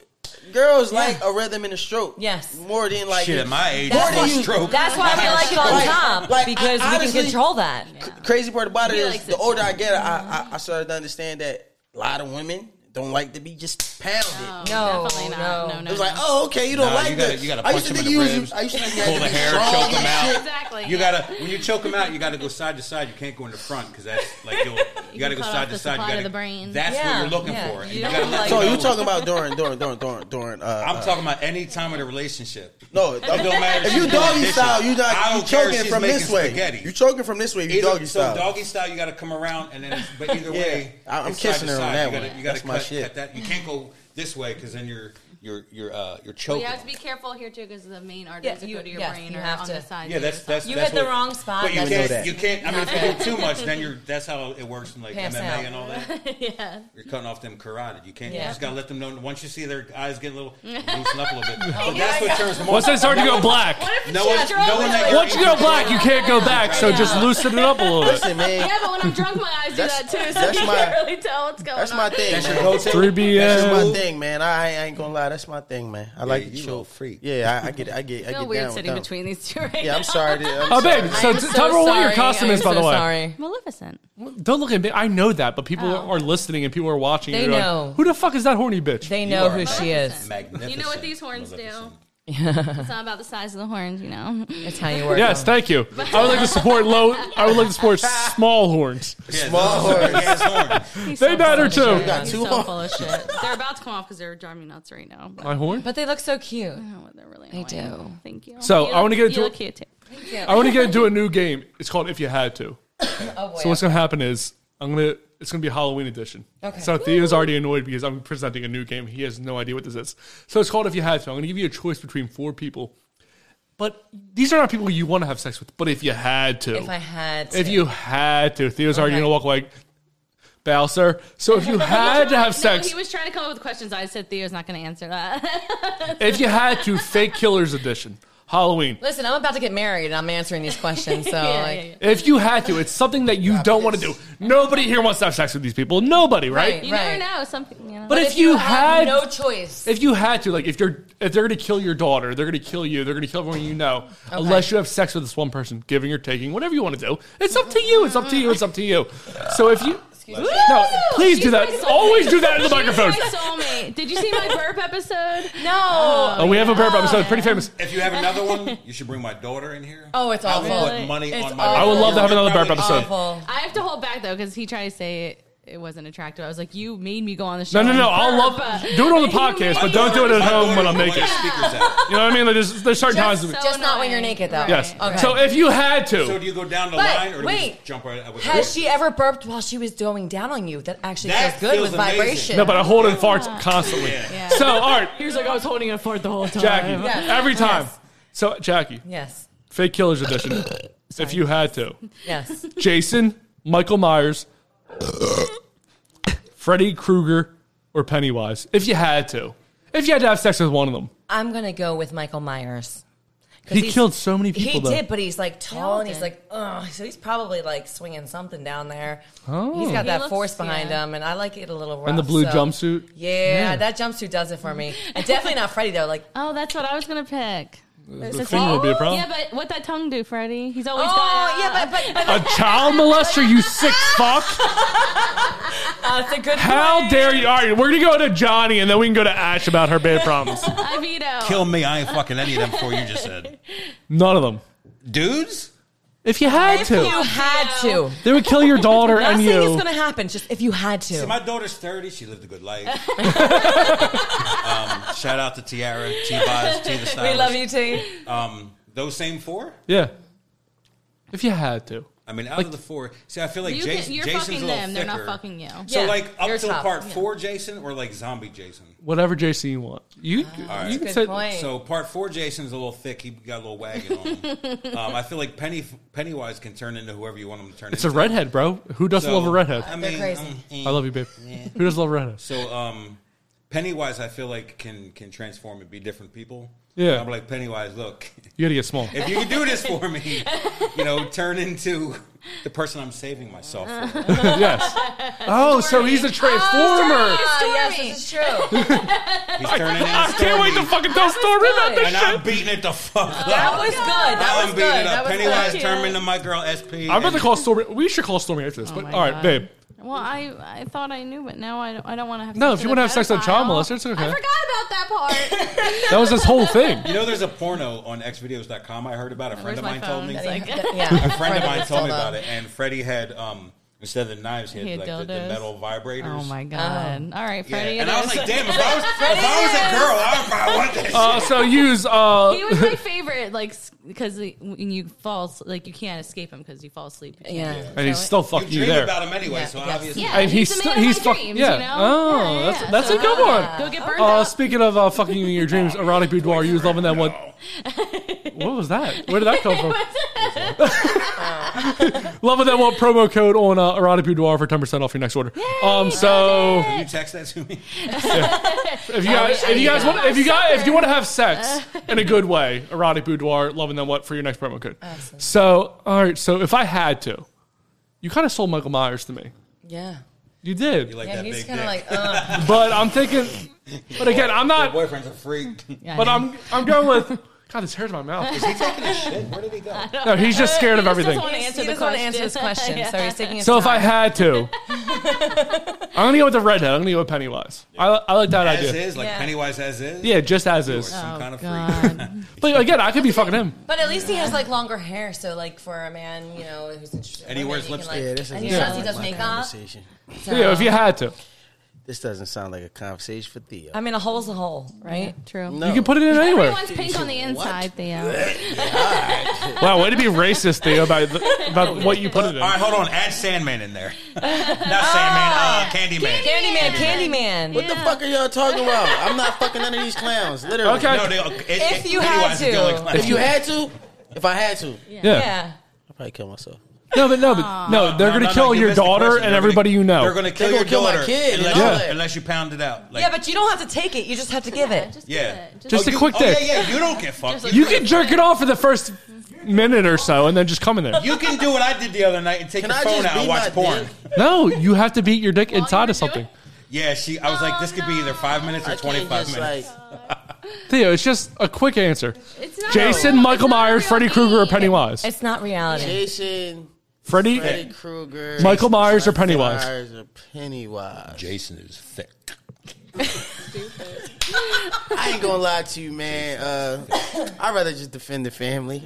A: girls like a rhythm and a stroke.
F: Yes.
A: more than like
E: Shit, at my age,
A: That's
E: it's
A: why
E: my
A: you-
E: stroke.
F: That's why we like it on
A: Like-
F: top
A: like,
F: because
A: I-
F: we
A: honestly-
F: can control that.
A: crazy part about it
G: He
A: is
G: likes
A: the
G: it
A: older I get, I, I I started to understand that a lot of women don't like to be just pounded.
G: Oh.
F: No,
G: definitely not.
F: no.
G: No, no.
A: It was like,
G: no.
A: oh, okay, you don't
E: Nah,
A: like
E: you gotta-
A: this.
E: you gotta
A: I used
E: punch
A: to
E: him
A: think
E: in
A: you
E: the
A: was,
E: ribs,
A: I used to think you
E: pull
A: had
E: the
A: to be
E: hair,
A: strong
E: choke 'em
A: and
E: out.
A: shit.
G: Exactly.
E: You gotta when you choke them out, you gotta go side to side. You can't go in the front because that's like you'll, you, gotta go
G: cut
E: side
G: off
E: to
G: the
E: side. You
G: supply to
E: gotta,
G: the brain.
E: That's
F: Yeah,
E: what you're looking
F: yeah.
E: for.
F: You
E: And you
F: don't
E: gotta
F: wanna,
E: let
F: like,
E: them
A: So you
E: know.
A: talking about during, during, during, during, during? Uh,
E: I'm
A: uh,
E: talking about any time in a relationship.
A: No,
E: It don't matter.
A: If you
E: she's doing
A: doggy
E: dishes.
A: style, you
E: I
A: not you
E: don't care if
A: choking
E: she's
A: from this
E: making
A: way.
E: spaghetti.
A: You choking from this way. if You
E: Either,
A: doggy
E: so
A: style.
E: doggy style, you got to come around, and then it's, but either
A: Yeah.
E: way,
A: I- I'm
E: it's side
A: kissing
E: to
A: her on
E: side.
A: that
E: you gotta,
A: one.
E: You got
A: That's
E: to cut,
A: my shit.
E: cut that. You can't go this way because then you're you're you're uh, you're choking.
G: You have to be careful here too, because the main arteries
F: Yeah,
G: that
F: you-
G: go to your
F: yes,
G: brain
F: you
G: are
F: have
G: on
F: to.
G: the side.
E: yeah, that's that's
F: You
E: that's
F: hit the
E: what-
F: wrong spot,
E: But you
F: that's
A: it.
E: can't you can't. I mean, if you do too much, then you're that's how it works in like
F: Pass
E: MMA
F: out.
E: and all that.
G: yeah.
E: You're cutting off them carotid. You can't. You
F: Yeah.
E: just gotta let them know. Once you see their eyes get a little loosen up a
G: Oh,
E: little bit, but that's what turns them on.
B: Once they start to go black,
E: No one, no one that
B: once you go black, you can't go back. So just
G: Yeah.
B: loosen it up a little bit.
A: Listen, man,
G: Yeah, but when I'm drunk, my eyes do
A: That's-
G: that too, so
A: that's
G: you
A: my-
G: can't really tell what's going
A: that's
G: on.
A: my thing.
E: That's your
A: man.
E: go-to.
B: Three
A: That's
B: BM.
A: my thing, man. I, I ain't gonna lie. That's my thing, man. I like
E: Yeah,
A: to
E: you
A: chill.
E: a freak.
A: Yeah, I, I get, I get, I
G: I feel
A: get
G: weird
A: down
G: sitting
A: with them.
G: between these two right
A: Yeah,
G: now.
A: I'm sorry. dude. I'm
B: Oh,
A: sorry.
B: babe. So t- tell everyone what your costume is, by the way.
F: Sorry.
G: Maleficent.
B: Don't look at me. I know that, but people
G: Oh.
B: are listening and people are watching.
F: They
B: and you're
F: know.
B: Like, Who the fuck is that horny bitch?
F: They
E: You
F: know
E: are
F: who she is.
E: Magnificent.
G: You know what these horns do.
E: Magnificent.
G: It's not about the size of the horns, you know.
F: It's how you work.
B: Yes,
F: them.
B: thank you. I would like to support low. I would like to support small horns.
E: Yeah,
A: Small
E: those are
A: horns.
E: big-ass horns.
B: They matter too.
F: got
G: He's
A: two
G: so
A: horns.
G: full of shit. They're about to come off because they're driving me nuts right now. But
B: My horn.
F: But they look so cute.
G: oh, they're really annoying.
F: do.
G: Thank you.
B: So,
G: You
B: I wanna
G: look-
B: get into-
G: you look cute too.
B: I want to get into a new game. It's called If You Had To.
F: Oh, boy.
B: So what's gonna happen is I'm gonna it's gonna be a Halloween edition.
F: Okay.
B: So Theo's already annoyed because I'm presenting a new game. He has no idea what this is. So it's called If You Had To. I'm gonna give you a choice between four people. But these are not people you want to have sex with. But if you had to,
F: if I had to.
B: if you had to, Theo's already
F: Okay.
B: gonna walk like Bowser. So if you had to have
G: No,
B: sex,
G: he was trying to come up with questions. I said Theo's not going to answer that.
B: if you had to, fake killers edition, Halloween.
F: Listen, I'm about to get married and I'm answering these questions. So,
G: yeah,
F: like,
G: yeah, yeah.
B: If you had to, it's something that you don't want to do. Nobody here wants to have sex with these people. Nobody, right?
F: Right.
G: You never know. Something. You know.
B: But if, you, had,
F: no choice,
B: if you had to, like, if you're, if they're gonna kill your daughter, they're gonna kill you, they're gonna kill everyone you know, unless you have sex with this one person, giving or taking, whatever you want to do, it's up to you. It's up to you. It's up to you. So if you, no, please do
G: She's my
B: that.
G: soulmate.
B: Always do that in the microphone.
G: She's my soulmate. Did you see my burp episode?
F: no.
B: Oh, we have a pair of episodes, pretty famous.
E: If you have another one, you should bring my daughter in here.
F: Oh, it's
E: I
F: awful.
E: would put money
F: It's
E: on my.
F: awful. I would love
B: to have another burp
E: Oh,
B: episode.
F: Awful.
G: I have to hold back though because he tried to say it. It wasn't attractive. I was like, "You made me go on the show."
B: No, no,
G: and
B: no. I'll
G: burp.
B: love do it on the podcast, but don't do it at home when I'm naked.
E: Speakers out.
B: You know what I mean? Like, there's, there's certain times.
G: so-
F: Just not when you're
G: annoying.
F: naked, though.
B: yes.
F: Okay.
B: So if you had to,
E: So do you go down the
F: But,
E: line, or do we
F: wait.
E: just jump right? out with
F: Has she ever burped while she was going down on you? That actually
E: That
F: feels good
E: feels
F: with
E: amazing.
F: vibration.
B: No, but I hold in farts constantly. So, all right,
G: He was like, "I was holding it for the whole time."
B: Jackie,
F: Yes.
B: every time.
F: Yes.
B: So, Jackie,
F: yes,
B: fake killers edition. if you had to,
F: yes.
B: Jason, Michael Myers, Freddy Krueger, or Pennywise. If you had to, if you had to have sex with one of them,
F: I'm gonna go with Michael Myers. 'Cause
B: he
F: he's-
B: killed so many people.
F: He
B: though.
F: did, but he's like tall
G: all
F: and he's
G: did.
F: like, oh, so he's probably like swinging something down there.
B: Oh.
F: He's got that
G: looks-
F: force behind
G: yeah.
F: him, and I like it a little rough.
B: And the blue
F: so-
B: jumpsuit.
F: Yeah, that jumpsuit does it for me. And definitely not Freddy though. Like,
G: Oh, that's what I was gonna pick. "Oh,
B: The finger would be a problem.
G: Yeah, but what that tongue do, Freddie? He's always
F: oh
G: got.
F: yeah, but but, but
B: a child molester, you sick fuck!
F: uh, it's a good.
B: How
F: point.
B: dare you? All right, we're gonna go to Johnny, and then we can go to Ash about her bad problems.
G: I veto.
E: Kill me! I ain't fucking any of them before you just said,
B: None of them.
E: dudes.
B: If you had to,
F: You had to.
B: They would kill your daughter
F: Not
B: and
F: saying it's
B: you.
F: gonna happen. Just if you had to.
E: My daughter's thirty. She lived a good life. um, shout out to Tiara, T. Boz, T. The Stylist.
F: we love you, T.
E: Um, those same four.
B: yeah. If you had to.
E: I mean, out of the four, see, I feel like
G: You
E: Jason.
G: can, you're
E: Jason's a
G: fucking
E: little
G: them. They're not
E: thicker.
G: fucking you.
E: So
F: Yeah,
E: like
F: you're
E: up till
F: tough.
E: part four, Jason, or like zombie Jason.
B: Whatever Jason you want. You, you can
F: Good
B: say.
F: point.
E: So part four, Jason's a little thick. He got a little wagon on him. um, I feel like Penny Pennywise can turn into whoever you want him to turn
B: It's a
E: into.
B: redhead, bro. Who doesn't
E: So,
B: love a redhead?
E: I
B: i
E: mean,
F: crazy.
E: um,
B: love you, babe. Who doesn't love redheads?
E: So um, Pennywise, I feel like can can transform and be different people.
B: Yeah.
E: I'm like Pennywise. Look,
B: You gotta get small.
E: if you can do this for me, you know, turn into the person I'm saving myself for.
B: yes. Oh, so he's a
G: Oh,
B: transformer.
F: Ah, yes, this is true.
E: He's turning into.
B: I can't wait to
E: Stormy,
B: fucking tell story about
F: good.
B: this
E: And I'm
B: shit.
E: beating it the fuck up.
F: That was good. That
E: I'm
F: was
E: beating
F: good.
E: it
F: That
E: up.
F: was
E: Pennywise
F: good.
E: turned into my girl SP.
B: I'm about to
E: and-
G: Oh
B: call Stormy. We should call Stormy after this. But all right, babe.
G: Well, I, I thought I knew, but now I don't, I don't want to have.
B: No,
G: sex
B: if you want
G: with a
B: to have sex with a child
G: pedophile.
B: molester, it's
G: I
B: okay.
G: forgot about that part.
B: That was this whole thing.
E: You know, there's a porno on xvideos.com I heard about. A friend
G: Where's
E: of
G: my
E: mine told
G: phone?
E: me.
G: It's
F: That he-
G: like,
F: that- yeah.
E: A friend of mine told me
F: sold
E: about
F: out.
E: it, and Freddie had um instead of the knives, he had,
G: He had
E: like the, the
G: dildos.
E: metal vibrators.
G: oh my
B: Um,
G: god! All right,
E: Yeah,
G: Freddie. it
E: and I was
G: is.
E: like, damn, if I was, if I was a girl, I would probably want this.
B: Uh, so use uh,
G: he was my favorite, like because when you fall, as- like you can't escape him because you fall asleep. You can't
F: Yeah.
B: and he's
G: so it-
B: still fucking
E: you
B: you
E: dream
B: there.
E: about him anyway,
F: Yeah,
E: so
F: yes.
E: obviously.
G: Yeah,
B: And he's
G: he's,
B: still-
G: the man
B: he's
G: of my
B: fuck-
G: dreams,
B: yeah.
G: You know?
B: Oh, that's- that's a good one.
G: Go get burned
B: Uh,
G: up.
B: speaking of uh, fucking in your dreams, erotic boudoir, you was loving that one. What was that? Where did that come from? loving that one promo code on uh, erotic boudoir for ten percent off your next order. um, so
E: Can you text that to me?
B: if you guys, if you guys want, if you guys, if you want to have sex in a good way, erotic boudoir, loving that what for your next promo code. So all right, so if I had to, you kind of sold Michael Myers to me.
F: Yeah.
B: You did,
E: You like
F: Yeah,
E: that
F: he's
E: big
F: kind
E: dick?
F: of like, uh,
B: but I'm thinking. But again, I'm
E: Your
B: not.
E: boyfriend's a freak.
G: Yeah,
B: But
G: I know.
B: I'm I'm going with God. His hair's in my mouth.
E: Is he taking a shit? Where did he go?
B: No, he's just scared of everything.
G: wanna answer
F: he
G: the
F: doesn't want to answer
G: question.
F: this question, so he's taking his
B: So if
F: time.
B: I had to, I'm gonna go with the redhead. I'm gonna go with Pennywise. I, I like that
E: As
B: idea.
E: is, like
F: Yeah.
E: Pennywise as is.
B: Yeah, just as
E: Or
B: is.
E: Some
G: Oh,
E: kind of freak.
G: God.
B: But again, I could be fucking him.
F: But at least he has like longer hair, so like for a man, you know, who's interested. in
E: And he
F: women,
E: wears
F: can,
E: lipstick.
F: like-
A: Yeah, this is
F: and he
A: not
F: does, he
A: like
F: does
A: my
F: makeup.
A: conversation.
F: so-
B: Yeah, if you had to,
A: This doesn't sound like a conversation for Theo.
F: I mean, a hole's a hole, right?
G: True.
A: no.
B: you can put it in anywhere.
G: Everyone's pink on the inside, Theo.
B: Wow, way to be racist, Theo, about the, about what you put it in.
E: All right, hold on. Add Sandman in there. Not Sandman.
G: Ah.
E: Uh, Candyman.
F: Candyman, Candyman.
A: What the fuck are y'all talking about? I'm not fucking none of these clowns. Literally.
B: Okay.
E: No, they, it,
F: If
E: it-
F: you had
E: Pennywise is the only
F: to.
E: clown.
A: If you had to, if I had to,
B: Yeah.
F: Yeah.
A: I'd probably kill myself.
B: No, but no, but no. They're
E: No,
B: gonna
E: no, no,
B: kill
E: you
B: your
E: missed the
B: daughter
E: question.
B: and
E: They're
B: everybody
E: gonna-
B: you know.
E: They're going to kill
A: They're
E: your
A: gonna kill my
E: daughter
A: kid and
E: unless,
A: all
E: you-
A: that.
E: unless you pound it out. Like,
F: Yeah, but you don't have to take it. You just have to give it.
E: yeah.
B: Just a
E: you-
B: quick
E: oh,
B: dick.
E: Yeah, yeah. You don't get fucked.
B: You can jerk it off for the first minute or so, and then just come in there.
E: You can do what I did the other night and take
A: Can
E: your
A: I
E: phone
A: just
E: out and
A: be
E: watch
A: my
E: porn.
A: dick?
B: No, you have to beat your dick
G: you
B: inside
G: were
B: of something.
G: doing
E: Yeah, she. I was like, this could be either five minutes or
A: I
E: twenty
A: can't
E: five
A: just
E: minutes.
A: like.
B: Theo, it's just a quick answer.
G: It's not
B: Jason,
G: real.
B: Michael
G: It's not
B: Myers,
G: real
B: Freddy Krueger, or
G: meat.
B: Pennywise?
F: It's not reality.
A: Jason,
B: Freddy,
A: Freddy Krueger,
B: Michael Myers or
A: Michael
B: Pennywise?
A: Myers or Pennywise.
E: Jason is thick.
A: I ain't gonna lie to you, man. Uh, I'd rather just defend the family.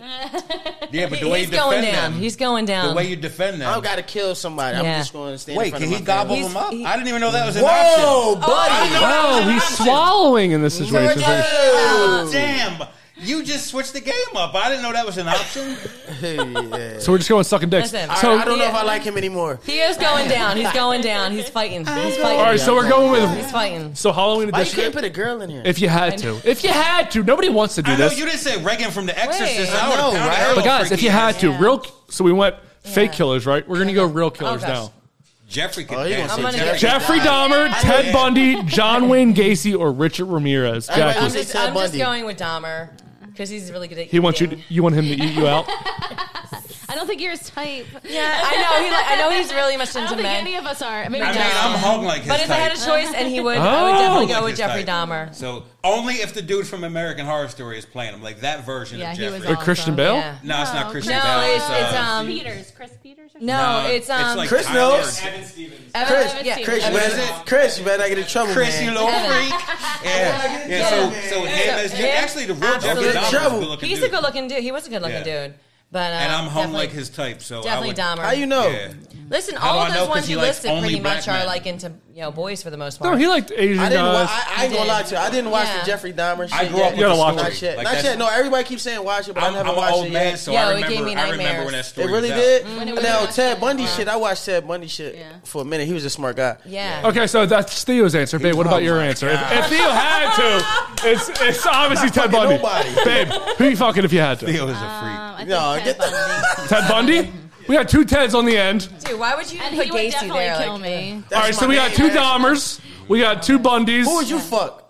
E: Yeah, but the way
F: He's
E: you defend
F: going
E: them,
F: down. He's going down.
E: the way you defend them.
A: I don't gotta kill somebody. I'm
F: Yeah.
A: just gonna stand. in
E: Wait,
A: front
E: can
A: of
E: he
A: my
E: gobble
A: family.
E: them
F: He's-
E: up?
F: he-
E: I didn't even know that was an
A: Whoa,
E: option.
A: buddy!
B: Oh, he's swallowing in this situation.
E: Oh, damn! You just switched the game up. I didn't know that was an option.
A: Yeah.
B: So we're just going sucking dicks.
F: Listen.
B: so,
A: I, I don't know if I like him anymore.
F: he is going down. He's going down. He's fighting. He's fighting.
B: all right, so we're going with
F: He's fighting.
B: so Halloween
A: Why you can't
B: edition.
A: put a girl in here?
B: If you had to, if you had to, nobody wants to do
E: I know
B: this.
E: you didn't say Reagan from The Exorcist.
F: Wait.
E: I
A: I
E: would
A: know,
E: have pounded
A: right?
E: her
A: But
E: little
B: But guys, if
E: freaky
B: you had
E: ass.
B: to, real. So we went fake
F: Yeah.
B: killers, right? We're gonna go real killers
F: gosh.
B: now.
E: Jeffrey could
A: Oh, you
E: dance.
A: gonna
F: I'm
A: say
F: gonna-
A: Jeffrey?
B: Jeffrey Dahmer, Ted
E: Yeah.
B: Bundy, John Wayne Gacy, or Richard Ramirez.
A: Everybody
B: Jackie,
F: I'm just,
A: Ted
F: I'm just
A: Bundy.
F: going with Dahmer because he's really good at.
B: he wants you. To, you want him to eat you out.
G: I don't think you're his type.
F: Yeah, I know. He like, I know he's really much
G: I
F: into
G: don't think
F: men.
G: any of us are. Maybe
E: I mean,
G: Jason.
E: I'm hung like his
F: But if I
E: type.
F: had a choice, and he would, I
B: Oh.
F: would definitely go
E: Like
F: with
E: his
F: Jeffrey
E: type.
F: Dahmer.
E: So only if the dude from American Horror Story is playing him, like that version
G: Yeah,
E: of
G: he was
E: Jeffrey.
B: Or
G: Awesome.
B: Christian Bale.
F: Yeah.
E: no, it's not Christian
F: No,
E: Bale.
F: it's,
E: uh,
F: it's um.
G: Peters, Chris Peters. Or
F: No,
E: uh,
F: it's um.
E: like
A: Chris
E: Tyler.
A: knows.
F: Evan,
A: Chris,
F: yeah.
A: Chris, you
E: What
A: better,
E: is it?
A: Chris, you better not get in trouble,
E: Chris, you
A: man.
E: little freak. Yeah, yeah. So, so him is
F: Yeah.
E: actually the real Jeffrey
F: Absolutely.
E: Dahmer. is a
A: Trouble.
E: good-looking
F: He's a
E: dude.
F: good looking dude. He was a good looking
E: Yeah.
F: dude. But uh,
E: and I'm home
F: definitely-
E: like his type. So I
F: Definitely
E: would-
F: Dahmer.
A: How you know?
E: Yeah.
F: Listen,
E: How do
F: all
E: I
F: of
E: know?
F: those
E: 'Cause
F: ones
E: he
F: you
E: likes
F: listed
E: only
F: pretty
E: black
F: much
E: men.
F: are like into you know boys for the most part.
B: No, he liked Asian
A: I didn't. Wa-
B: guys.
A: I, I ain't gonna lie to you. I didn't watch
F: Yeah.
A: the Jeffrey Dahmer. Shit
E: I grew up
A: yet.
E: with the
B: gotta watch
E: story.
A: Not yet.
E: Like,
A: not
E: that's-
A: yet. No, everybody keeps saying watch it, but
E: I'm,
A: I never
E: I'm an
A: watched
E: old
A: it
E: man,
A: yet.
E: so
F: Yeah,
E: I
F: it gave
E: remember.
F: me
E: I remember
F: nightmares.
E: when that
A: It
E: story.
A: really
E: was out.
A: did.
G: it was
A: Now
G: out.
A: Ted Bundy
G: Wow.
A: shit. I watched Ted Bundy shit
G: Yeah.
A: for a minute. He was a smart guy.
F: yeah.
B: Okay, so that's Theo's answer, babe. What about
A: Oh
B: your
A: my
B: answer? If, if Theo had to, it's it's obviously Ted
A: fucking
B: Bundy.
A: nobody.
B: Babe, who you fucking if you had to?
E: Theo is a
G: I think uh,
A: No,
G: Ted
A: get the-
G: Bundy.
B: Ted Bundy. We got two Teds on the end.
F: Dude, why would you
G: and
F: put
G: he would
F: Gacy
G: definitely
F: there?
G: kill
F: like,
G: me.
A: That's
B: All right, so
A: my
B: we
A: man.
B: got two Dahmers. We got two Bundys.
A: Who would you fuck?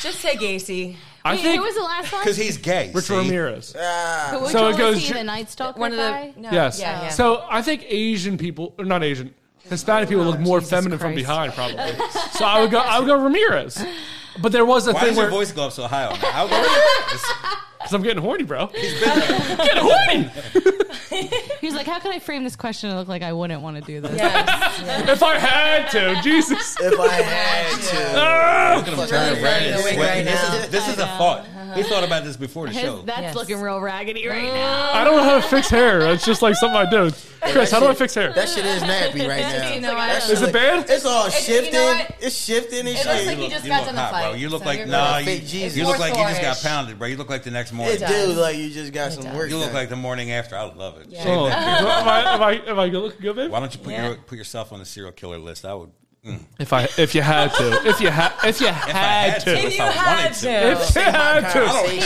F: Just say Gacy.
B: I
G: Wait, who
B: think
G: was the last one?
E: because he's gay.
B: Richard
E: see?
B: Ramirez.
A: Ah,
G: Which
B: so it
G: one
B: goes
G: Was he,
B: Ju-
G: the Night Stalker
F: One of the
G: guy?
F: no,
B: Yes.
F: Yeah, yeah.
B: So I think Asian people, or not Asian, Hispanic people look more feminine from behind, probably. so I would go. I would go Ramirez. But there was a
E: Why
B: thing
E: does your
B: where
E: voice go up so high? On that? I would go-
B: because I'm getting horny, bro. Get horny.
G: He was like, "How can I frame this question to look like I wouldn't want to do this?"
F: Yes.
B: If I had to, Jesus.
A: If I had
B: Ah!
A: to,
F: turning red and awake sweating. right
E: this
F: now.
E: is, this is a thought. He thought about this before the
G: His-
E: show.
G: that's
F: Yes.
G: looking real raggedy right now.
B: I don't know how to fix hair. That's just like something I do. Chris, how do I fix hair?
A: That shit is nappy right now.
G: You know, I
A: That
G: don't
A: shit
B: Is it
A: look-
B: bad?
A: It's all
F: It's- you know
A: shifting.
F: what?
A: it's shifting and
F: It looks like
A: shit.
F: you just
E: you
F: got
E: look
F: done a
E: hot,
F: fight.
E: bro. You look
F: so
E: like
F: you're
E: nah.
F: good.
E: You,
A: Fake Jesus.
E: you look like you just got
F: Fourth-ish.
E: pounded, bro. You look like the next morning.
A: It do
F: does.
A: like you just got some
F: does.
A: work.
E: You look
A: done.
E: like the morning after. I love it.
F: Yeah.
E: Shave
B: Oh,
E: that beard.
B: am I am I am I good looking good, babe?
E: Why don't you put
F: Yeah.
E: your put yourself on the serial killer list? I would.
B: If I if you had to, if you had if you
E: If I had
B: had
E: to.
B: to,
F: If
E: If
F: you
E: I
F: had
E: wanted to.
F: to.
B: if you had to,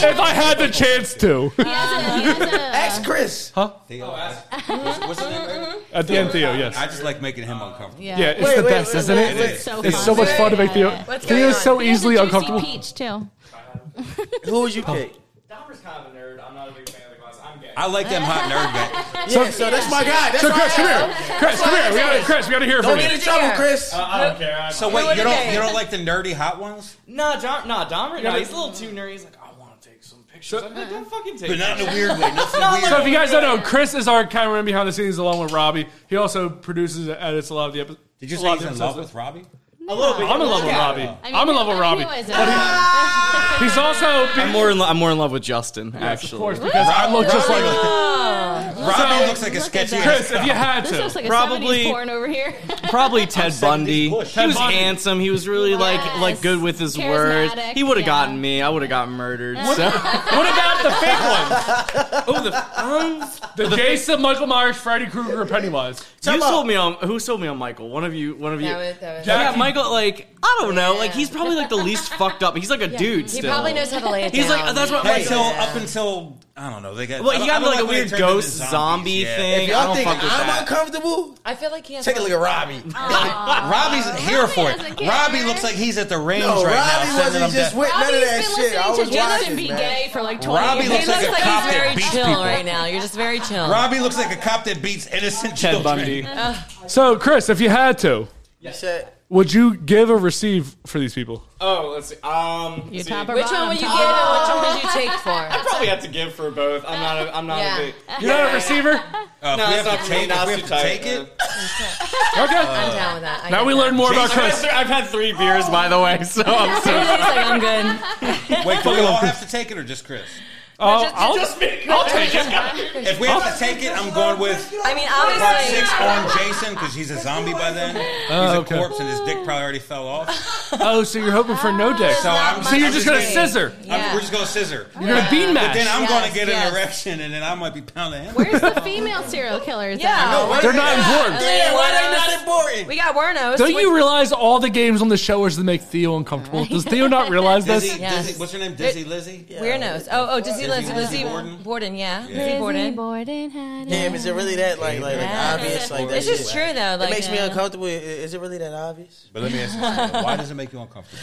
B: if I had the chance to,
G: He has a, he has
A: Ask Chris.
B: huh?
E: Theo, what's, what's his name? baby?
B: At the end, Theo, yes.
E: I just like making him uncomfortable.
G: a yeah.
B: Yeah, it's
A: Wait,
B: the
A: wait,
B: best,
A: wait,
B: isn't
A: wait,
B: it?
A: wait.
G: It's so
B: It's
G: fun.
B: so much fun to make Theo.
G: What's
B: Theo
F: going
B: is
F: on?
B: so
G: He has a
B: easily
G: juicy
B: uncomfortable.
G: Peach too.
A: Who would you pick?
H: Dahmer's kind of a nerd. I'm not a big fan of the class. I'm gay.
E: I like them hot nerd guys.
A: Yeah, so that's my guy. That's
B: So
A: my
B: Chris, come
A: guy.
B: here. Chris, come here. We got to Chris. We got to hear
A: Don't
B: from
A: get
B: you.
A: in trouble, Chris.
H: I don't care. I'm
E: So
H: so
E: wait, you don't
F: Okay.
E: you don't like the nerdy hot ones?
H: no, Dom, no, Dahmer. No,
B: but-
H: he's a little too nerdy. He's like, I want to take some pictures. I'm like, don't fucking take.
E: But
H: them.
E: not in a weird way. Nothing weird.
B: So if you guys don't know, Chris is our cameraman behind the scenes along with Robbie. He also produces and edits a lot of the episodes.
E: Did you
B: a
E: say
B: lot of
E: he's
B: the
E: in love
B: episodes.
E: with Robbie?
H: a little bit.
B: I'm in love with
H: Yeah.
B: Robbie. I'm in love with Robbie.
G: Robbie.
B: He's also
H: I'm more in. Lo- I'm more in love with Justin.
B: Yes,
H: actually,
B: of course, because I look just like
E: Robbie
B: So-
E: looks like a
G: Look at
E: sketchy.
G: that.
B: Chris. If you had
G: Oh, This looks
B: to,
G: like a
H: Probably-
G: 70s porn over here.
H: probably Ted Bundy. He was
E: Ted
B: Bundy.
H: handsome. He was really like like good with his words.
G: Charismatic,
H: He would have
G: yeah.
H: gotten me. I would have gotten murdered. So.
B: what about the fake
H: oh, the, um,
B: one? The Jason, Michael Myers, Freddy Krueger, Pennywise's.
H: you
A: about-
H: sold me on who sold me on Michael? One of you. One of you.
F: That was, that was,
B: Yeah.
H: Yeah, Michael. Like I don't know. Like
F: Yeah.
H: he's probably like the least fucked up. He's like a dude.
F: He
H: Still.
F: probably knows how to lay it
H: He's
F: down.
H: like that's what
E: Hey,
H: like,
E: so up until I don't know, they got.
H: Well, he
E: I don't-
H: got
E: I
H: like
E: don't
H: a
E: when they
H: weird
E: turned into
H: ghost
E: zombies.
H: zombie
E: Yeah.
A: If
H: thing. I
A: y'all
H: don't
A: think
H: fuck with
A: I'm
H: that.
A: uncomfortable,
F: I feel like he has
A: take a look at Robbie.
E: Robbie's here for it.
G: doesn't care.
E: Robbie looks like he's at the range
A: No, Robbie
E: right now.
A: wasn't
E: sending them
A: just
E: down.
A: with none of
G: Robbie's
A: that
G: been
A: shit. I was
G: listening to Justin
A: watching,
G: be
A: man.
G: gay for like 20
E: Robbie
G: years.
E: looks
F: He
E: like
F: looks
E: a
F: like
E: cop
F: he's
E: that
F: very
E: beats
F: chill
E: people.
F: right now. You're just very chill.
E: Robbie looks like a cop that beats innocent
H: Ted
E: children.
H: Bundy.
B: So Chris, if you had to,
A: You said,
B: would you give or receive for these people?
H: Oh, let's see. Um,
G: You
H: see,
G: top or
F: Which
G: bottom?
F: one would you give
G: Top-
F: and which one would you take
H: I
F: for?
H: probably have to give for both. I'm not. A, I'm not
F: Yeah.
H: a big.
B: You're not a receiver.
E: Uh, if
H: No,
E: we
H: it's
E: have
H: not
E: to
H: for me.
E: take, if
H: Not
E: we
H: too
E: have to
H: tight.
E: take it.
B: Okay.
F: I'm down with that. I
B: Now
F: get
B: we
F: that.
B: learn more about
H: I've, had
B: Chris.
H: th- I've had three beers, by the way, so I'm so
F: He's like, I'm good.
E: Wait, do we all have to take it or just Chris?
B: Uh,
F: just-
B: I'll, I'll take it.
E: If we have to take it, I'm going with
F: I mean,
E: part six
F: obviously,
E: on Jason because he's a zombie by then. He's
B: Oh,
E: a
B: okay.
E: corpse and his dick probably already fell off.
B: Oh, so you're hoping for no dick?
E: So I'm.
B: So you're just gonna
F: Yeah.
B: scissor?
E: I'm, we're just gonna scissor.
B: You're gonna bean
E: But then
B: match?
E: I'm
F: Yes,
E: gonna get
F: yes.
E: an erection and then I might be pounding him.
G: Where's the female serial killers?
F: Yeah.
G: at?
F: No,
A: why
B: They're
A: they-
B: not important.
A: Yeah, why they not important?
F: we got Wernos.
B: Don't you realize all the games on the show is to make Theo uncomfortable? Does Theo not realize
E: Dizzy,
B: this?
F: Yes.
E: Dizzy, what's her name? Dizzy Lizzy.
F: Weirdos. Oh, oh, Dizzy Lizzie, Lizzie
E: Borden?
F: Borden. yeah. Lizzie
G: Lizzie
F: Borden.
G: Borden had
A: Damn, is it really that like like, like
F: Yeah.
A: obvious? Like that
F: This is
A: shit?
F: true though.
A: It
F: Like,
A: makes me
F: yeah.
A: uncomfortable. I- Is it really that obvious?
E: But let me ask you something. Why does it make you uncomfortable?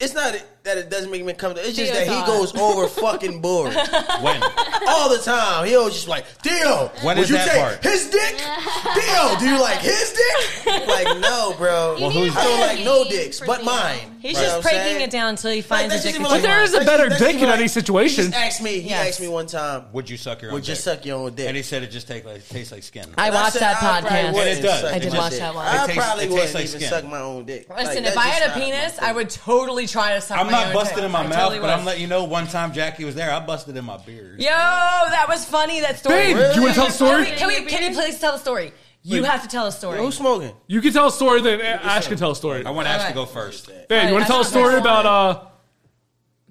A: It's not that it doesn't make me uncomfortable. It's just
G: Theo's
A: that he
G: odd.
A: goes over fucking board
E: When?
A: all the time. He'll just like, Theo,
E: When
A: would
E: is
A: you
E: that
A: take
E: part?
A: his dick? Theo, do you like his dick? Like, no, bro.
G: Well,
E: who's-
A: I don't like no
G: Need
A: dicks,
G: for
A: but
G: Theo.
A: mine.
F: He's
A: You know
F: just
A: what I'm saying?
F: breaking it down until he
A: Like,
F: finds
A: that's
F: a
A: just
F: dick.
A: even
B: But
A: like-
B: there is a
A: that's just-
B: better
A: that's
B: dick
A: even
B: in any situation.
A: He just asked me. He
F: Yes.
A: asked me one time.
E: Would you suck your own
A: Would you
E: dick?
A: suck your own dick?
E: And he said it just take like, tastes like skin.
F: I
A: And
F: watched
A: said
F: that
A: I probably
F: podcast.
A: wouldn't
E: And it does.
A: suck
E: I did
A: my
F: watch
A: dick.
F: that one.
A: I
E: It tastes-
A: probably
E: it tastes
A: wouldn't
E: like
A: even
E: skin.
A: suck my own dick. Like,
F: Listen,
A: that's
F: if I
A: just
F: had
A: not
F: a
A: my
F: penis,
A: thing.
F: I would totally try to suck.
E: I'm
F: my
E: not
F: own
E: busting
F: dick.
E: in my
F: I
E: mouth,
F: totally
E: but
F: was.
E: I'm letting you know one time Jackie was there, I busted in my beard.
F: Yo, that was funny. That story.
B: Babe, do you wanna tell the story?
F: Can we? Can we, can we please tell the story? You have to tell a story.
A: Who's smoking?
B: You can tell a story, then Ash can tell a story.
E: I want Ash to
F: Alright.
E: go first.
B: Hey, you want to
F: Ash
B: tell a
F: can
B: story
F: tell.
B: about uh,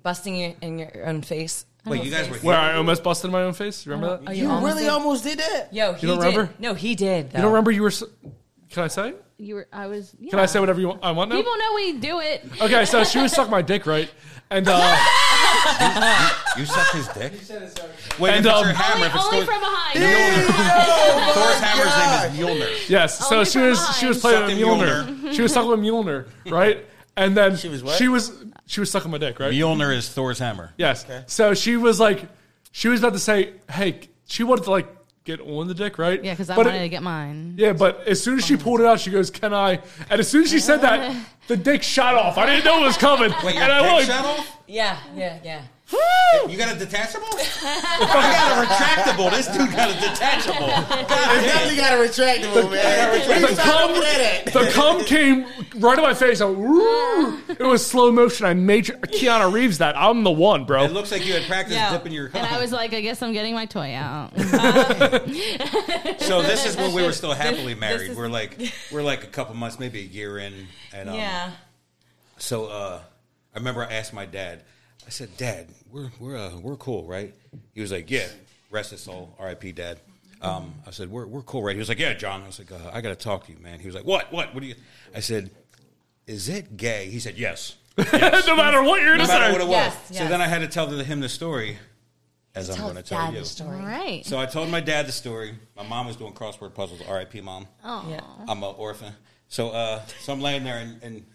F: Busting you in your own face.
E: Wait, you guys were
B: where
E: here.
B: I almost busted my own face? You remember that?
F: Are
B: You
F: you, almost
A: Really
F: there?
A: almost did that.
F: Yo, he
B: don't
F: did.
B: remember?
F: No, he did. Though.
B: don't remember you were? s- Can I say? it?
G: You were. I was. Yeah.
B: Can I say whatever you want? I want now.
G: People know we do it.
B: Okay, so she was suck my dick, right? And uh,
E: You sucked his dick? Wait,
B: And,
E: if it's
B: um,
E: your hammer, if
G: only
E: it's
G: only
E: Thor-
G: from behind.
E: Thor's hammer's name is Mjolnir.
B: yes, so
G: Only
B: she
G: from
B: was
G: behind.
B: she was playing with
E: Sucked in
B: Mjolnir. She was sucking with Mjolnir, right? And then she
A: was what?
B: She was she was sucking my dick, right?
E: Mjolnir is Thor's hammer.
B: Yes. So she was like, she was about to say, "Hey," she wanted to like get on the dick, right?
G: Yeah, because I Oh.
B: But
G: wanted
B: it-
G: to get mine.
B: Yeah, but as soon as she pulled it out, she goes, "Can I?" And as soon as she said that, the dick shot off. I didn't know it was coming,
E: Wait, your
B: and I
E: dick
B: looked.
E: shot off?
F: Yeah, yeah, yeah.
E: You got a detachable? I got a retractable. This dude got a detachable. God,
A: Definitely got a retractable, man. Where you
B: The
A: found
B: cum,
A: over that at?
B: the cum came right in my face. I went, "Woo." it was slow motion. I made Keanu Reeves that. I'm the one, bro.
E: it looks like you had practiced dipping your.
G: and I was like, I guess I'm getting my toy out.
E: so this is when we were still happily married.
F: is-
E: We're like we're like a couple months, maybe a year in, and um,
F: yeah.
E: So uh, I remember I asked my dad. I said, "Dad, we're we're uh, we're cool, right?" He was like, "Yeah, rest his soul, R.I.P. Dad." Um, I said, "We're we're cool, right?" He was like, "Yeah, John." I was like, uh, "I got to talk to you, man." He was like, "What? What? What do you?" I said, "Is it gay?" He said, "Yes." Yes.
B: no matter what you're
E: no
B: gonna
E: matter what
B: say.
E: it was.
F: Yes,
E: So
F: yes.
E: then I had to tell the- him the story, as I'm going to tell
F: Dad
E: you.
F: the
G: All
F: story.
G: right.
E: So I told my dad the story. My mom was doing crossword puzzles. R.I.P. Mom.
F: Yeah.
E: I'm an orphan. So, uh, so I'm laying there, and, and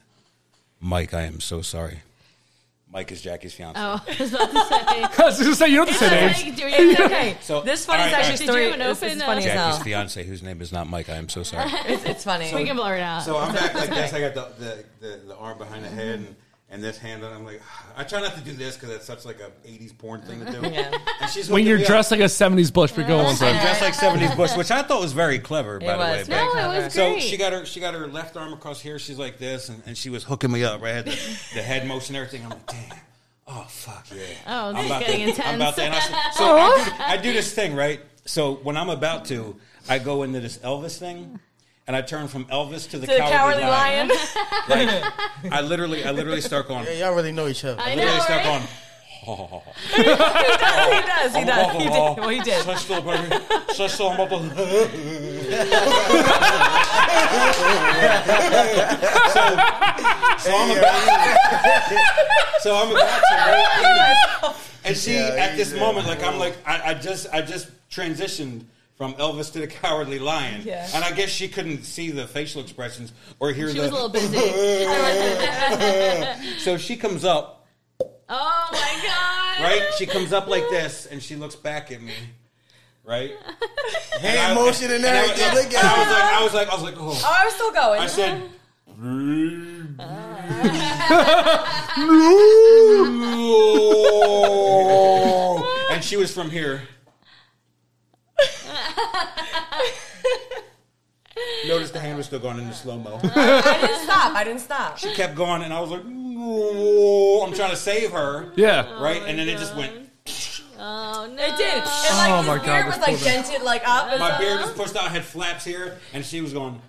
E: Mike, I am so sorry. Mike is Jackie's fiance.
G: Oh, I was about to say.
B: I was gonna say you don't have to say names.
G: Like, do you-
F: Okay,
E: So-
F: this funny
E: all
F: is
E: right,
F: actually
G: all
F: story.
G: right. Did you have
F: It's,
G: an
F: it's
G: open,
F: funny as
E: Jackie's
F: hell.
E: fiance, whose name is not Mike. I am so sorry.
F: It's, it's funny.
G: we can blur it out.
E: So I'm back like this. I got the the, the, the arm behind the head and, and this hand, and I'm like, I try not to do this because that's such like a '80s porn thing to do.
F: Yeah.
E: And she's
B: When
E: hooking
B: you're
E: me up.
B: dressed like a '70s bush, but go on,
E: I'm
B: son.
E: dressed like '70s Bush, which I thought was very clever. by
F: It
E: the way,
F: was.
E: back
G: no,
F: Like,
G: it was
E: So
G: great.
E: she got her she got her left arm across here. She's like this, and, and she was hooking me up. Right, I had the, the head motion, and everything. I'm like, damn. Oh fuck yeah!
G: Oh,
E: I'm
G: this is
E: about
G: getting
E: to, I'm about to, and I, s- so I do, I do this thing right. So when I'm about to, I go into this Elvis thing, and I turn from Elvis to the,
F: the
E: cowardly,
F: cowardly
E: lion.
F: lion.
E: Like, I literally, I literally start going.
A: Yeah, y'all really know each other.
G: I
E: I
G: know,
E: literally start
G: right?
E: going. "Oh."
F: he does. He does. He did. Well, he did.
E: Such little brother, such little brother. So, so I'm about to, so I'm about to, right? and she
A: Yeah,
E: at this
A: he's a-
E: moment, like I'm like I, I just I just transitioned from Elvis to the Cowardly Lion,
F: Yeah.
E: and I guess she couldn't see the facial expressions or hear
G: She
E: the.
G: was a little busy.
E: so she comes up,
G: oh my god.
E: right? She comes up like this, and she looks back at me, right?
A: Hand motion and
E: I-
A: everything. Look
E: and
A: at it.
E: I was like, I was like, I was like, oh.
F: Oh, I was still going.
E: I said, and she was from here. Notice the hand was still going in the slow mo.
F: I didn't stop. I didn't stop.
E: She kept going, and I was like, "No." I'm trying to save her,
B: Yeah.
E: right? and then it just went.
G: Oh no.
F: It did. And like
B: Oh,
F: his
B: my
F: beard
B: God,
F: was
B: this
F: like
B: poor man.
F: dented like up. And
E: My beard was pushed out, had flaps here, and she was going.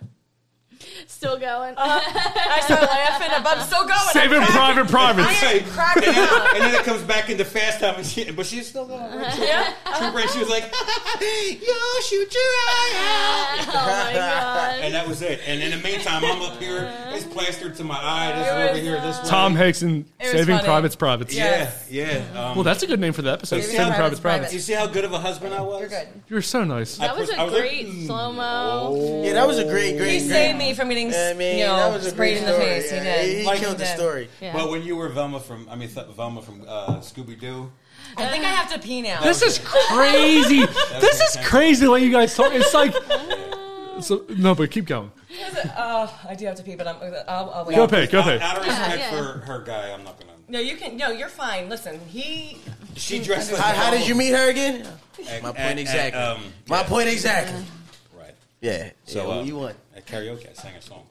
G: Still going. Oh
F: I started laughing, but I'm still going.
B: Save it,
F: I'm cracking-
B: private, private.
F: I am cracking
E: and, then,
F: up.
E: and then it comes back into fast time, and she, but she's still going.
F: Yeah.
E: Trooper, and she was like, "Yo, shoot your eye out,"
G: oh my god.
E: and that was it. And in the meantime, I'm up here. It's plastered to my eye. This is over here. This way.
B: Tom Hanks in
F: was
B: Saving
F: funny.
B: Privates Privates.
E: Yeah, yeah. Um,
B: Well, that's a good name for the episode.
E: Saving
B: Saving Privates
F: Privates
B: Privates.
E: you see how good of a husband I was.
F: You're good.
B: You're so nice.
E: I
G: That was
E: pushed-
G: a
E: I was like, Oh.
G: great
E: mm.
G: slow mo.
A: Yeah, that was a great,
F: He
A: great,
F: saved
A: great.
F: me from getting,
A: I mean,
F: you know,
A: that was a great
F: sprayed in
A: story.
F: the face. He
A: Yeah,
F: did.
A: he killed the
F: did.
A: story.
G: Yeah.
E: Well, when you were Velma from, I mean Th- Velma from uh, Scooby Doo.
F: I think I have to pee now.
B: This is crazy. this is
E: intense.
B: crazy the way you guys talk. It's like, so, no, but keep going.
F: oh, I do have to pee, but I'm. I'll, I'll wait.
B: Go pay, go
E: Out,
B: pay.
E: out of respect
G: yeah.
E: for her guy, I'm not gonna.
F: No, you can. No, you're fine. Listen, he.
E: She dressed like.
A: How, how did you meet her again?
E: At-
A: My
E: at-
A: point exactly.
E: at, um,
A: My point exactly.
E: Right.
A: Yeah. So
E: So
A: yeah,
E: uh,
A: what you want?
E: At karaoke, I sang a song.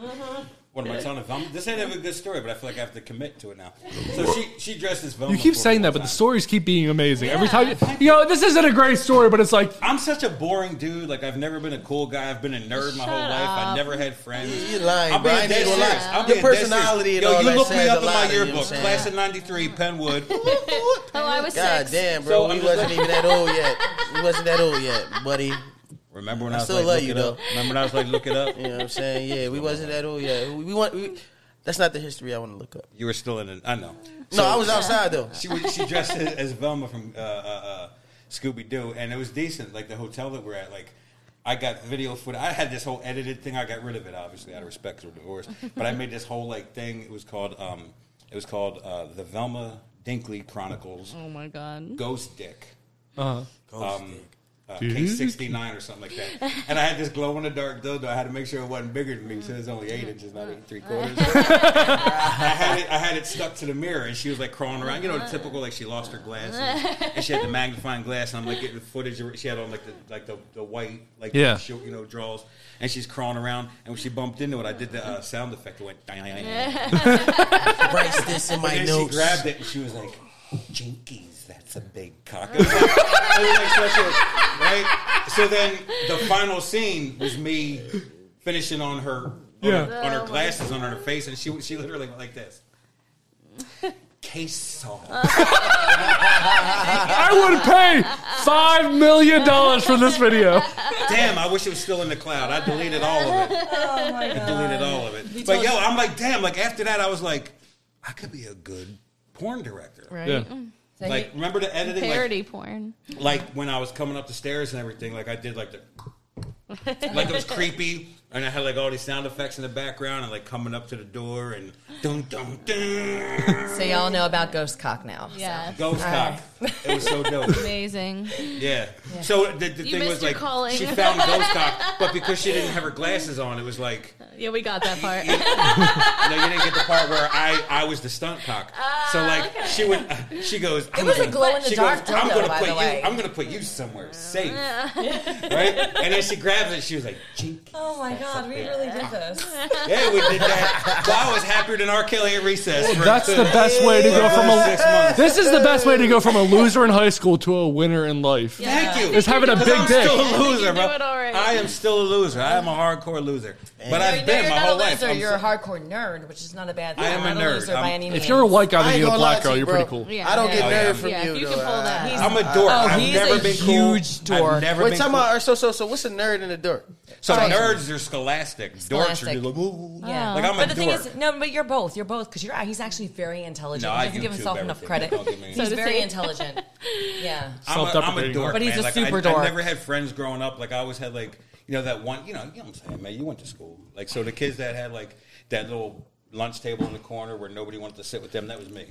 B: Mm-hmm.
E: What am I telling Velma? This ain't ever a good story, but I feel like I have to commit to it now. So she she dressed as Velma.
B: You keep
E: for a
B: saying
E: long
B: that, but the
E: time.
B: stories keep being amazing. Every time, you, you know, this isn't a great story, but it's like,
E: I'm such a boring dude. Like I've never been a cool guy. I've been a nerd my
G: Shut
E: whole life. I
G: up.
E: never had friends.
A: You lying,
E: I'm
A: bro. I
E: being
A: ain't
E: dead
A: gonna lie.
E: serious.
A: Your
E: I'm being dead serious.
A: personality and
E: Yo,
A: all
E: you
A: that
E: look me
A: says
E: up
A: a
E: in my
A: lot, you know what I'm
E: yearbook,
A: saying?
E: class of '93, Penwood.
G: Oh, I was
A: God
G: six.
A: damn,
E: So,
A: bro.
E: I'm
A: we
E: just
A: wasn't
E: like-
A: even that old yet. We wasn't that old yet, buddy.
E: Remember when I,
A: I
E: was
A: still
E: like,
A: love
E: look
A: you,
E: it up.
A: though.
E: Remember when I was like, look it up.
A: You know what I'm saying? Yeah, we wasn't that old yet. We, we want. We, that's not the history I want to look up.
E: You were still in it. I know.
A: No, I was outside though.
E: She was, she dressed as as Velma from uh, uh, uh, Scooby Doo, and it was decent. Like the hotel that we're at, like. I got video footage. I had this whole edited thing. I got rid of it, obviously, out of respect for divorce. But I made this whole like thing. It was called um, it was called uh, the Velma Dinkley Chronicles
G: Oh my god.
E: Ghost Dick.
B: uh,
E: Um, uh, K69 or something like that. And I had this glow in the dark dildo. I had to make sure it wasn't bigger than me because it's only eight inches, not eight and three quarters. I had it. I had it stuck to the mirror, and she was like crawling around. You know, the typical like she lost her glasses and she had the magnifying glass. And I'm like getting footage. of her- She had on like the like the, the white like
B: Yeah.
E: short, you know drawers, and she's crawling around. And when she bumped into it, I did the uh, sound effect. It went. "Dang, dang, dang, dang."
A: Brace this in my
E: And then she
A: notes.
E: grabbed it and she was like, "Jinkies, that's a big cock." It was like- it was like such a- right? So then the final scene was me finishing on her, on
B: Yeah.
E: her, on
G: Oh
E: her
G: my
E: glasses, on her face, and she she literally went like this. Case solved.
B: I would pay five million dollars for this video.
E: Damn, I wish it was still in the cloud. I deleted all of it.
D: Oh my
E: I
D: god.
E: deleted all of it. But
F: told-
E: yo, I'm like, damn. Like after that, I was like, I could be a good porn director.
G: Right?
B: Yeah.
F: So you-
E: Like remember the editing, like,
G: Parody porn.
E: like when I was coming up the stairs and everything, like I did like the like it was creepy, and I had like all these sound effects in the background, and like coming up to the door and dun dun dun.
F: so y'all know about ghost cock now. so.
G: Yeah.
E: Ghost cock. It was so dope.
G: Amazing.
E: Yeah. So the, the
G: You
E: thing
G: missed
E: was
G: your
E: like
G: calling.
E: she found ghost cock, but because she didn't have her glasses on, it was like
G: Yeah, we got that part.
E: no, you didn't get the part where I, I was the stunt cock.
F: Ah,
E: so like she would she goes. It
F: was a glow-in-the-dark
E: I'm
F: dildo,
E: gonna
F: by
E: put
F: the
E: you.
F: way."
E: I'm gonna put you somewhere safe, right? And then she grabs it. She was like, "Jink."
F: Oh my god, we really did this.
E: Yeah, we did that. Well, I was happier than R. Kelly at recess. for-
B: That's the best way to go
E: for
B: from
E: six
B: a.
E: months.
B: This is the best way to go from a loser in high school to a winner in life.
E: Thank you.
B: Is having a
E: Because
B: big
E: I'm
B: dick.
E: still a
G: You
E: loser,
G: do
E: bro.
G: it already.
E: I am still a loser. I am a hardcore loser. But I've
F: No,
E: been
F: you're
E: my
F: not
E: whole
F: a loser.
E: life. I'm
F: you're a
E: so-
F: hardcore nerd, which is not a bad thing.
E: I am
F: I'm
E: a
F: not
E: nerd.
F: loser by
E: I'm-
F: any means.
B: If you're a white guy,
A: I
B: then
A: ain't
B: you're a
A: gonna
B: black
A: lie
B: girl.
A: to you,
B: You're pretty
A: bro.
B: cool.
G: Yeah.
A: I don't get
E: Oh, yeah.
A: nerve from
G: Yeah,
A: you.
G: if you
A: though.
G: can pull
F: uh,
G: that.
E: I'm a
B: Oh,
E: dork. I've
F: he's
E: never
F: a
E: been
F: huge
E: cool.
F: dork.
E: I've never
A: Wait,
E: been
A: talking
E: cool.
A: about so so so. What's a nerd and a dork?
E: So
F: Sorry.
E: nerds are scholastic. Dorks are
F: Oh, Scholastic.
E: like, ooh.
F: Yeah.
E: like I'm
F: but
E: a
F: the
E: dork.
F: thing is, no, but you're both. You're both because you're he's actually very intelligent.
E: No,
F: he
E: I
F: doesn't give
E: YouTube
F: himself enough
E: everything.
F: credit.
E: Don't give me-
F: he's
G: So does
F: very
G: he.
F: intelligent. Yeah.
E: I'm a, I'm a
B: Self-deprecating.
E: dork,
F: But he's
E: man.
F: a
E: like,
F: super
E: I,
F: dork.
E: I never had friends growing up. Like I always had like you know that one. You know, you know what I'm saying, man. You went to school. Like so, the kids that had like that little lunch table in the corner where nobody wanted to sit with them. That was me.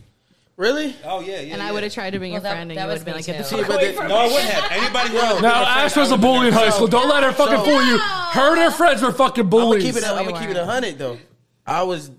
A: Really?
E: Oh yeah, yeah.
G: And
E: yeah.
G: I would have tried to bring
F: Well,
G: your
F: that-
G: friend, and
F: that
G: you would
F: was
G: have been
F: me
G: like, "Get the
F: too.
G: fuck
A: but
G: away
A: the-
G: from
E: No, I wouldn't have. Anybody wanted to be
B: Now
E: my friend,
B: Ash
E: I
B: was a
E: would've
B: bully in
E: been
B: high
E: there.
B: school. Don't let her fucking
A: So-
B: fool you. Her and her friends were fucking
A: I'm gonna
B: bullies.
A: keep it. I'm gonna
G: we
A: keep it
G: were.
A: a hundred though. I was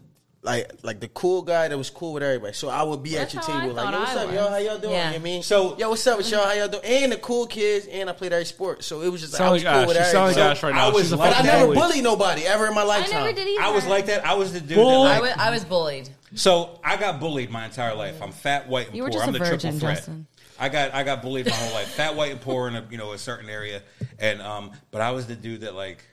A: like like the cool guy that was cool with everybody. So I would be
G: That's
A: at
G: how
A: your
G: I
A: table like,
G: thought
A: yo, what's
G: I
A: up,
G: was.
A: y'all? How y'all doing?
F: Yeah.
A: You know what I mean,
E: So-
A: yo, what's up with y'all? How y'all doing? And the cool kids, and I played every sport. So it was just like, I
B: Sound
A: was
B: like
A: cool
B: Ash.
A: with
B: You sound
A: everybody.
B: like
A: So-
B: Ash right
E: I
B: now.
E: was
B: She's a
E: like
A: But I
B: fucking
E: that.
A: never
B: bully.
A: bullied nobody ever in my
G: I
A: lifetime.
G: never did either.
E: I was like that. I was the dude. That,
B: Bull-
F: I
E: like,
F: was, I was bullied.
E: so I got bullied my entire life. I'm fat, white, and
G: You
E: poor.
G: were just
E: I'm the
G: a virgin,
E: triple threat.
G: Justin.
E: I got I got bullied my whole life. Fat, white, and poor in a you know a certain area. And um, but I was the dude that like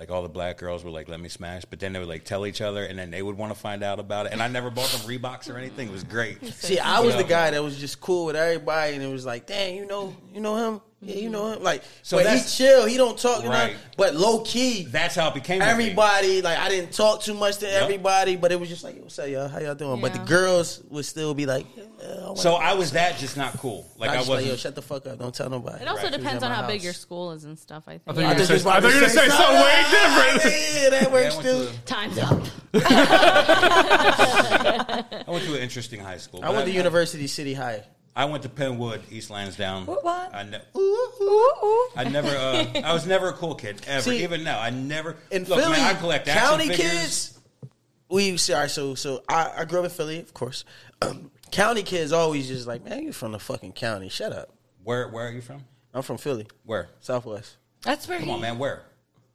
E: like all the black girls were like, let me smash, but then they would like tell each other and then they would want to find out about it. And I never bought them Reeboks or anything. It was great.
A: See, I was
E: Yeah.
A: the guy that was just cool with everybody, and it was like, dang, you know, you know him, yeah, you know him. Like,
E: So
A: but he
E: that's-
A: chill, he don't talk, you
E: Right.
A: know. But low key,
E: That's how it became. with me.
A: everybody, like, I didn't talk too much to everybody, but it was just like, what's up, y'all? How y'all doing? But the
G: Yeah.
A: girls would still be like, yeah, I
E: So
A: wanna-
E: I was that, just not cool. Like
A: I
E: I,
A: just like, yo,
E: wasn't.
A: shut the fuck up, don't tell nobody.
G: It also
A: Right.
G: depends
A: She was
G: on
A: at
G: how
A: my
G: big
A: house.
G: your school is and stuff. I think.
B: I think
A: I
B: you're
A: just about
B: going to say something way different.
A: Yeah, that
E: Yeah,
A: works
E: I, went
A: too.
E: to
G: Time's up.
E: a, I went to an interesting high school.
A: I
E: but
A: went to University City High.
E: I went to Penwood, East Lansdowne.
F: What, what?
E: I ne- I never. Uh, I was never a cool kid ever.
A: See,
E: even now, I never.
A: in
E: look,
A: Philly,
E: man, I collect action
A: county
E: figures.
A: kids. We see, all right, so so I, I grew up in Philly, of course. Um, county kids always just like, man, you from the fucking county? Shut up.
E: Where Where are you from?
A: I'm from Philly,
E: Where?
A: Southwest,
F: That's where
E: Come on,
F: he.
E: man. Where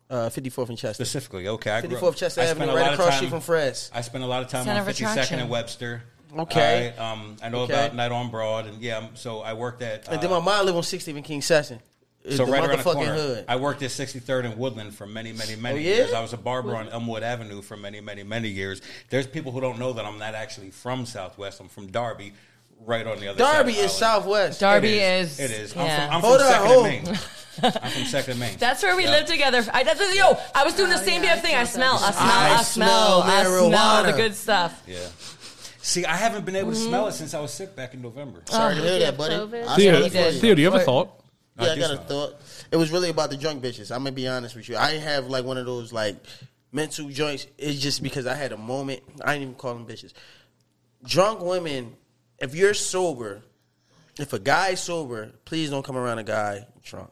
A: uh, 54th and Chester,
E: specifically? Okay, I grew
A: 54th
E: up.
A: Chester
E: I spent
A: Avenue,
E: a lot
A: right
E: of
A: across
E: time-
A: street from Fred's.
E: I spent a lot of time
F: Center
E: on
F: of
E: 52nd
F: attraction.
E: and Webster.
A: Okay.
E: All right, um, I know
A: Okay.
E: about Night on Broad, and yeah. I'm- So I worked at. Uh,
A: And then my mom lived on 60th and King Session. It's
E: so
A: the
E: right around the
A: motherfucking
E: corner,
A: hood.
E: I worked at 63rd and Woodland for many, many, many
A: Oh, yeah?
E: years. I was a barber on Elmwood Avenue for many, many, many years. There's people who don't know that I'm not actually from Southwest. I'm from Darby, right on the other side.
A: Darby
E: of the
A: is
E: island.
A: Southwest.
F: Darby
E: It
F: is.
E: is. It is. I'm
F: yeah.
E: from, I'm
A: Hold
E: from
A: on,
E: Second
A: hold.
E: and Main. I'm from Second and Main.
F: That's where we
E: Yeah.
F: lived together. I, that's, yo, I was doing the same damn thing. Oh, I smell, I smell, I,
A: I
F: smell, I
A: smell
F: smell the
A: marijuana.
F: good stuff.
E: Yeah. See, I haven't been able to smell it
F: Mm.
E: since I was sick back in November.
F: Oh.
A: Sorry to hear that,
G: have
A: buddy.
G: COVID?
A: I
B: Theo,
A: saw that for you.
B: Theo, do you have a thought?
A: Yeah, I
E: do
A: got a
E: something.
A: thought. It was really about the drunk bitches. I'm gonna be honest with you. I didn't have like one of those like mental joints. It's just because I had a moment. I didn't even call them bitches. Drunk women. If you're sober, if a guy's sober, please don't come around a guy drunk.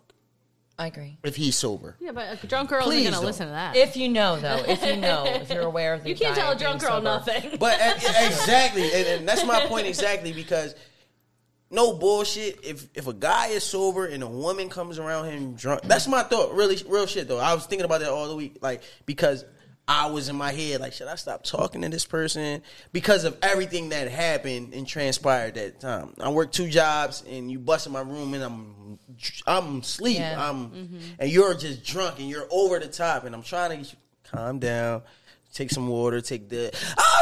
F: I agree.
I: if he's sober.
G: Yeah, but a drunk girl
I: Please
G: isn't going
I: don't.
G: to listen to that.
F: If you know, though, if you know, if you're aware of the
G: you can't tell a
F: diet being
G: drunk girl
F: sober.
G: nothing.
A: But e- exactly, and, and that's my point exactly because no bullshit. If if a guy is sober and a woman comes around him drunk, that's my thought. Really, real shit though. I was thinking about that all the week, like because I was in my head, like should I stop talking to this person because of everything that happened and transpired that time. I work two jobs, and you bust in my room, and I'm I'm asleep.
F: Yeah.
A: I'm and you're just drunk and you're over the top, and I'm trying to get you calm down. Take some water. Take the.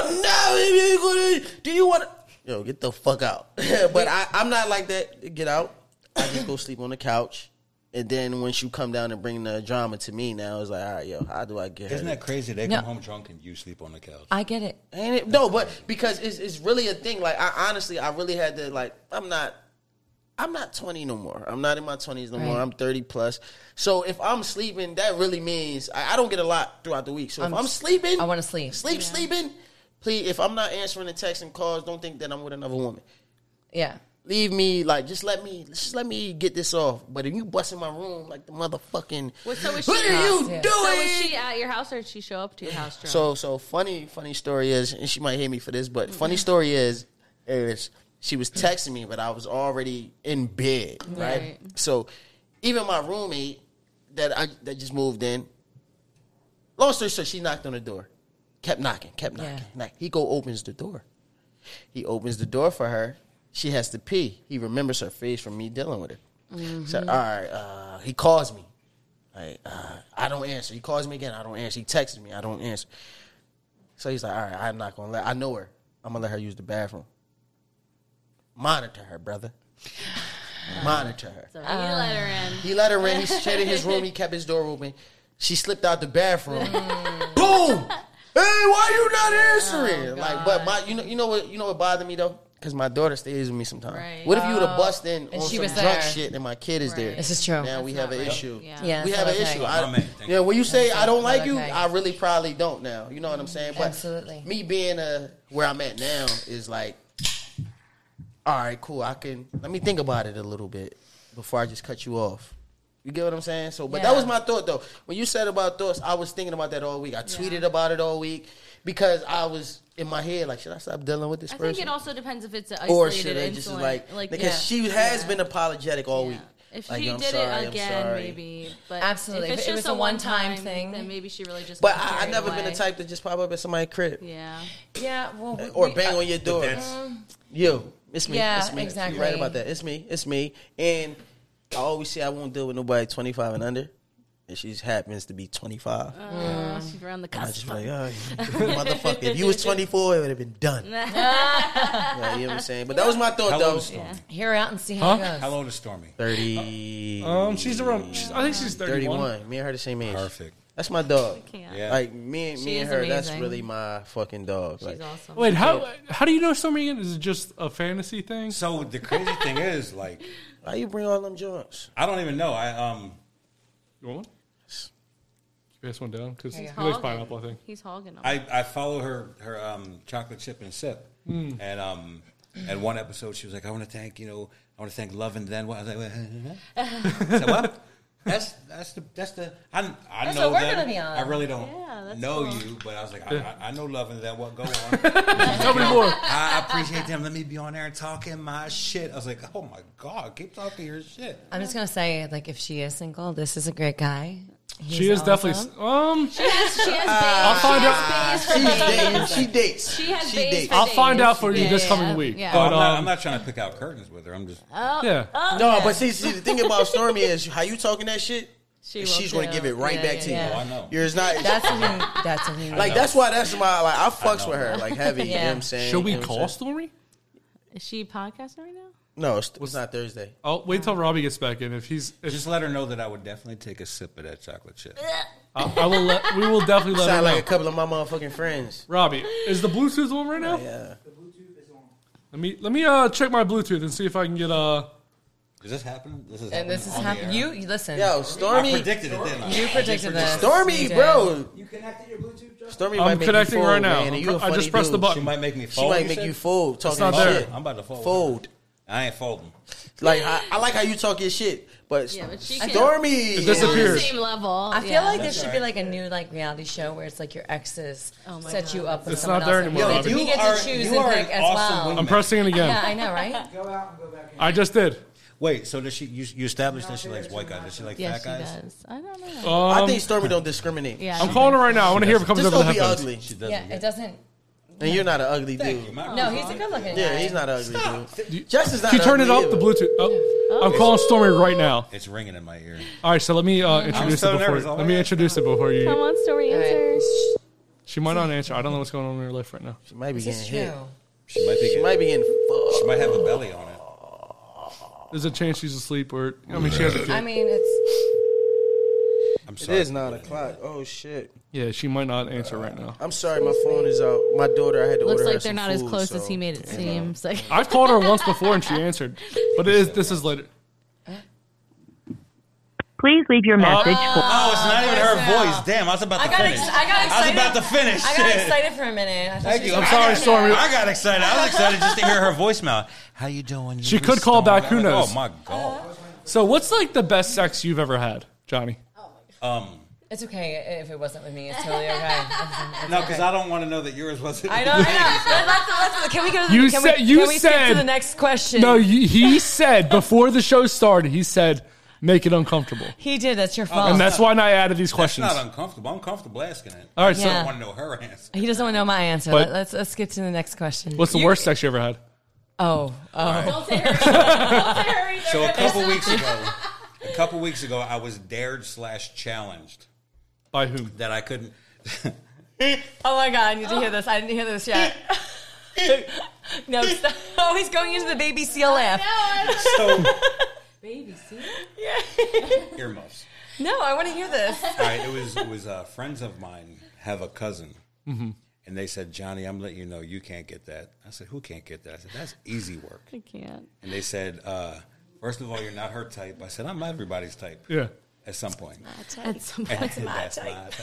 A: Oh no! you gonna- Do you want? to Yo, get the fuck out. but I, I'm not like that. Get out. I just go sleep on the couch, and then once you come down and bring the drama to me, now it's like, all right, yo, how do I get? her
E: Isn't
A: to-
E: that crazy? They
F: No.
E: come home drunk and you sleep on the couch.
F: I get it.
A: Ain't it? No, but because it's it's really a thing. Like I honestly, I really had to like. I'm not. I'm not 20 no more. I'm not in my 20s no more.
F: Right.
A: I'm 30 plus. So if I'm sleeping, that really means I, I don't get a lot throughout the week. So if I'm,
F: I'm s-
A: sleeping,
F: I wanna sleep.
A: Sleep, sleeping. Please, if I'm not answering the texts and calls, don't think that I'm with another woman.
F: Yeah.
A: Leave me like just let me just let me get this off. But if you bust in my room like the motherfucking,
G: Well, so is
A: what
G: she-
A: are you
F: Yeah.
A: doing?
G: so was she at your house or did she show up to your house drunk?
A: So so funny funny story is, and she might hate me for this, but funny story is is she was texting me, but I was already in bed, right?
G: Right.
A: So even my roommate that I that just moved in. Long story short, she knocked on the door, kept knocking, kept knocking.
F: Yeah.
A: Knock. He go opens the door. He opens the door for her. She has to pee. He remembers her face from me dealing with her. So all right, uh, he calls me. Like, uh, I don't answer. He calls me again. I don't answer. He texts me. I don't answer. So he's like, all right, I'm not gonna let. I know her. I'm gonna let her use the bathroom. Monitor her, brother. Monitor her.
G: So he let her in.
A: He let her in. He stayed in his room. He kept his door open. She slipped out the bathroom.
F: Mm.
A: Boom. Hey, why you not
F: Oh,
A: answering? like, but my, you know, you know what, you know what bothered me though, because my daughter stays with me sometimes.
G: Right.
A: What if you would have bust in
F: Oh. And
A: on
F: she
A: some
F: was
A: drunk
F: there.
A: shit and my kid is there?
G: Right. This
F: is true.
A: Now we have an
G: not right.
A: issue.
G: Yeah.
F: Yeah,
A: we
F: that's
A: have
F: not
A: an
F: okay.
A: issue. I,
E: My man, thank
A: yeah, when you say
F: That's
A: I don't
F: not
A: like you,
F: okay.
A: I really probably don't now. You know what I'm saying? But
F: Absolutely.
A: Me being uh where I'm at now is like, all right, cool. I can let me think about it a little bit before I just cut you off. You get what I'm saying? So, but that
F: Yeah.
A: was my thought though. When you said about thoughts, I was thinking about that all week. I tweeted about it all week because I was in my head like, should I stop dealing with this
G: I
A: person?
G: think it also depends if it's an isolated
A: or should I just
G: insulin.
A: like,
G: yeah.
A: because she has
G: Yeah.
A: been apologetic all week.
G: If
A: Like,
G: she
A: I'm
G: did
A: sorry,
G: it
A: I'm
G: again,
A: sorry.
G: maybe. But
F: Absolutely.
G: if it's
F: If it
G: just
F: was
G: a
F: a one-time
G: one-time
F: thing-
G: then maybe she really just.
A: But
G: got
A: I, I
G: carried
A: never been the
G: away.
A: type to just pop up at somebody's crib
G: Yeah,
F: Yeah. Well, we-
A: or
F: we-
A: bang
F: uh,
A: on your door.
E: That's
A: You, it's me.
F: Yeah,
A: it's me.
F: exactly.
A: You're right about that. It's me. It's me. And I always say I won't deal with nobody 25 and under. And she just happens to be 25.
G: Uh, she's around the
A: I just
G: cusp.
A: be like, oh, motherfucker, if you was 24, it would have been done. Yeah, you know what I'm saying? But that was my thought,
E: how
A: though.
E: old is Stormy?
F: Hear out and see how
B: Huh?
F: it
E: How
F: goes.
E: old is Stormy?
A: 30,
B: Um, she's around. She's, I think she's 31.
A: 31. Me and her the same age.
E: Perfect.
A: That's my dog.
G: Can't.
E: Yeah.
A: Like, me and,
G: She
A: me and
G: is
A: her, that's
G: amazing.
A: really my fucking dog.
G: She's
A: Like,
G: awesome.
B: Wait, how how do you know Stormy again? Is it just a fantasy thing?
E: So the crazy thing is, like,
A: why you bring all them joints?
E: I don't even know. I um,
B: You want one? Pass one down because he
F: you
B: likes
F: go.
B: pineapple. I think.
G: He's hogging them.
E: I, I follow her her um, chocolate chip and sip, and um, and one episode she was like, I want to thank you know, I want to thank love and then what? I was like, I said, what? That's that's the that's the I, I
F: That's
E: know
F: what we're
E: them.
F: gonna be on.
E: I really don't
G: Yeah, that's
E: know
G: cool.
E: you, but I was like, I, I, I know love and then what go on.
B: Tell me more.
E: I appreciate them. Let me be on there talking my shit. I was like, oh my god, keep talking your shit.
F: I'm just gonna say, like, if she is single, this is a great guy. He's
B: She is definitely.
F: awesome.
B: s- Um,
G: she has
A: uh,
B: I'll
G: babies.
B: find out.
A: She dates. She dates.
G: She has
A: She
G: babies
A: dates.
G: for
B: I'll
G: days.
B: find out for you
G: Yeah,
B: this
G: yeah,
B: coming
G: yeah.
B: week.
G: Yeah. Oh.
E: Oh, I'm,
B: But
E: not,
B: um,
E: I'm not trying to pick out curtains with her. I'm just
B: yeah.
A: No, but see, see, the thing about Stormy is how you talking that shit.
G: She will
A: she's gonna
G: too.
A: give it right
F: Yeah,
A: back
F: yeah,
A: to
F: yeah.
A: you.
E: Oh, I know.
A: You're not
F: That's a human. That's a human.
A: like that's why that's my like I fucks
E: know.
A: with her like heavy. You know
F: Yeah.
A: what I'm saying?
B: Should we
A: You know what I'm
B: call
A: saying?
B: Stormy?
G: Is she podcasting right now?
A: No, it's, it's not Thursday.
B: I'll Oh, wait till Robbie gets back in. If he's, if
E: just let her know that I would definitely take a sip of that chocolate chip.
B: I, I will. Let, we will definitely let her
A: Sound
B: know.
A: like a couple of my motherfucking friends.
B: Robbie, is the Bluetooth on right now?
A: Yeah.
B: Let me let me uh check my Bluetooth and see if I can get uh.
E: Is this happening? This is
F: and this is
E: on the
F: happening.
E: air?
F: You you listen.
A: Yo,
E: I
A: Stormy.
E: predicted it, didn't I?
F: you predicted this.
A: Stormy,
F: You did.
A: bro.
D: You connected your Bluetooth, Justin?
A: Stormy might
B: I'm
A: make
B: connecting
A: you fold,
B: right now.
A: Man, and you a
B: I
A: funny
B: just pressed the
A: dude.
E: She
B: button.
E: might make me
A: She
E: fold.
A: might
E: you
A: make
E: said?
A: you fold. Talking
B: not
A: shit.
B: there.
E: I'm about to fold.
A: Fold.
E: I ain't folding.
A: Like I, I like how you talk your shit, But,
G: Yeah, but she can-
A: Stormy
B: It
G: It's on the
B: disappears.
G: same level.
F: I feel
G: yeah.
F: like there should be like a new like reality show where it's like your exes
G: Oh my
F: set
G: God.
F: you up with
B: It's
F: someone
B: not there
F: else.
B: anymore,
F: We get to,
B: Robin.
F: we get to
E: You are-
F: choose
E: you
F: and
E: are
F: pick
E: an
F: as
E: awesome
F: well.
E: woman.
B: I'm pressing it again.
F: Yeah, I know, right?
D: Go out and go back in.
B: I just did.
E: Wait, so does she? You, you established that she likes white guys. Does she like
G: Yeah,
E: fat
G: she
E: guys?
G: does. I don't know.
A: I think Stormy don't discriminate.
G: yeah,
B: Um, I'm calling her right now. I want to hear if it comes
A: Just
B: over the
A: don't be
B: headphones.
A: ugly.
E: She doesn't.
F: Yeah, it doesn't.
A: And you're not an ugly dude.
F: No, he's a good-looking guy.
A: Yeah, he's not an ugly dude. Justin's not
B: Can you turn it
A: ugly
B: up? The
A: either.
B: Bluetooth. Oh. I'm calling Stormy right now.
E: It's ringing in my ear.
B: All right, so let me uh, introduce
E: so
B: it before.
E: nervous. Oh my
B: let me
E: God.
B: introduce it before
G: Come
B: you.
G: on, story answers.
B: She might not answer. I don't know what's going on in her life right now.
A: She might be
F: It's
A: getting
F: true.
A: hit.
E: She might be.
A: She might be getting
E: She
A: fucked.
E: might have a belly on it.
B: There's a chance she's asleep, or I mean, she has a kid.
F: I mean, it's
E: I'm
A: It
E: sorry.
A: is nine o'clock. Oh shit!
B: yeah, she might not answer right now.
A: I'm sorry, my phone is out. My daughter, I had to
G: Looks
A: order her
G: like they're
A: some
G: not as
A: food,
G: close as
A: so-
G: he made it seem. It's like,
B: I've called her once before and she answered, but it is this is later.
I: Please leave your message for.
E: Oh, it's not even her
F: voicemail.
E: voice. Damn, I was about
F: I
E: to
F: got
E: finish.
F: ex- I got
E: I was
F: excited.
E: about to finish.
F: I got excited for a minute. I thought
E: Thank
F: she
E: you.
F: was
E: I'm
F: gonna-
E: sorry, Stormy.
F: Yeah.
E: I got excited. I was excited just to hear her voicemail. How you doing?
B: She
E: You
B: could call back. Who
E: Stormy?
B: knows?
E: Oh my god.
B: So, what's like the best sex you've ever had, Johnny?
E: Um,
F: It's okay if it wasn't with me. It's totally okay.
E: no, because I don't want to know that yours wasn't.
F: I know. I know. Let's- let's- let's- can we go? To the,
B: You
F: can
B: said-
F: We,
B: you
F: can we skip to
B: said-
F: the next question?
B: No, you, he said before the show started. He said make it uncomfortable,
F: he did. That's your fault.
B: and that's why I added these
E: That's
B: questions.
E: not uncomfortable. I'm comfortable asking it.
B: All right, so
E: I
F: Yeah.
E: don't want to know her answer.
F: he doesn't want to know my answer.
B: But-
F: Let- let's let's skip to the next question.
B: what's the worst sex you ever had?
F: Oh, oh.
G: don't say her. Don't say her either.
E: So a couple weeks ago, a couple weeks ago, I was dared slash challenged
B: By whom?
E: that I couldn't.
F: Oh my god, I need to hear this. I didn't hear this yet. no, stop. Oh, he's going into the baby seal laugh.
E: so
G: Baby, see?
E: earmuffs.
F: No, I want to hear this.
E: All right, it was it was uh, friends of mine have a cousin, and they said, Johnny, I'm letting you know you can't get that. I said, Who can't get that? I said, That's easy work.
G: I can't.
E: And they said, uh, First of all, you're not her type. I said, I'm everybody's type.
B: Yeah.
E: At some point.
G: At some point,
E: That's my type.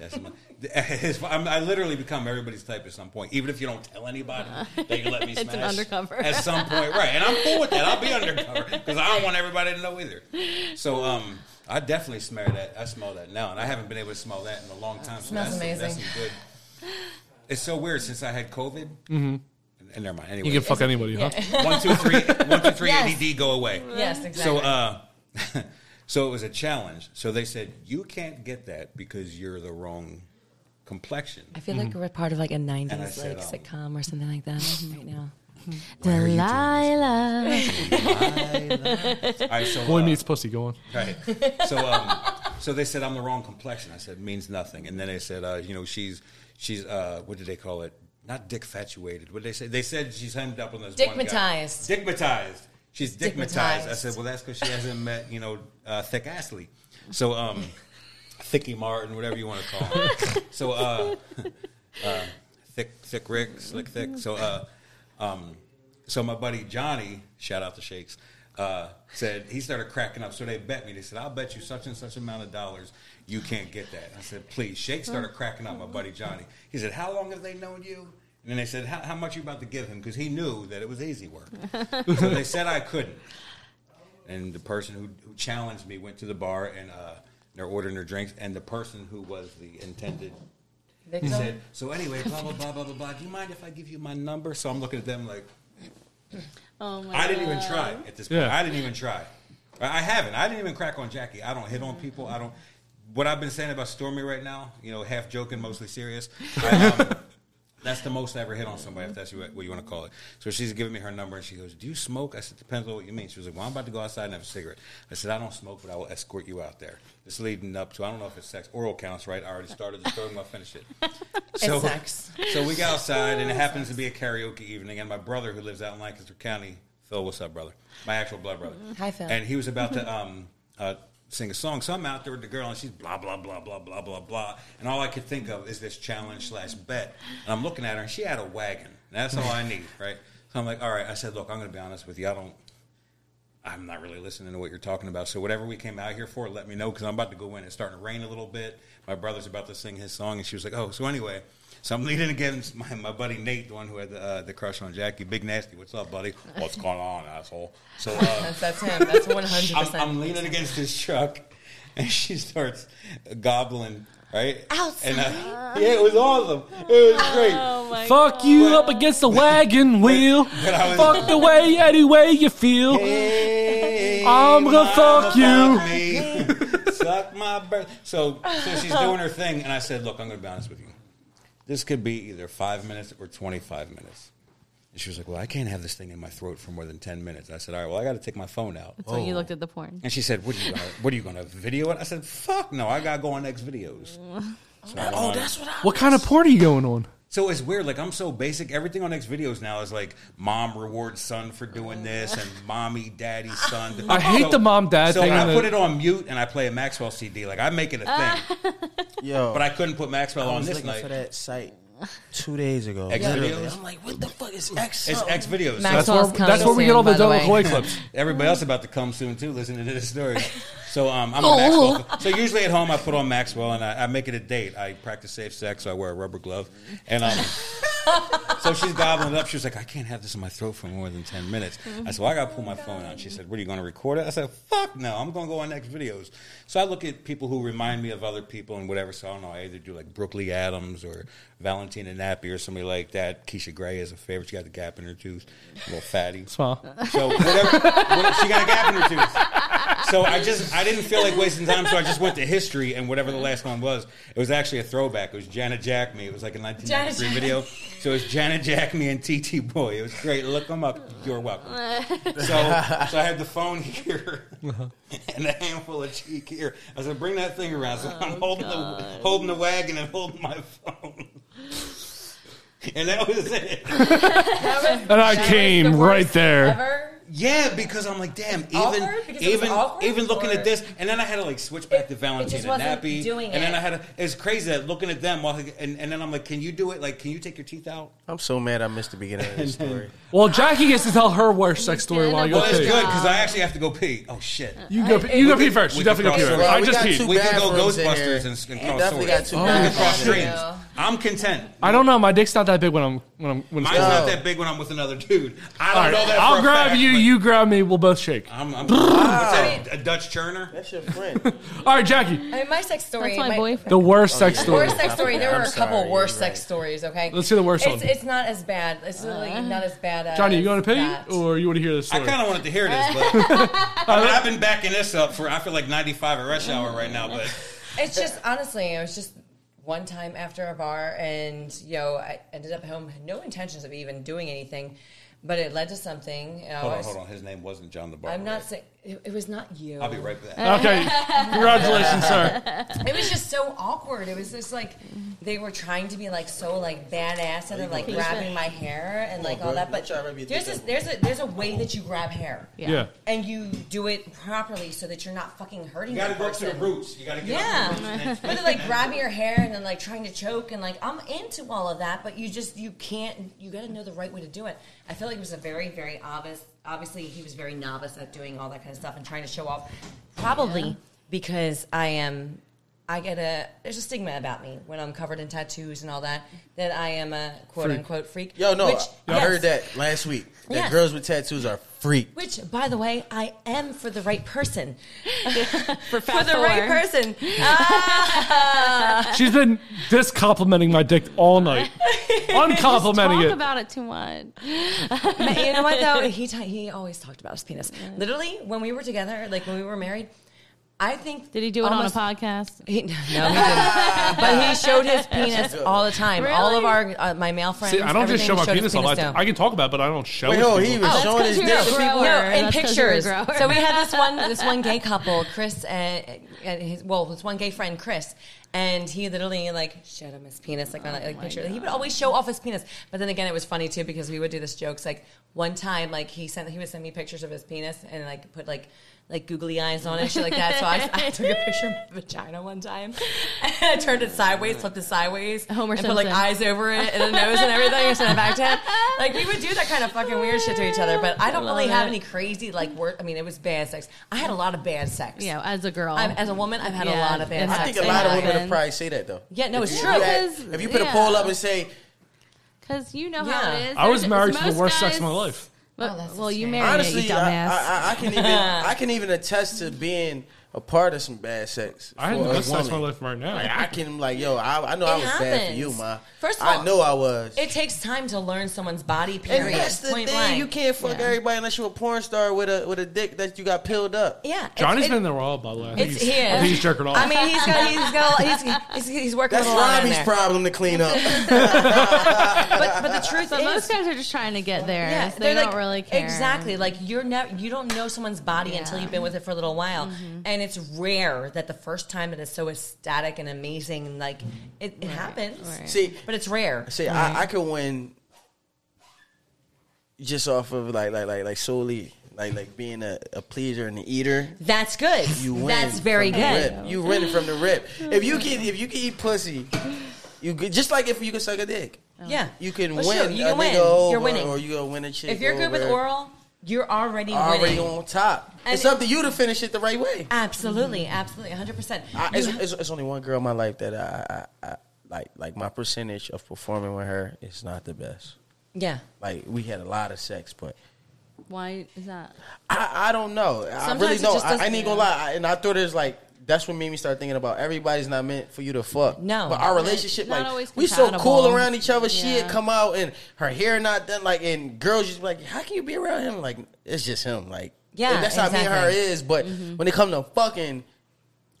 E: That's my. It's- I'm, I literally become everybody's type at some point, even if you don't tell anybody that you let me
G: It's an
E: smash.
G: undercover.
E: At some point, right? And I'm cool with that. I'll be undercover because I don't want everybody to know either. So, um, I definitely smell that. I smell that now, and I haven't been able to smell that in a long time. so
F: Smells
E: that's, That's
F: amazing.
E: some good. It's so weird since I had COVID. And never mind.
B: Mm-hmm.
E: Anyway,
B: You can fuck anybody, huh?
E: one, two, three, one, two, three.
F: Yes.
E: ADD, go away.
F: Yes, exactly.
E: So, uh, so it was a challenge. So they said you can't get that because you're the wrong complexion.
F: I feel like we're part of like a
E: And I
F: '90s
E: said,
F: like
E: um,
F: sitcom or something like that right now.
G: Delilah.
E: All right, so
B: Boy
E: uh,
B: meets pussy. Go on.
E: right. So, um, so they said I'm the wrong complexion. I said means nothing. And then they said, uh, you know, she's she's uh, what did they call it? Not dick fatuated. What did they say? They said she's hemmed up on this one guy.
F: Dickmatized.
E: Dickmatized. She's dickmatized. I
F: Dickmatized.
E: said, well, that's because she hasn't met, you know, uh, Thick Astley. So, um, Thicky Martin, whatever you want to call him. so, uh, thick, thick Rick, slick thick. So, uh, um, so my buddy Johnny, shout out to Shakes, uh, said he started cracking up. So they bet me. They said, "I'll bet you such and such amount of dollars you can't get that." I said, "Please." Shakes started cracking up. My buddy Johnny. He said, "How long have they known you?" And then they said, "How, how much you about to give him?" Because he knew that it was easy work. so they said I couldn't. And the person who, who challenged me went to the bar and uh, they're ordering their drinks. And the person who was the intended he said, so anyway, blah, blah, blah, blah, blah, blah. Do you mind if I give you my number? So I'm looking at them like,
G: Oh my
E: I didn't even try at this point.
B: Yeah.
E: I didn't even try. I I haven't. I didn't even crack on Jackie. I don't hit on people. I don't. What I've been saying about Stormy right now, you know, half joking, mostly serious. I, um, that's the most I ever hit on somebody, if that's what what you want to call it. So she's giving me her number and she goes, Do you smoke? I said, Depends on what you mean. She was like, Well, I'm about to go outside and have a cigarette. I said, I don't smoke, but I will escort you out there. This leading up to, I don't know if it's sex. Oral counts, right? I already started the story, I'm going to finish it. So,
F: sex.
E: so we got outside, and it happens to be a karaoke evening. And my brother, who lives out in Lancaster County, Phil, what's up, brother? My actual blood brother.
F: Hi, Phil.
E: And he was about to um, uh, sing a song. So I'm out there with the girl, and she's blah blah blah blah blah blah blah. And all I could think of is this challenge slash bet. And I'm looking at her, and she had a wagon. And that's all I need, right? So I'm like, all right. I said, look, I'm going to be honest with you. I don't. I'm not really listening to what you're talking about. So whatever we came out here for, let me know because I'm about to go in. It's starting to rain a little bit. My brother's about to sing his song, and she was like, "Oh, so anyway." So I'm leaning against my, my buddy Nate, the one who had the, uh, the crush on Jackie. Big nasty. What's up, buddy? What's going on, asshole? So uh,
F: That's, that's him. That's 100%.
E: I'm, I'm leaning against his truck, and she starts gobbling. Right outside. And, uh, yeah, it was awesome. It was great.
G: Oh.
B: Fuck you up against the wagon wheel.
E: But I was-
B: Fuck the way any way you feel. I'm gonna fuck you.
E: Me. Suck my birth. So, so she's doing her thing, and I said, "Look, I'm going to be honest with you. This could be either five minutes or 25 minutes." And she was like, "Well, I can't have this thing in my throat for more than 10 minutes." I said, "All right, well, I got to take my phone out."
G: So
B: Oh.
G: you looked at the porn.
E: And she said, "What are you gonna, what are you going to video it?" I said, "Fuck no, I got to go on X videos." So I went on-
A: Oh, what
B: What kind of porn are you going on?
E: so it's weird. Like I'm so basic. Everything on X videos now is like mom rewards son for doing this, and mommy daddy son.
B: I hate the mom, dad
E: So
B: thing
E: I
B: and the-
E: put it on mute and I play a Maxwell CD. Like I make it a thing,
A: Yo,
E: but I couldn't put Maxwell
A: I
E: on
A: was
E: this
A: looking
E: night.
A: for that site two days ago.
E: X
A: literally.
E: videos?
A: I'm like, what the fuck is X?
E: It's X videos. So
B: That's where,
F: Maxwell's coming
B: that's where we get
F: soon,
B: all the
F: by
B: Del
F: way.
B: McCoy clips.
E: Everybody else about to come soon too. Listening to this story. So um, I'm a Maxwell. So usually at home I put on Maxwell and I, I make it a date. I practice safe sex. So I wear a rubber glove, and um, so she's gobbling it up. She was like, "I can't have this in my throat for more than ten minutes." I said, "Well, I got to pull my phone out." She said, "What are you going to record it?" I said, "Fuck no, I'm going to go on next videos." So I look at people who remind me of other people and whatever. So I don't know. I either do like Brooke Lee Adams or Valentina Nappy or somebody like that. Keisha Gray is a favorite. She got the gap in her tooth, a little fatty.
B: Smile.
E: So whatever, what- she got a gap in her tooth. So I just I didn't feel like wasting time, so I just went to history and whatever the last one was. It was actually a throwback. It was Janet Jack me. It was like a 1993
F: Janet
E: video. So it was Janet Jack me and TT Boy. It was great. Look them up. You're welcome. So so I had the phone here and a handful of cheek here. I said, bring that thing around. So I'm holding the holding the wagon and holding my phone. And that was it.
F: That
B: And I
F: was
B: came
F: the worst
B: right there.
F: ever.
E: Yeah, because I'm like, damn, even
F: Awkward? Because it was
E: even
F: awkward?
E: even looking
F: Or-
E: at this, and then I had to like switch back to Valentina
F: just wasn't
E: Nappy,
F: doing
E: and then
F: it.
E: I had to. It's crazy that looking at them while, and, and then I'm like, can you do it? Like, can you take your teeth out?
A: I'm so mad I missed the beginning of this story.
B: Well, Jackie gets to tell her worst sex story while you
E: Well,
B: go
E: it's
B: pee.
E: good because I actually have to go pee. Oh shit!
B: You go, pee- you go pee
E: We could-
B: first. You
E: we could
B: definitely go
E: cross
B: pee first.
E: over.
B: I
A: We
B: just
A: got
B: peed.
A: two
E: We can go
A: bathrooms in here.
E: Ghostbusters and, and
A: You
E: cross
A: definitely got
E: swords.
A: two
E: we can cross
A: bathrooms in
E: streams.
A: here.
E: I'm content.
B: I don't know. My dick's not that big when I'm when I'm when it's
E: Mine's
B: cold.
E: not that big when I'm with another dude. I don't
B: All right,
E: know that. for
B: I'll
E: a
B: grab
E: fact,
B: you.
E: but
B: You grab me. We'll both shake.
E: I'm, I'm, what's that? A Dutch churner.
A: That's your friend.
B: All right, Jackie.
F: I mean, my sex story.
G: That's my boyfriend.
B: The worst sex story.
F: Worst sex story. There
A: I'm
F: were a couple
A: sorry,
F: worst
A: you're
F: sex
A: right.
F: stories. Okay,
B: Let's hear the worst
F: it's,
B: one.
F: It's not as bad. It's really
E: Uh-huh.
F: not as bad. As
B: Johnny, you going to pee
F: that.
B: or you want to hear this
E: I
B: story?
E: kind of wanted to hear this, but I mean, I've been backing this up for I feel like 95 at rush hour right now. But
F: It's just honestly, it was just one time after a bar, and yo, I ended up at home, had no intentions of even doing anything, but it led to something. and I
E: hold on,
F: was-
E: hold on. His name wasn't John the Barber.
F: I'm not
E: right?
F: saying it, it was not you.
E: I'll be right back.
B: okay. Congratulations, sir.
F: It was just so awkward. It was just like they were trying to be like so like badass and they're like grabbing my hair and like all that. But
A: Try to be a
F: there's this, there's a there's a way that you grab hair
B: Yeah.
F: and you do it properly so that you're not fucking hurting.
E: You got to
F: that
E: go to the
F: person.
E: roots. You got to get up to the roots.
F: Yeah, but they're
E: Oh,
F: like grabbing your hair and then like trying to choke and like I'm into all of that, but you just you can't. You got to know the right way to do it. I feel like it was a very very obvious. Obviously, he was very novice at doing all that kind of stuff and trying to show off. Probably because I am. I get a there's a stigma about me when I'm covered in tattoos and all that that I am a quote
B: Freak.
F: unquote freak.
A: Yo, no,
F: which,
A: I
F: yes.
A: heard that last week. That
F: Yes.
A: girls with tattoos are freak.
F: Which, by the way, I am for the right person. for,
G: fast
F: the right
G: forward.
F: person. Ah.
B: She's been discomplimenting my dick all night. Uncomplimenting
G: Talk
B: it.
G: about it too much.
F: But you know what though? He ta- he always talked about his penis. Literally, when we were together, like when we were married, I think
G: Did he do it
F: almost-
G: on a podcast?
F: He, no, he didn't. but he showed his penis all the time. All of our uh, my male friends.
B: See, I don't just
F: everything,
B: show
F: he
B: my
F: showed his
B: penis all the time.
F: down.
B: I can talk about it, but I don't show
A: Wait,
B: it.
A: no,
B: to
A: he
B: people.
A: was
G: Oh, that's
A: showing
G: 'cause
A: his
G: you're
A: dick.
G: a grower.
F: No, in
G: That's 'cause you're a
F: pictures.
G: grower.
F: So we had this one this one gay couple, Chris and, and his well, this one gay friend, Chris, and he literally like showed him his penis like on a
G: Oh
F: like, picture. He would always show off his penis, but then again, it was funny too because we would do this jokes like one time like he sent he would send me pictures of his penis and like put like. Like googly eyes on it, shit like that. So I, I took a picture of my vagina one time, and I turned it sideways, flipped it sideways,
G: Homer
F: and put like
G: Simpson.
F: eyes over it and a nose and everything, and sent it back to him. Like we would do that kind of fucking weird shit to each other. But I don't
G: Love
F: really have
G: it.
F: any crazy like word. I mean, it was bad sex. I had a lot of bad sex.
G: Yeah, as a girl.
F: I'm, as a woman, I've had a
G: Yeah,
F: lot of bad
G: it
F: sex.
A: I think a
G: It
A: lot of
G: happens.
A: women should probably say that though.
F: Yeah, no,
A: If
F: it's
A: you
F: true.
A: do that- if you put a poll up and say,
G: because you know how
F: Yeah.
G: it is.
B: I was
G: There's-
B: married to
G: most
B: the worst sex of
G: guys-
B: my life.
G: Well,
F: Oh, that's a
G: well, you
F: shame.
G: married it,
A: honestly,
G: you
A: I,
G: dumbass.
A: I, I can even I can even attest to being a part of some bad sex.
B: I had
A: for
B: the
A: a
B: best sex of my
A: woman.
B: life right now.
A: Like, I can like yo, I, I know I
F: It
A: was bad for
F: happens.
A: you, ma.
F: First of all,
A: I know I was.
F: It takes time to learn someone's body. Period.
A: and that's the thing.
F: Point blank.
A: You can't fuck
G: Yeah.
A: everybody unless you're a porn star with a with a dick that you got peeled up.
F: Yeah,
B: Johnny's
F: it's,
B: been there all by the way. I think
F: It's
B: he's, I
F: him.
B: think he's jerking off.
F: I mean, he's got, he's got, he's, he's, he's working
A: That's
F: with a lot in
A: Robbie's
F: there.
A: problem to clean up.
F: But, but the truth
G: But
F: is,
G: most guys are just trying to get there.
F: yeah,
G: they
F: they're
G: don't
F: like,
G: really care.
F: Exactly. Like you're never, you don't know someone's body until
G: Yeah.
F: you've been with it for a little while,
A: Mm-hmm.
F: and it's rare that the first time it is so ecstatic and amazing. and, Like it, it happens,
G: right.
A: See,
F: but it's rare.
A: see, I, I could win just off of like like like like solely like like being a, a pleaser and an eater.
F: That's good.
A: You win.
F: That's very
A: from the
F: good.
A: rip. You win from the rip. If you can, if you can eat pussy, you could, just like if you can suck a dick,
F: Yeah,
A: you can
F: Oh. Well,
A: win.
F: sure, you
A: a
F: can win.
A: nigga over,
F: You're winning.
A: or you gonna win a chick.
F: if you're good with
A: over.
F: oral, you're already,
A: already
F: winning.
A: on top.
F: And
A: it's up to you to finish it the right way.
F: Absolutely, absolutely, 100%.
A: I,
F: You
A: it's, it's, it's only one girl in my life that I, I, I like. Like my percentage of performing with her is not the best.
F: Yeah.
A: Like we had a lot of sex, but
G: Why is that?
A: I, I don't know.
F: Sometimes
A: I really
F: it
A: don't.
F: just
A: I, I
F: doesn't-
A: ain't gonna lie. I, and I thought it was like that's what made me start thinking about everybody's not meant for you to fuck.
F: No.
A: but our relationship,
G: Not
A: like
G: always
A: we so cool
G: compatible.
A: around each other. She
G: Yeah.
A: had come out and her hair not done. Like and girls just be like, how can you be around him? Like it's just him. Like
F: Yeah,
A: and that's how me and her
F: exactly. Mm-hmm.
A: is. But when it comes to fucking,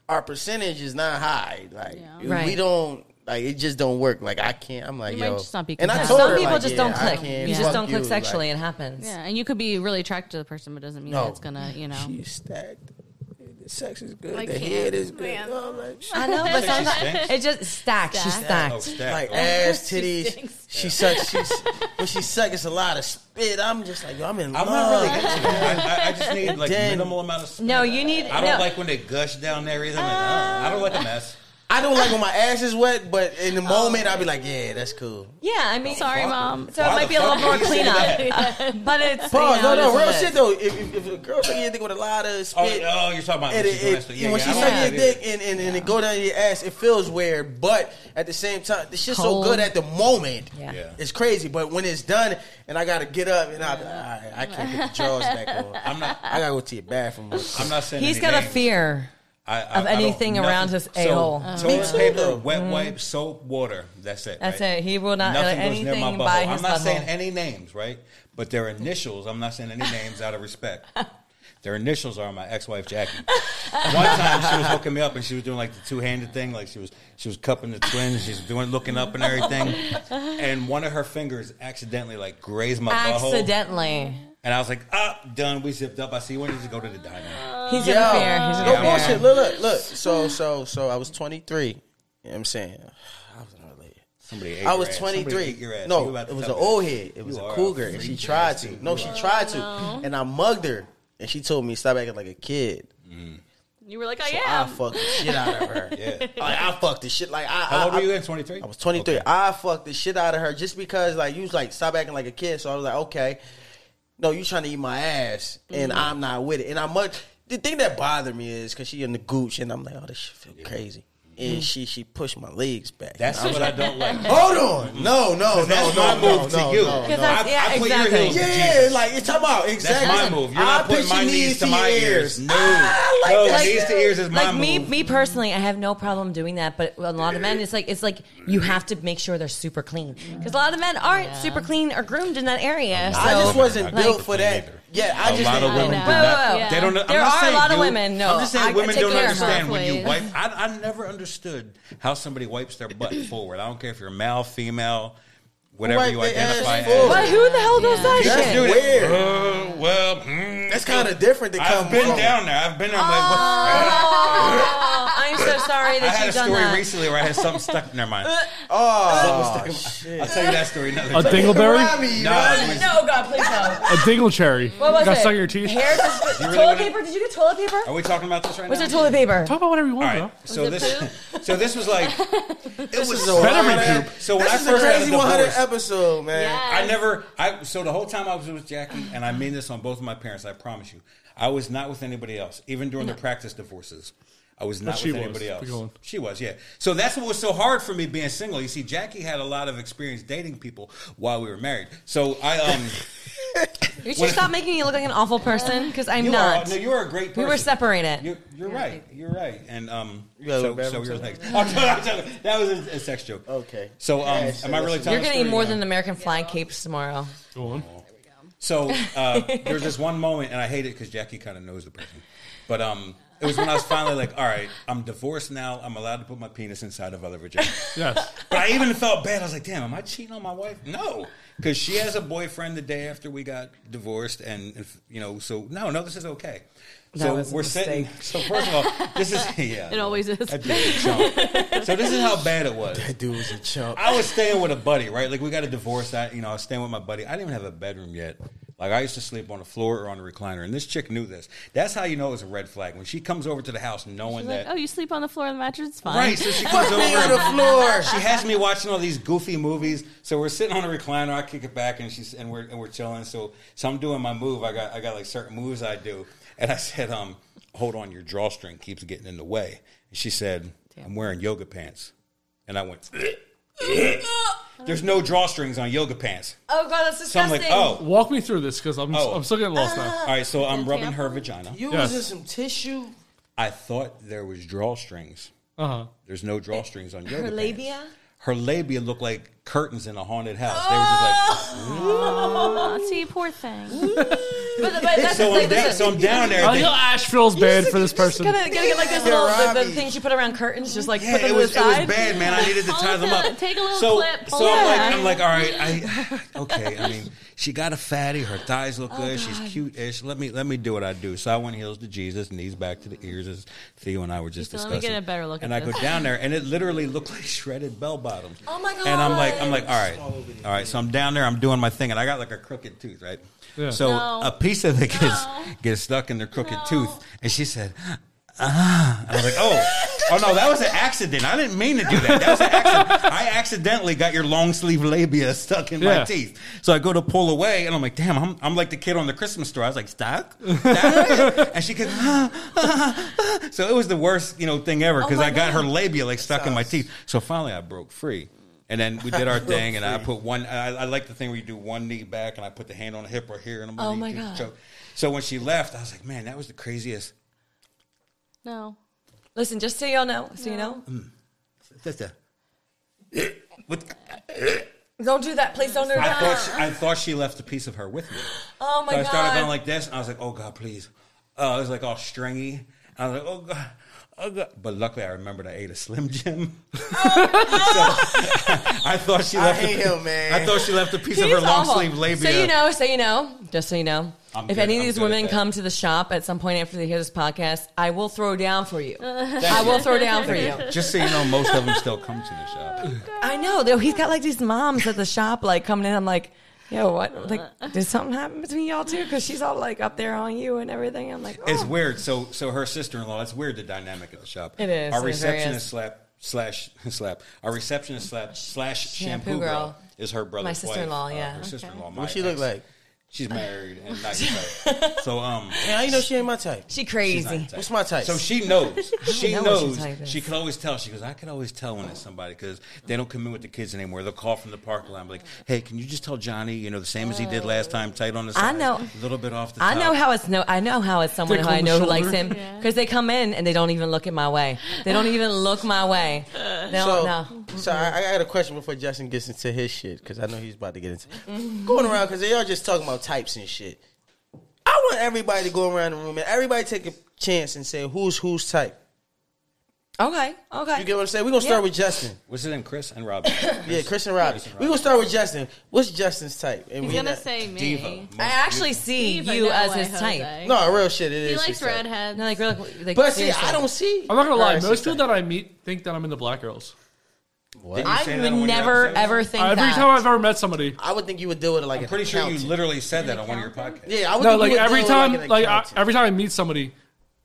A: our percentage is not high. Like
F: Yeah. Right.
A: we don't. Like it just don't work. Like I can't. I'm like
G: You
A: yo.
G: might just not be
A: and I
G: compatible.
A: told
F: Some
A: her,
F: people
A: like,
F: just
A: yeah,
F: don't
A: I
F: click.
A: can't
F: You just
A: fuck
F: don't click
A: you. Like,
F: sexually. it happens.
G: Yeah, and you could be really attracted to the person, but it doesn't mean
A: No.
G: that it's gonna, you know.
A: She's stacked. The sex is good.
C: I
A: the
C: can't,
A: head is good.
C: man.
A: Oh, like, she-
F: I know, but
E: She
F: sometimes
E: stinks?
F: it just stacks. She's
G: Stacked.
E: Oh,
F: stacked.
E: stack.
A: like
E: Oh,
A: ass
G: She
A: titties. She,
G: stinks.
A: sucks. She's when she sucks, it's a lot of spit. I'm just like, yo, I'm in
E: I'm not
A: love.
E: really into that. I, I, I just need like
A: Then-
E: minimal amount of.
A: Oh,
E: Spin.
F: No, you need.
E: I don't
F: no.
E: like when they gush down there either. I'm like, uh, I don't like a mess.
A: I don't like when my ass is wet, but in the moment, I'll be like, Oh. yeah, that's cool.
F: Yeah, I mean,
G: Sorry,
E: Fuck.
G: mom.
F: So it
E: Why
F: might
E: the
F: be a little
E: fuck
F: more
E: did you say
F: cleanup, Uh, but it's
A: Pause.
F: you know,
A: no,
F: it
A: no, real
F: is-
A: shit though. If, if, if a girl suck your dick with a lot of
E: Oh,
A: spit.
E: oh, you're talking about
A: And
E: when
A: it,
E: she's
A: it,
E: domestic. Yeah,
A: when
E: yeah,
A: she
E: I don't
A: suck
E: like
A: your
E: that either.
A: dick and, and, and it go down your ass, it feels weird. But at the same time, the shit's
G: Cold.
A: so good at the moment,
F: Yeah.
E: Yeah.
A: it's crazy. But when it's done, and I gotta get up, and I'll be like, all right, I can't get the drawers back on.
E: I'm not.
A: I gotta go to your bathroom.
E: I'm not saying
F: He's
E: any
F: got a
E: names.
F: fear.
E: I, I,
F: of
E: I don't-
F: anything around his
E: nothing.
F: a-hole.
E: So,
F: Oh.
E: toilet
A: Me too,
E: paper,
A: though.
E: wet wipe, soap, water. That's it.
F: That's
E: right?
F: it. He will not
E: Nothing
F: let
E: goes near my
F: anything
E: butthole.
F: by
E: I'm
F: his
E: not saying
F: butthole.
E: any names, right? But their initials. I'm not saying any names out of respect. Their initials are my ex-wife Jackie. One time she was hooking me up and she was doing like the two-handed thing, like she was she was cupping the twins. She's doing looking up and everything, and one of her fingers accidentally like grazed my butthole,
F: Accidentally,
E: and I was like, "Ah, done. We zipped up. I see. We need to go to the diner."
F: he's
A: Yo,
F: got a fear. He's got
A: no
F: a
A: bullshit.
F: fear.
A: Look, look, look. So, so, so I was 23. You know what I'm saying? I was not really.
E: Somebody. Ate
A: I
E: your
A: was
E: ass. Somebody
A: 23.
E: ate your ass. You
A: No,
E: about
A: it
E: to
A: was an
E: tell me.
A: old head. It was
E: You
A: a
E: are a
A: cougar, and she
E: freak
A: tried
E: ass
A: to.
E: dude.
A: No,
E: You
A: she
E: are.
A: tried to, and I mugged her, and she told me stop acting like a kid.
G: You were like, I
A: I fucked the shit out of her.
E: Yeah.
A: Like, I fucked the shit. Like I.
E: How
A: I,
E: old were
A: I-
E: you then? 23?
A: I was 23.
E: Okay.
A: I fucked the shit out of her just because, like, you was like, stop acting like a kid. So I was like, okay, no, you trying to eat my ass, and I'm not with it. And I'm much. The thing that bothered me is because she in the gooch, and I'm like, oh, this shit feel crazy. And she she pushed my legs back.
E: That's
A: And I was
E: what I don't like.
A: like, Hold on, no, no, no,
E: That's
A: no,
E: my
A: no,
E: move
A: no,
E: to you.
A: no, no.
F: that's-
E: I,
F: yeah,
E: I put your
F: exactly.
E: heels to
A: Yeah,
E: Jesus.
A: like it's about exactly.
E: That's my move. You're not
A: I
E: putting
A: push your Ah,
E: my knees to my ears. No,
A: I like
E: no,
A: that
E: knees
A: shit.
E: to ears is my
F: Like
E: move.
F: me, me personally, I have no problem doing that. But a lot of men, it's like it's like you have to make sure they're super clean because a lot of men aren't super clean or groomed in that area. So
A: I just wasn't
E: Like-
A: built for that. Yeah, I
E: a
A: just
E: lot of
A: didn't-
E: women
G: know.
E: do
G: Whoa,
E: not.
G: whoa, whoa.
E: They don't. know-
F: There
E: I'm just
F: are a
E: saying,
F: lot of
E: dude,
F: women, no.
E: I'm just
F: I-
E: saying
F: I
E: women
F: take
E: don't
F: care of
E: understand
G: her,
E: when you
G: please.
E: wipe. I, I never understood how somebody wipes their butt forward. I don't care if you're male, female, whatever
A: Wipe
E: you
A: their ass
E: identify
A: forward.
E: as.
F: but who the hell does that
A: That's
F: shit?
A: dude. Weird.
E: Uh, well, mm,
A: That's kind of different to come
E: I've been
A: from.
E: down there. I've been there. I'm like, what-
F: Oh, I'm so sorry
E: I
F: that
E: had a
F: you've done
E: story
F: that. Uh,
E: recently where I had something stuck. Never mind.
A: Oh,
E: I'll tell you that story another
B: a
E: time.
B: dingleberry,
A: Robbie,
E: No, it was-
F: No, God, please no.
B: a dinglecherry.
F: What was
B: Got
F: it?
B: stuck in your teeth.
F: Hair just-
E: really
F: toilet
E: wanna-
F: paper? Did you get toilet paper?
E: Are we talking about this right
F: Was
E: now?
F: there toilet paper?
B: Talk about whatever you
E: All
B: want,
E: right.
B: bro.
E: So this, so this was like, it was
A: a
B: Better be
A: wild-
B: poop.
E: So when
A: this
E: I
A: is a
E: first had a
A: crazy 100
E: divorce-
A: episode, man.
G: Yeah.
E: I never. I so the whole time I was with Jackie, and I mean this on both of my parents. I promise you, I was not with anybody else, even during the practice divorces. I was not
B: But she
E: with
B: was.
E: anybody else.
B: Keep going.
E: She was, yeah. So that's what was so hard for me being single. You see, Jackie had a lot of experience dating people while we were married. So I um
F: You should
E: When-
F: stop making me look like an awful person because I'm
E: you
F: not.
E: Are, no, you are a great person.
F: We were separated.
E: You're, you're right. You're right. And um,
A: gotta
E: so,
A: look back
E: so
A: and
E: you're
A: tell
E: like, I'm sorry, I'm sorry. that was a, a sex joke.
A: Okay.
E: So um,
A: Yeah, so
E: am I really
A: listen.
E: telling?
F: You're
E: a
F: going to
E: story
F: need more
E: now?
F: than American flying capes tomorrow.
B: Go on.
E: So uh, there's this one moment, and I hate it because Jackie kind of knows the person. But um, it was when I was finally like, all right, I'm divorced now. I'm allowed to put my penis inside of other vaginas.
B: Yes.
E: But I even felt bad. I was like, damn, am I cheating on my wife? No, because she has a boyfriend the day after we got divorced, and if, you know, so no, no, this is okay.
F: That was a
E: sitting.
F: mistake.
E: So first of all, this is yeah.
G: It always is.
E: That dude was a chump. so this is how bad it was.
A: That dude was a chump.
E: I was staying with a buddy, right? Like we got a divorce. I, you know, I was staying with my buddy. I didn't even have a bedroom yet. Like I used to sleep on the floor or on the recliner, and this chick knew this. That's how you know it was a red flag when she comes over to the house knowing
G: She's
E: that.
G: like, oh, you sleep on the floor of the mattress? It's fine.
E: Right, so she comes over
A: me on the
E: and-
A: floor.
E: She has me watching all these goofy movies. So we're sitting on a recliner. I kick it back, and she's and we're and we're chilling. So so I'm doing my move. I got I got like certain moves I do, and I said, um, hold on, your drawstring keeps getting in the way. And she said, I'm wearing yoga pants, and I went. There's no drawstrings on yoga pants.
F: Oh, God, that's
E: So I'm
F: disgusting.
E: like, oh,
B: Walk me through this because I'm
E: Oh.
B: I'm still getting lost now.
E: all right. So I'm rubbing her vagina.
A: You was
B: Yes.
A: in some tissue.
E: I thought there was drawstrings.
F: Ah.
B: Uh huh.
E: There's no drawstrings on yoga
F: Her
E: pants.
F: labia?
E: her labia looked like curtains in a haunted house. They were just like,
G: Aw, see, poor thing.
F: But, but that's
E: so
F: the
G: Oh,
E: I'm,
F: thing.
E: down,
F: Listen,
E: so I'm down there.
B: I know Ash feels bad for this
F: just
B: person.
F: Gotta, gotta get like those little the, the
A: Robbie.
F: things you put around curtains, just like
E: yeah,
F: put them
E: it
F: to
E: was
F: the
E: it was
F: side.
E: bad, man. I needed to tie them
G: Hold
E: up.
G: it, take a little
E: so,
G: clip,
E: So
G: hold
E: I'm
G: it.
E: like, I'm like, all right, I okay. I mean, she got a fatty. Her thighs
G: Oh,
E: look good. She's cute-ish. Let me let me do what I do. So I went heels to Jesus, knees back to the ears, as Theo and I were just
G: Ethan, let me
E: discussing.
G: get a better look
E: and
G: at
E: I go
G: this.
E: down there, and it literally looked like shredded bell bottoms.
F: Oh my
E: And I'm like,
F: God.
E: I'm like, all right, all right. So I'm down there. I'm doing my thing, and I got like a crooked tooth, right?
B: Yeah.
E: So
G: No.
E: a piece of it gets
G: No.
E: gets stuck in their crooked
G: No.
E: tooth, and she said, "Ah." I was like, oh, oh no, that was an accident. I didn't mean to do that. That was an accident. I accidentally got your long sleeve labia stuck in my
B: Yeah.
E: teeth. So I go to pull away, and I'm like, damn, I'm, I'm like the kid on the Christmas store. I was like, stuck, Stuck? and she goes, ah, ah, ah. so it was the worst, you know, thing ever
F: Oh
E: because I got her labia like stuck in my teeth. So finally, I broke free. And then we did our thing, and I put one. I, I like the thing where you do one knee back, and I put the hand on the hip right here, and I'm
F: Oh
E: underneath
F: my
E: you.
F: God.
E: So, so when she left, I was like, man, that was the craziest.
G: No.
F: Listen, just so y'all know, so you know,
E: That's a- What-
F: don't do that. Please don't do
E: I thought
F: that.
E: she, I thought she left a piece of her with me.
F: Oh my
E: so I started
F: God.
E: going like this, and I was like, "Oh God, please!" Uh, it was like all stringy. I was like, "Oh God." Oh God. But luckily, I remembered I ate a Slim Jim. so, I thought she left.
A: hate
E: a,
A: him, man.
E: I thought she left a piece of her
F: He's
E: long
F: awful.
E: sleeve labia.
F: So you know, so you know, just so you know,
E: I'm
F: if
E: good-
F: any of
E: I'm
F: these
E: good at
F: women
E: that.
F: come to the shop at some point after they hear this podcast, I will throw down for you. I will throw down for you.
E: Just so you know, most of them still come to the shop.
F: I know though. He's got like these moms at the shop, like coming in. I'm like, yo, what? Like, did something happen between y'all two? Because she's all like up there on you and everything. I'm like,
E: It's
F: oh.
E: weird. So, so her sister in law. It's weird the dynamic of the shop.
F: It is.
E: Our
F: It very
E: receptionist
F: is.
E: slap slash slap. Our receptionist slap slash shampoo,
F: Shampoo
E: girl,
F: girl.
E: is her brother's
F: My
E: wife,
F: sister-in-law,
E: uh,
F: yeah.
E: her
F: Okay.
E: sister-in-law. my
A: What she look
E: ex.
A: like?
E: She's married and not your type. So um,
A: Man, how you know she ain't my type?
F: She
E: she's not your
F: crazy.
E: type.
A: What's my type?
E: So she knows. She
F: know what your
E: knows.
F: type is.
E: She could always tell. She goes, I could always tell when it's somebody because they don't come in with the kids anymore. They'll call from the parking lot and be like, Hey, can you just tell Johnny? You know, the same as he did last time, tight on the
F: I
E: side,
F: know.
E: a little bit off the.
F: I
E: top.
F: know how it's no. I know how it's someone
B: Thick
F: who
B: on
F: I
B: the
F: know who
B: shoulder.
F: likes him
G: Yeah.
F: because they come in and they don't even look at my way. They don't even look my way. They don't
G: Oh,
A: So,
F: know.
A: um, so I, I got a question before Justin gets into his shit because I know he's about to get into going around because they all just talking about types and shit. I want everybody to go around the room and everybody take a chance and say who's whose type.
F: Okay. Okay.
A: You get what I'm saying? We're gonna start
F: Yeah.
A: with Justin.
E: What's his name? Chris and Robin.
A: Yeah, Chris and Robbie.
E: and
A: We're gonna start with Justin. What's Justin's type? And
G: He's
A: we
G: going to
A: not-
G: say me.
E: Diva.
F: I actually see
G: Diva,
F: you
G: no
F: as
G: way,
F: his type.
G: Jose.
A: No, real shit. It is.
G: He
A: his
G: likes
A: type.
G: redheads.
F: No, like, really, like
A: But see,
F: seriously.
A: I don't see.
B: I'm not gonna lie.
A: Chris's
B: Most people
A: type.
B: that I meet think that I'm into black girls.
F: I would never ever think
B: Every
F: that.
B: time I've ever met somebody,
A: I would think you would deal with it like.
E: I'm
A: an
E: pretty sure you
A: accountant.
E: literally said that on one of your podcasts.
A: Yeah, I would.
B: no,
A: think
B: like
A: you would deal
B: every
A: with it
B: time,
A: an
B: like I,
A: accountant.
B: every time I meet somebody,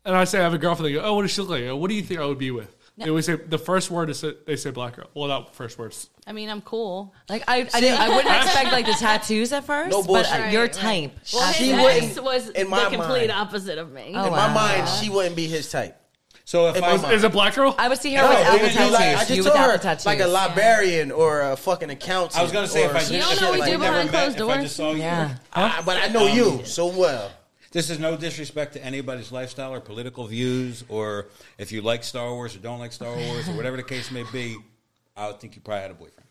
B: and I say I have a girlfriend, they go, "Oh, what does she look like? Oh, What do you think I would be with?" They always say the first word is they say black girl. Well, not first words.
G: I mean, I'm cool.
F: Like I, I, didn't, I wouldn't expect like the tattoos at first,
A: No
F: but uh,
A: bullshit.
F: your
G: Right,
F: type.
G: Well,
A: She
G: his
A: wouldn't-
G: ex was
A: in my
G: the complete
A: mind.
G: opposite of me.
F: Oh,
A: in
F: wow.
A: my mind, she wouldn't be his type.
E: So if
A: In
E: I
A: my
E: was,
A: mind.
B: Is it black girl?
F: I would see her
A: No,
F: with
A: it would
F: apple
A: be like, I
F: tattoos.
A: just
F: You with
A: told her,
F: apple tattoos.
A: like a librarian or a fucking accountant.
E: I was gonna say
A: or
E: if I did,
A: some
G: You don't
E: if
A: shit
G: know what
E: we
G: we do
E: never met,
G: behind closed
E: if I
G: doors?
E: just saw you.
F: Yeah.
A: I- but I know you so well.
E: This is no disrespect to anybody's lifestyle or political views, or if you like Star Wars or don't like Star Wars or whatever the case may be. I would think you probably had a boyfriend.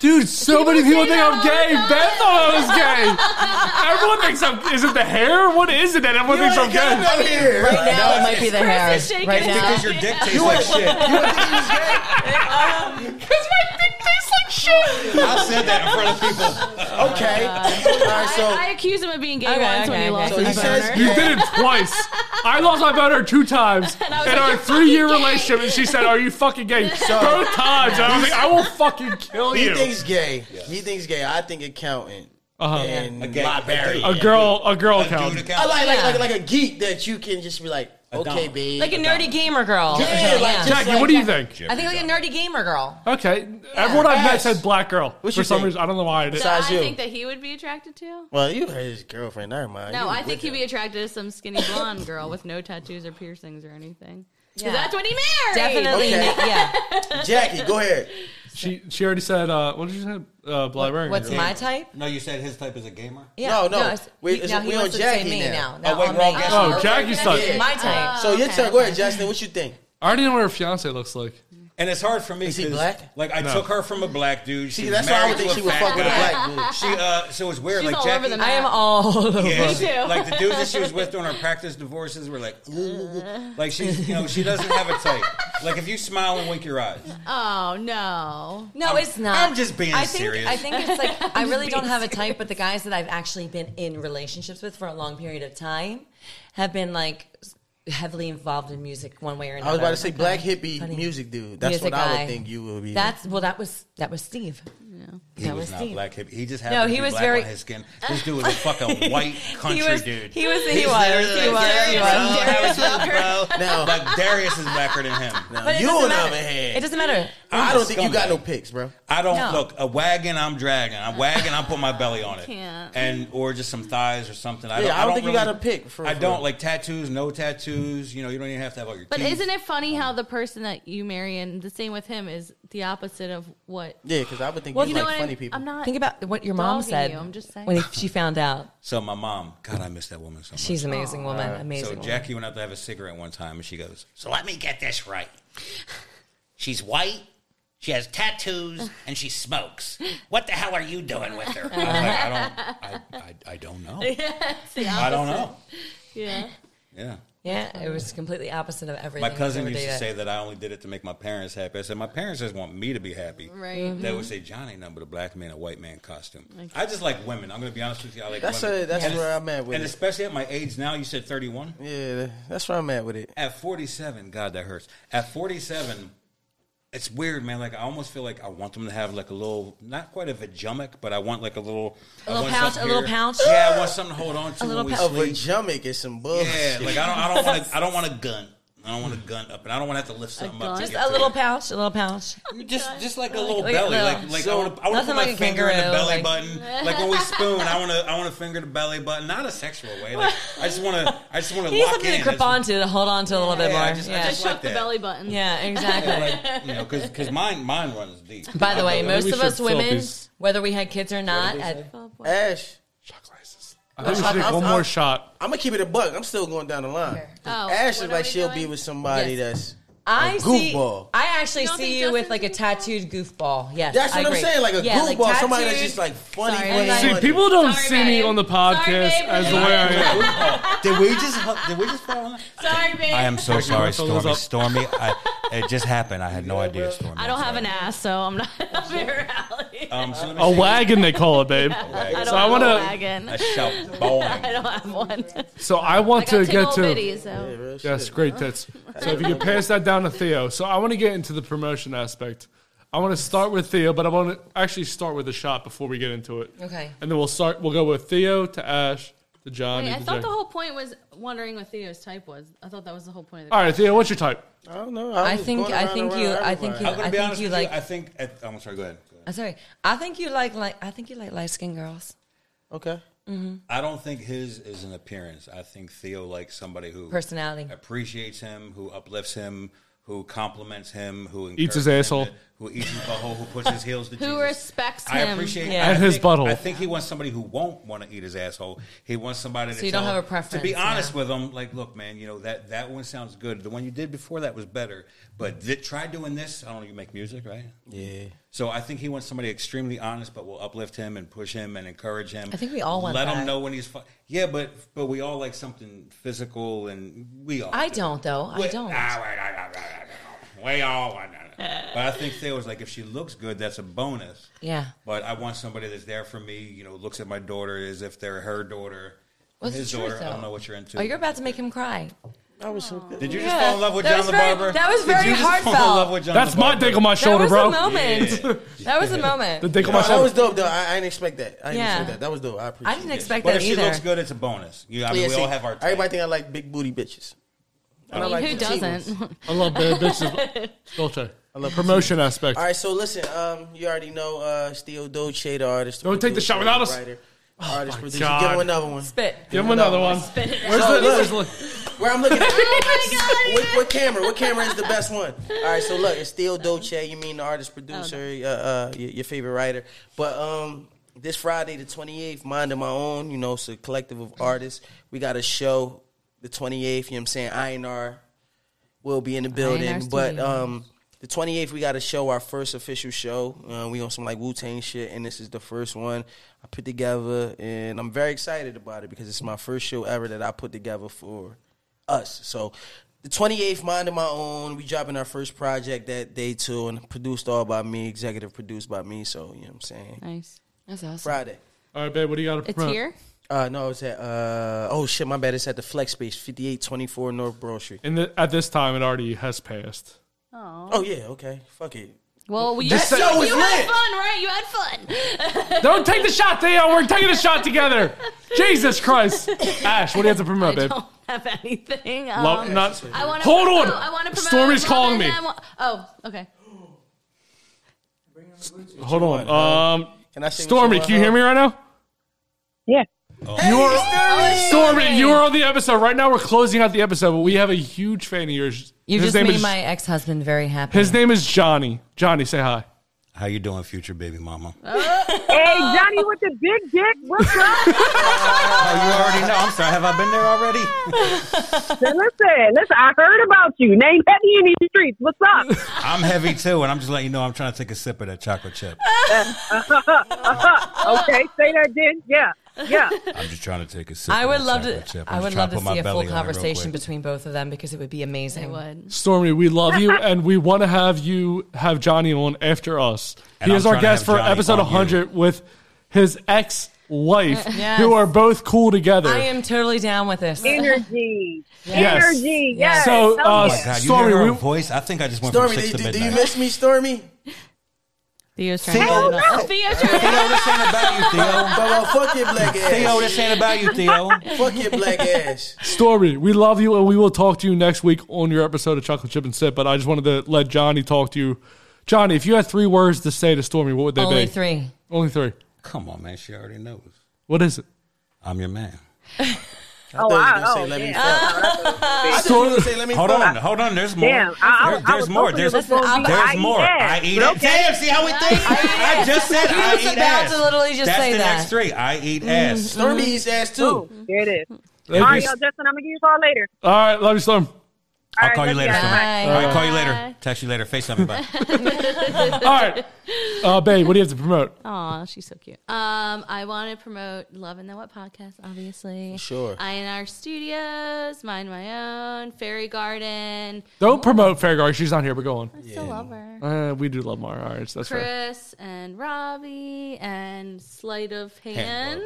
B: Dude, so many people
G: say
B: think
G: that
B: I'm
G: all
B: gay.
G: the time.
B: Ben thought I was gay. Everyone thinks I'm. Is it the hair? What is it that everyone thinks I'm
A: Get
B: gay?
A: out of here.
F: Right now, it might be the hair.
G: is shaking
F: Right
G: his
F: now,
E: Because your dick tastes like shit.
C: Because my dick tastes like shit.
E: I said that in front of people.
A: Okay.
F: Uh,
A: All right, so
G: I, I accused him of being gay
F: Okay,
G: once when
F: okay, okay.
G: he lost
A: Oh. So he
G: his
A: says-
G: boner.
B: You did it twice. I lost my boner two times in
G: was like,
B: our
G: "You're
B: three-year
G: fucking gay."
B: relationship, and she said, "Are you fucking gay?" Both times, and I was like, "I will fucking kill
A: he
B: you."
A: thinks gay. He thinks gay. I think accountant
B: Uh-huh.
A: and
E: A gay-
A: librarian.
E: a
B: A girl, a girl
E: Dude,
B: count.
A: I
E: account-
A: like, like,
F: Yeah.
A: like, like a geek that you can just be like,
E: A dom.
A: okay, babe.
F: like a nerdy gamer girl.
A: Yeah, like just
B: Jackie, what do you think?
F: I think like a nerdy gamer girl.
B: Okay, everyone I've met
A: Yes.
B: said black girl
A: What
B: for
A: you
B: some
A: think?
B: reason. I don't know why I did.
A: So-
G: I
A: Besides you.
G: think that he would be attracted to.
A: Well, you heard his girlfriend. Never mind.
G: No,
A: You
G: I
A: with
G: think he'd
A: her.
G: be attracted to some skinny blonde girl with no tattoos or piercings or anything. 'Cause
F: Yeah.
G: That's what he married.
F: Definitely,
A: Okay.
F: yeah.
A: Jackie, go ahead.
B: She she already said. Uh, what did you say? Uh, librarian.
F: What's
B: right?
F: my type?
E: No, you said his type is a gamer.
F: Yeah.
A: No, no.
F: it's-
A: We-
F: he-
A: it's-
F: now he
A: we on
F: wants to
A: Jackie
F: say me
A: now.
F: now.
E: Oh,
F: Now
E: wait,
F: I'm
E: wrong
F: like,
E: guest.
B: Oh, Jackie's
G: okay.
B: type.
F: My type.
A: So your
G: Oh, okay,
A: turn. Go ahead, Justin. What you think?
B: I already know what her fiance looks like.
E: And it's hard for me. Is
A: he black?
E: Like I took her from a black dude. She
A: See,
E: was
A: that's why I
E: married
A: would think
E: to
A: she
E: a
A: would
E: fat
A: fuck with a
E: guy.
A: black dude.
E: She uh, so it's weird.
G: She's
E: like
G: all
E: Jackie,
G: over the
F: I
G: map.
F: am all over.
E: Yeah,
G: Me too.
E: like the dudes that she was with during her practice divorces were like, "Ooh." like she's you know she doesn't have a type. Like if you smile and wink your eyes,
G: Oh no.
F: No, it's not.
E: I'm just being
F: I think,
E: serious.
F: I think it's like I really don't have a type, but the guys that I've actually been in relationships with for a long period of time have been like heavily involved in music one way or another.
A: I was about to say black hippie
F: Funny.
A: music dude. That's
F: Music
A: what I
F: guy.
A: would think you would be.
F: That's well, that was that was Steve.
E: he
F: That
E: was,
F: was
E: not
F: Steve.
E: black. He just happened no, he to be was black
F: very-
E: on his skin. This dude was a fucking white country
F: he was,
E: dude.
F: He was. He was. He was. He was.
E: "Oh,
A: now,
E: Like Darius is blacker than him.
A: now
F: But it
A: you on the
F: doesn't matter.
A: other
F: It
A: hand,
F: doesn't matter.
A: I don't think you
E: scumbag.
A: got no picks, bro.
E: I don't
F: No.
E: look a wagon. I'm dragging. I'm wagging. I put my belly on it,
G: Can't.
E: and or just some thighs or something. I
A: Yeah,
E: don't,
A: I don't think you
E: really-
A: got a pick for-
E: I
A: for-
E: don't like tattoos. No tattoos. You know, you don't even have to have all your.
G: But
E: teeth.
G: isn't it funny how the person that you marry and the same with him is the opposite of what
A: Yeah, because I would think
G: you
A: you
G: know
A: like
G: what?
A: funny people.
G: I'm not
F: Think about what your mom
G: Dogging
F: said.
G: you, I'm just saying.
F: when she found out.
E: So my mom, God, I miss that woman so much.
F: She's an amazing woman.
E: Oh, uh, so
F: Amazing. woman.
E: Jackie went out to have a cigarette one time, and she goes, "So let me get this right. She's white. She has tattoos, and she smokes. What the hell are you doing with her?" I, was like, I don't. I, I, I don't know. I don't know.
G: Yeah.
E: Yeah.
F: Yeah, it was completely opposite of everything.
E: My cousin
F: I've ever
E: used to
F: dated.
E: say that I only did it to make my parents happy. I said, My parents just want me to be happy.
G: Right.
E: They would say, Johnny, nothing but a black man in a white man costume. I just like women. I'm going to be honest with you. I like
A: That's
E: women.
A: a- that's
E: And-
A: where I'm at with
E: And
A: it.
E: especially at my age now, you said 31?
A: Yeah, that's where I'm at with it.
E: At 47, God, that hurts. At 47, it's weird, man. Like, I almost feel like I want them to have like a little, not quite a vajumic, but I want like a little. A
F: little pouch- a little pouch?
E: Yeah, I want something to hold on to
F: little
E: when we
A: A
E: sleep.
A: vajumic is some
E: Yeah,
A: bullshit.
E: like I don't, I don't want to, I don't want to gun. I don't want to gun up, and I don't want to have to lift something up. to
F: Just
E: get
F: a
E: to
F: little
E: it.
F: pouch, a little pouch.
E: Just, just like a little
F: like a
E: belly,
F: little-
E: like like
A: So-
E: I want to I wanna put
F: Nothing
E: my
F: like a
E: finger in the
F: kangaroo,
E: belly
F: like-
E: button, like when we spoon. I want to I want to finger the belly button, not a sexual way. Like I just want to I just want to
F: He needs
E: lock
F: something
E: in.
F: to grip
E: It's-
F: onto to hold on to a little bit
E: Yeah,
F: more.
E: I just- I
F: yeah.
E: just
G: Shut
E: like
G: the
E: that.
G: belly button.
F: yeah, exactly.
E: Like, you know, because mine mine runs deep.
F: By the way,
B: Maybe
F: most
B: we
F: of us
B: should fill
F: women,
B: these-
F: whether we had kids or not, at,
G: Oh,
A: Ash,
B: I think we should take one more shot.
A: I'm gonna keep it a buck. I'm still going down the line. Ash
G: Oh, what
A: is
G: are
A: like
G: we
A: she'll
G: doing?
A: be with somebody
F: Yes.
A: that's
F: I see.
A: goofball.
F: I actually
G: You don't
F: see
G: think
F: you with
G: Justin's
F: like a tattooed goofball. Yes,
A: that's
F: I
A: what I'm
F: agree.
A: saying, like a
F: Yeah,
A: goofball, somebody that's
F: tattooed.
A: just like funny.
F: Sorry,
A: funny,
F: babe.
B: See,
A: funny.
B: people don't
G: Sorry,
B: see me
G: babe.
B: on the podcast
G: Sorry, babe.
B: as the way I am.
E: did we just hu- did we just fall? in?
G: Sorry, babe.
E: I am so sorry,
B: Hold those
E: Stormy.
B: up.
E: Stormy, I, it just happened. I had no idea, Stormy.
G: I don't have an ass, so I'm not up your alley.
E: Um, so let me
B: A
E: see.
B: wagon, they call it, babe.
G: I
E: wagon.
G: don't
B: So I
G: have
B: wanna-
G: a wagon.
E: I shout bowling.
G: I don't have one.
B: So I
G: I
B: want
G: got
B: to
G: two
B: get
G: little
B: to.
G: bitties, so.
A: Real shit.
B: Yes, great tits. So if you could pass that down to Theo. So I want to get into the promotion aspect. I want to start with Theo, but I want to actually start with a shot before we get into it.
F: Okay.
B: And then we'll start. We'll go with Theo to Ash to John.
G: Wait,
B: and
G: I
B: to
G: thought
B: Jake.
G: the whole point was wondering what Theo's type was. I thought that was the whole point. Of the
B: All right, Theo, what's your type?
A: I don't know.
F: I
A: was
F: think-
A: going
F: I
A: around
F: think
A: around
F: you- I think
A: everybody.
F: you-
E: I'm gonna be
F: think
E: honest with
F: like-
E: you. I think at, I'm sorry. Go ahead. Go ahead.
F: I'm sorry. I think you like like I think you like light skinned girls.
A: Okay.
F: Mm-hmm.
E: I don't think his is an appearance. I think Theo likes somebody who
F: Personality.
E: appreciates him, who uplifts him, who compliments him, who
B: Eats his
E: encourages him
B: asshole.
E: to- who eats his butthole, who puts his heels to
G: Who
E: Jesus.
G: respects
E: I
G: him.
E: appreciate
F: Yeah.
E: I
B: And his
E: think-
B: butthole.
E: I think he wants somebody who won't want to eat his asshole. He wants somebody to
F: So you don't
E: tell
F: have a
E: him-
F: preference,
E: To be honest
F: yeah.
E: with him, like, look, man, you know that that one sounds good. The one you did before that was better, but th- try doing this. I don't know. You make music, right?
A: Yeah.
E: So I think he wants somebody extremely honest, but will uplift him and push him and encourage him.
F: I think we all want
E: let
F: that.
E: him know when he's. Fu- yeah, but but we all like something physical, and we all.
F: I don't though. I
E: We-
F: don't.
E: Ah, wait, I- I- I- I- I- We all want that. But I think Theo was like, if she looks good, that's a bonus.
F: Yeah.
E: But I want somebody that's there for me. You know, looks at my daughter as if they're her daughter,
F: What's
E: his
F: the truth,
E: daughter. I don't
F: though?
E: know what you're into.
F: Oh, you're about to make him cry.
A: I was so good.
E: Did you just fall in love with
F: That
E: John
F: was
E: the
F: very-
E: Barber?
F: that was
E: Did
F: very
E: you just Fall
F: heartfelt.
E: in love with John
B: That's
E: the
B: my
E: Barber?
B: dick on my
F: that
B: shoulder,
F: was
B: bro.
F: a moment. That was a moment.
B: The dick on my
A: No, that
B: shoulder.
A: was dope though. I, I didn't expect that. I didn't
F: Yeah.
A: expect that. That was dope. I appreciate.
F: I didn't
A: that.
F: expect
E: But
F: that
E: if she
F: either.
E: looks good, it's a bonus. You, I mean,
A: Yeah,
E: we
A: see,
E: all have our. type.
A: Everybody think I like big booty bitches.
G: I mean,
A: like
G: who
A: the
G: doesn't?
B: I love bad bitches. Filter. I
A: love
B: promotion aspect.
A: All right, so listen, um, you already know uh, Steel Doge, Shade artist.
B: Don't take the shot without us. Oh
A: Writer, artist, producer.
B: God.
A: Give him another one.
F: Spit.
B: Give him another one.
F: Spit it out.
B: Where's
A: So,
B: the?
A: look.
B: Where's the
A: Where I'm looking at. what, what camera? What camera is the best one? All right, so look, it's Steel Doce. You mean the artist, producer, uh, uh, your, your favorite writer. But um, this Friday, the 28th, Mind of My Own, you know, it's a collective of artists. We got a show the 28th, you know what I'm saying? INR will be in the building.
G: INR
A: But
G: Studios.
A: um, the 28th, we got to show our first official show. Uh, we on some like Wu Tang shit, and this is the first one I put together, and I'm very excited about it because it's my first show ever that I put together for us. So. The 28th, Mind of My Own, we dropping our first project that day too, and produced all by me, executive produced by me, so, you know what I'm saying?
G: Nice.
F: That's awesome.
A: Friday.
B: All right, babe. What do you got to
G: It's
B: promote?
G: here.
A: Uh, no, it's at, uh, oh shit, my bad, it's at the Flex Space, 5824 North Broad Street.
B: And th- at this time, it already has passed.
A: Oh yeah, okay, fuck it.
G: Well, we
A: That
G: you,
A: show was
G: you had
A: lit.
G: fun, right? You had fun.
B: Don't take the shot, Theo. We're taking a shot together. Jesus Christ. Ash, what do you have to promote,
G: I
B: babe?
G: don't have anything. Um,
B: Love, not,
G: I want to.
B: hold on.
G: I want to promote.
B: Stormy's calling me.
G: Mother's Day. I wa- oh, okay.
B: Hold on. Um,
A: Can I say what
B: Stormy,
A: want,
B: can you hear
A: huh?
B: me right now?
I: Yeah.
B: You are Stormy. You are on the episode right now. We're closing out the episode, but we have a huge fan of yours.
F: You just
B: name
F: made
B: is
F: my ex-husband very happy.
B: his name is Johnny. Johnny, say hi.
E: How you doing, future baby mama?
F: Oh,
I: Hey,
G: Oh.
I: Johnny with the big dick. What's up?
E: Oh, you already know. I'm sorry. Have I been there already?
I: listen, listen. I heard about you. Name Petty in these streets. What's up?
E: I'm heavy too, and I'm just letting you know I'm trying to take a sip of that chocolate chip.
G: Oh,
I: okay, say that again. Yeah, yeah.
E: I'm just trying to take a sip.
F: I
E: of
F: would
E: that
F: love
E: chocolate
F: to.
E: Chip. I'm
F: I would
E: just trying
F: love to
E: put my
F: see a full
E: belly on it real
F: conversation
E: quick.
F: between both of them because it would be amazing.
G: It would.
B: Stormy, we love you, and we want to have you have Johnny on after us.
E: And
B: he
E: I'm
B: is our
E: trying to
B: guest
E: have
B: for
E: Johnny
B: episode
E: on you.
B: 100 with his ex wife,
F: Yes.
B: who are both cool together.
F: I am totally down with this.
I: Energy,
B: Yes.
I: energy. Yes.
B: So,
I: Hell
B: uh,
E: Oh my
I: yeah.
E: God, you
B: Stormy,
E: hear her
B: we-
E: voice? I think I just went
A: Stormy,
E: from six
A: do,
E: to
A: do, do
E: midnight.
A: you miss me, Stormy?
G: Theo's
E: trying
G: trying
E: to Theo. get it
G: to Theo's trying to.
E: Theo, this ain't about
A: Bro, fuck your black
E: you, Theo. Theo,
A: ass.
E: this ain't about you, Theo.
A: Fuck your black ass.
B: Stormy, we love you, and we will talk to you next week on your episode of Chocolate Chip and Sip. But I just wanted to let Johnny talk to you. Johnny, if you had three words to say to Stormy, what would they
F: Only
B: be?
F: three.
B: Only three.
E: Come on, man. She already knows.
B: What is it?
E: I'm your man.
A: Oh,
I: wow.
A: I, thought you was gonna say, let me fuck. I thought you was gonna say, let me
E: Hold
A: fuck.
E: on, hold on. There's more.
I: Damn, I- I-
E: There-
I: I
E: there's
I: was
E: more.
I: hoping it
E: There's,
I: was gonna be I
E: there's
I: eat
E: more.
I: ass,
E: I eat
I: but
E: ass. Damn, see how we think? I just said I
F: was
E: eat
F: about
E: ass.
F: to literally just
E: That's
F: say
E: the
F: that.
E: next three. I eat ass.
A: Stormy's ass too.
I: There it is.
B: Thank
I: All right,
B: you.
I: y'all. Justin, I'm gonna give you a call later.
B: All right, love you, Storm.
I: All
E: I'll
I: right,
E: call you
I: love
E: later.
I: y'all.
E: Stormy.
F: Bye.
E: All right, call you later. Text you later. FaceTime me. Bye.
B: All right, uh, babe, what do you have to promote?
G: Aw, she's so cute. Um, I want to promote Love and the What podcast, obviously.
A: Sure.
G: INR Studios, Mind My Own, Fairy Garden.
B: Don't promote Fairgar. She's not here, but go on.
G: I still love her.
B: Uh, we do love Mara. All right, so that's fair.
G: Chris and Robbie and Sleight of Hand.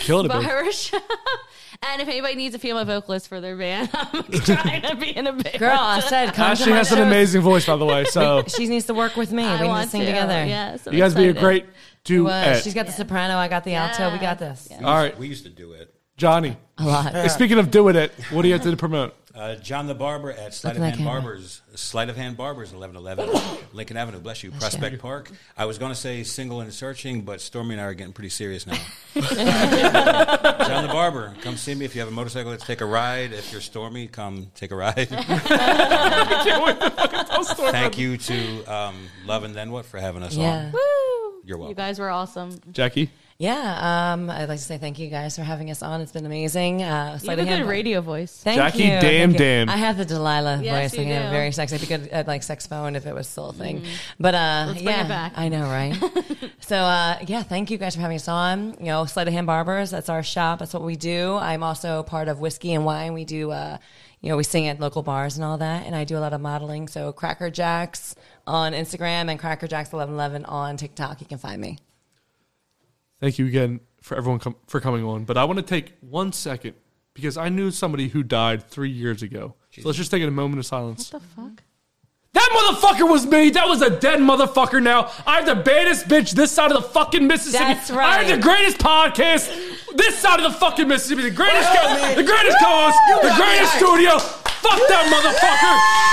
B: Killed it, babe.
G: Barbershop. And if anybody needs a female vocalist for their band, I'm trying to be in a band.
F: Girl, I said, come to
B: Ashley
F: my
B: has an
F: shows.
B: amazing voice, by the way. So
F: She needs to work with me.
G: I
F: we need
G: want
F: to sing
G: to.
F: together.
G: Yes, I'm
B: you guys be a
G: excited.
B: great
F: Well,
B: duet.
F: she's got the soprano. I got the alto. We got this.
B: All right,
E: We used to do it.
B: Johnny.
F: A lot.
B: Speaking of doing it, what do you have to promote?
E: Uh, John the Barber at Sleight of
F: Look
E: Hand
F: like him.
E: Barbers. Sleight of Hand Barbers, 1111 Lincoln Avenue. Bless you. Prospect Park. I was going to say single and searching, but Stormy and I are getting pretty serious now. John the Barber, come see me. If you have a motorcycle, let's take a ride. If you're Stormy, come take a ride. Thank you to um, Love and Then What for having us
F: Yeah.
E: on. You're welcome.
G: You guys were awesome.
B: Jackie.
F: Yeah, um, I'd like to say thank you guys for having us on. It's been amazing. Uh,
G: You
F: Sleight of
G: have a
F: Hand
G: good
F: Bar-
G: radio voice.
F: Thank
B: Jackie
F: you.
B: Damn
F: Thank you.
B: Damn.
F: I have the Delilah
G: Yes,
F: voice.
G: you
F: I'm
G: do. Mm-hmm.
F: very sexy. I'd be good at like sex phone if it was still a thing. But uh,
G: Let's bring
F: yeah,
G: it back.
F: I know, right? so uh, yeah, thank you guys for having us on. You know, Sleight of Hand Barbers. That's our shop. That's what we do. I'm also part of Whiskey and Wine. We do. Uh, you know, we sing at local bars and all that, and I do a lot of modeling. So Cracker Jacks on Instagram and Cracker Jacks 1111 on TikTok. You can find me.
B: Thank you again for everyone com- for coming on. But I want to take one second because I knew somebody who died three years ago. So let's just take a moment of silence.
G: What the fuck?
B: That motherfucker was me. That was a dead motherfucker. Now I'm the baddest bitch this side of the fucking Mississippi.
F: That's
B: I
F: right.
B: have the greatest podcast this side of the fucking Mississippi. The greatest, co- the greatest co-host, the greatest studio. Fuck that motherfucker.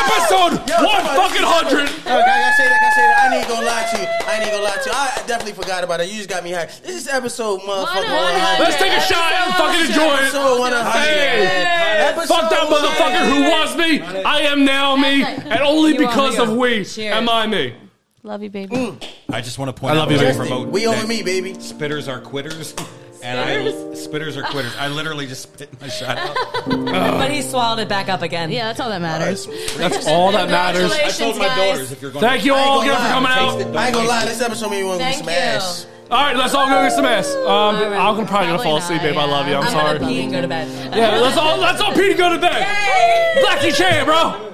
B: Episode
A: Yo,
B: one
A: somebody-
B: fucking hundred.
A: Yo, I gotta say that. I gotta say that. I ain't gonna lie to you. I ain't gonna lie to you. I definitely forgot about it. You just got me hyped. This is episode motherfucking
G: 100.
A: 100.
B: Let's take a shot and fucking enjoy it.
A: Episode 100.
B: Hey.
A: Episode
B: Fuck that motherfucker who was me. I am now me, and only
G: You are
B: because
G: you.
B: of we
F: Cheers.
B: am I me.
G: Love you, baby.
E: I just want to point
B: I
E: out
B: love you, baby.
E: that promote
A: We
E: that
A: over me, baby.
E: Spitters are quitters. And I, spitters are quitters. I literally just spit my shot out.
F: But he swallowed it back up again.
G: Yeah, that's all that matters.
B: That's all that matters.
E: I told my
F: guys.
E: daughters if you're going
B: Thank you
A: I ain't
B: all
A: gonna
B: again
A: lie.
B: for coming out.
A: I ain't gonna lie. This episode made me want to get
F: Thank
A: some
F: you.
A: ass.
B: All right, let's all go get some ass. Um, I'm
F: right.
B: gonna probably, gonna
G: Probably
B: fall asleep,
G: not,
B: babe. I
G: yeah.
B: love you. I'm
F: I'm,
B: sorry.
F: gonna pee and go to bed.
B: Yeah, let's all let's all Pete go to bed. Blackie Chan, bro.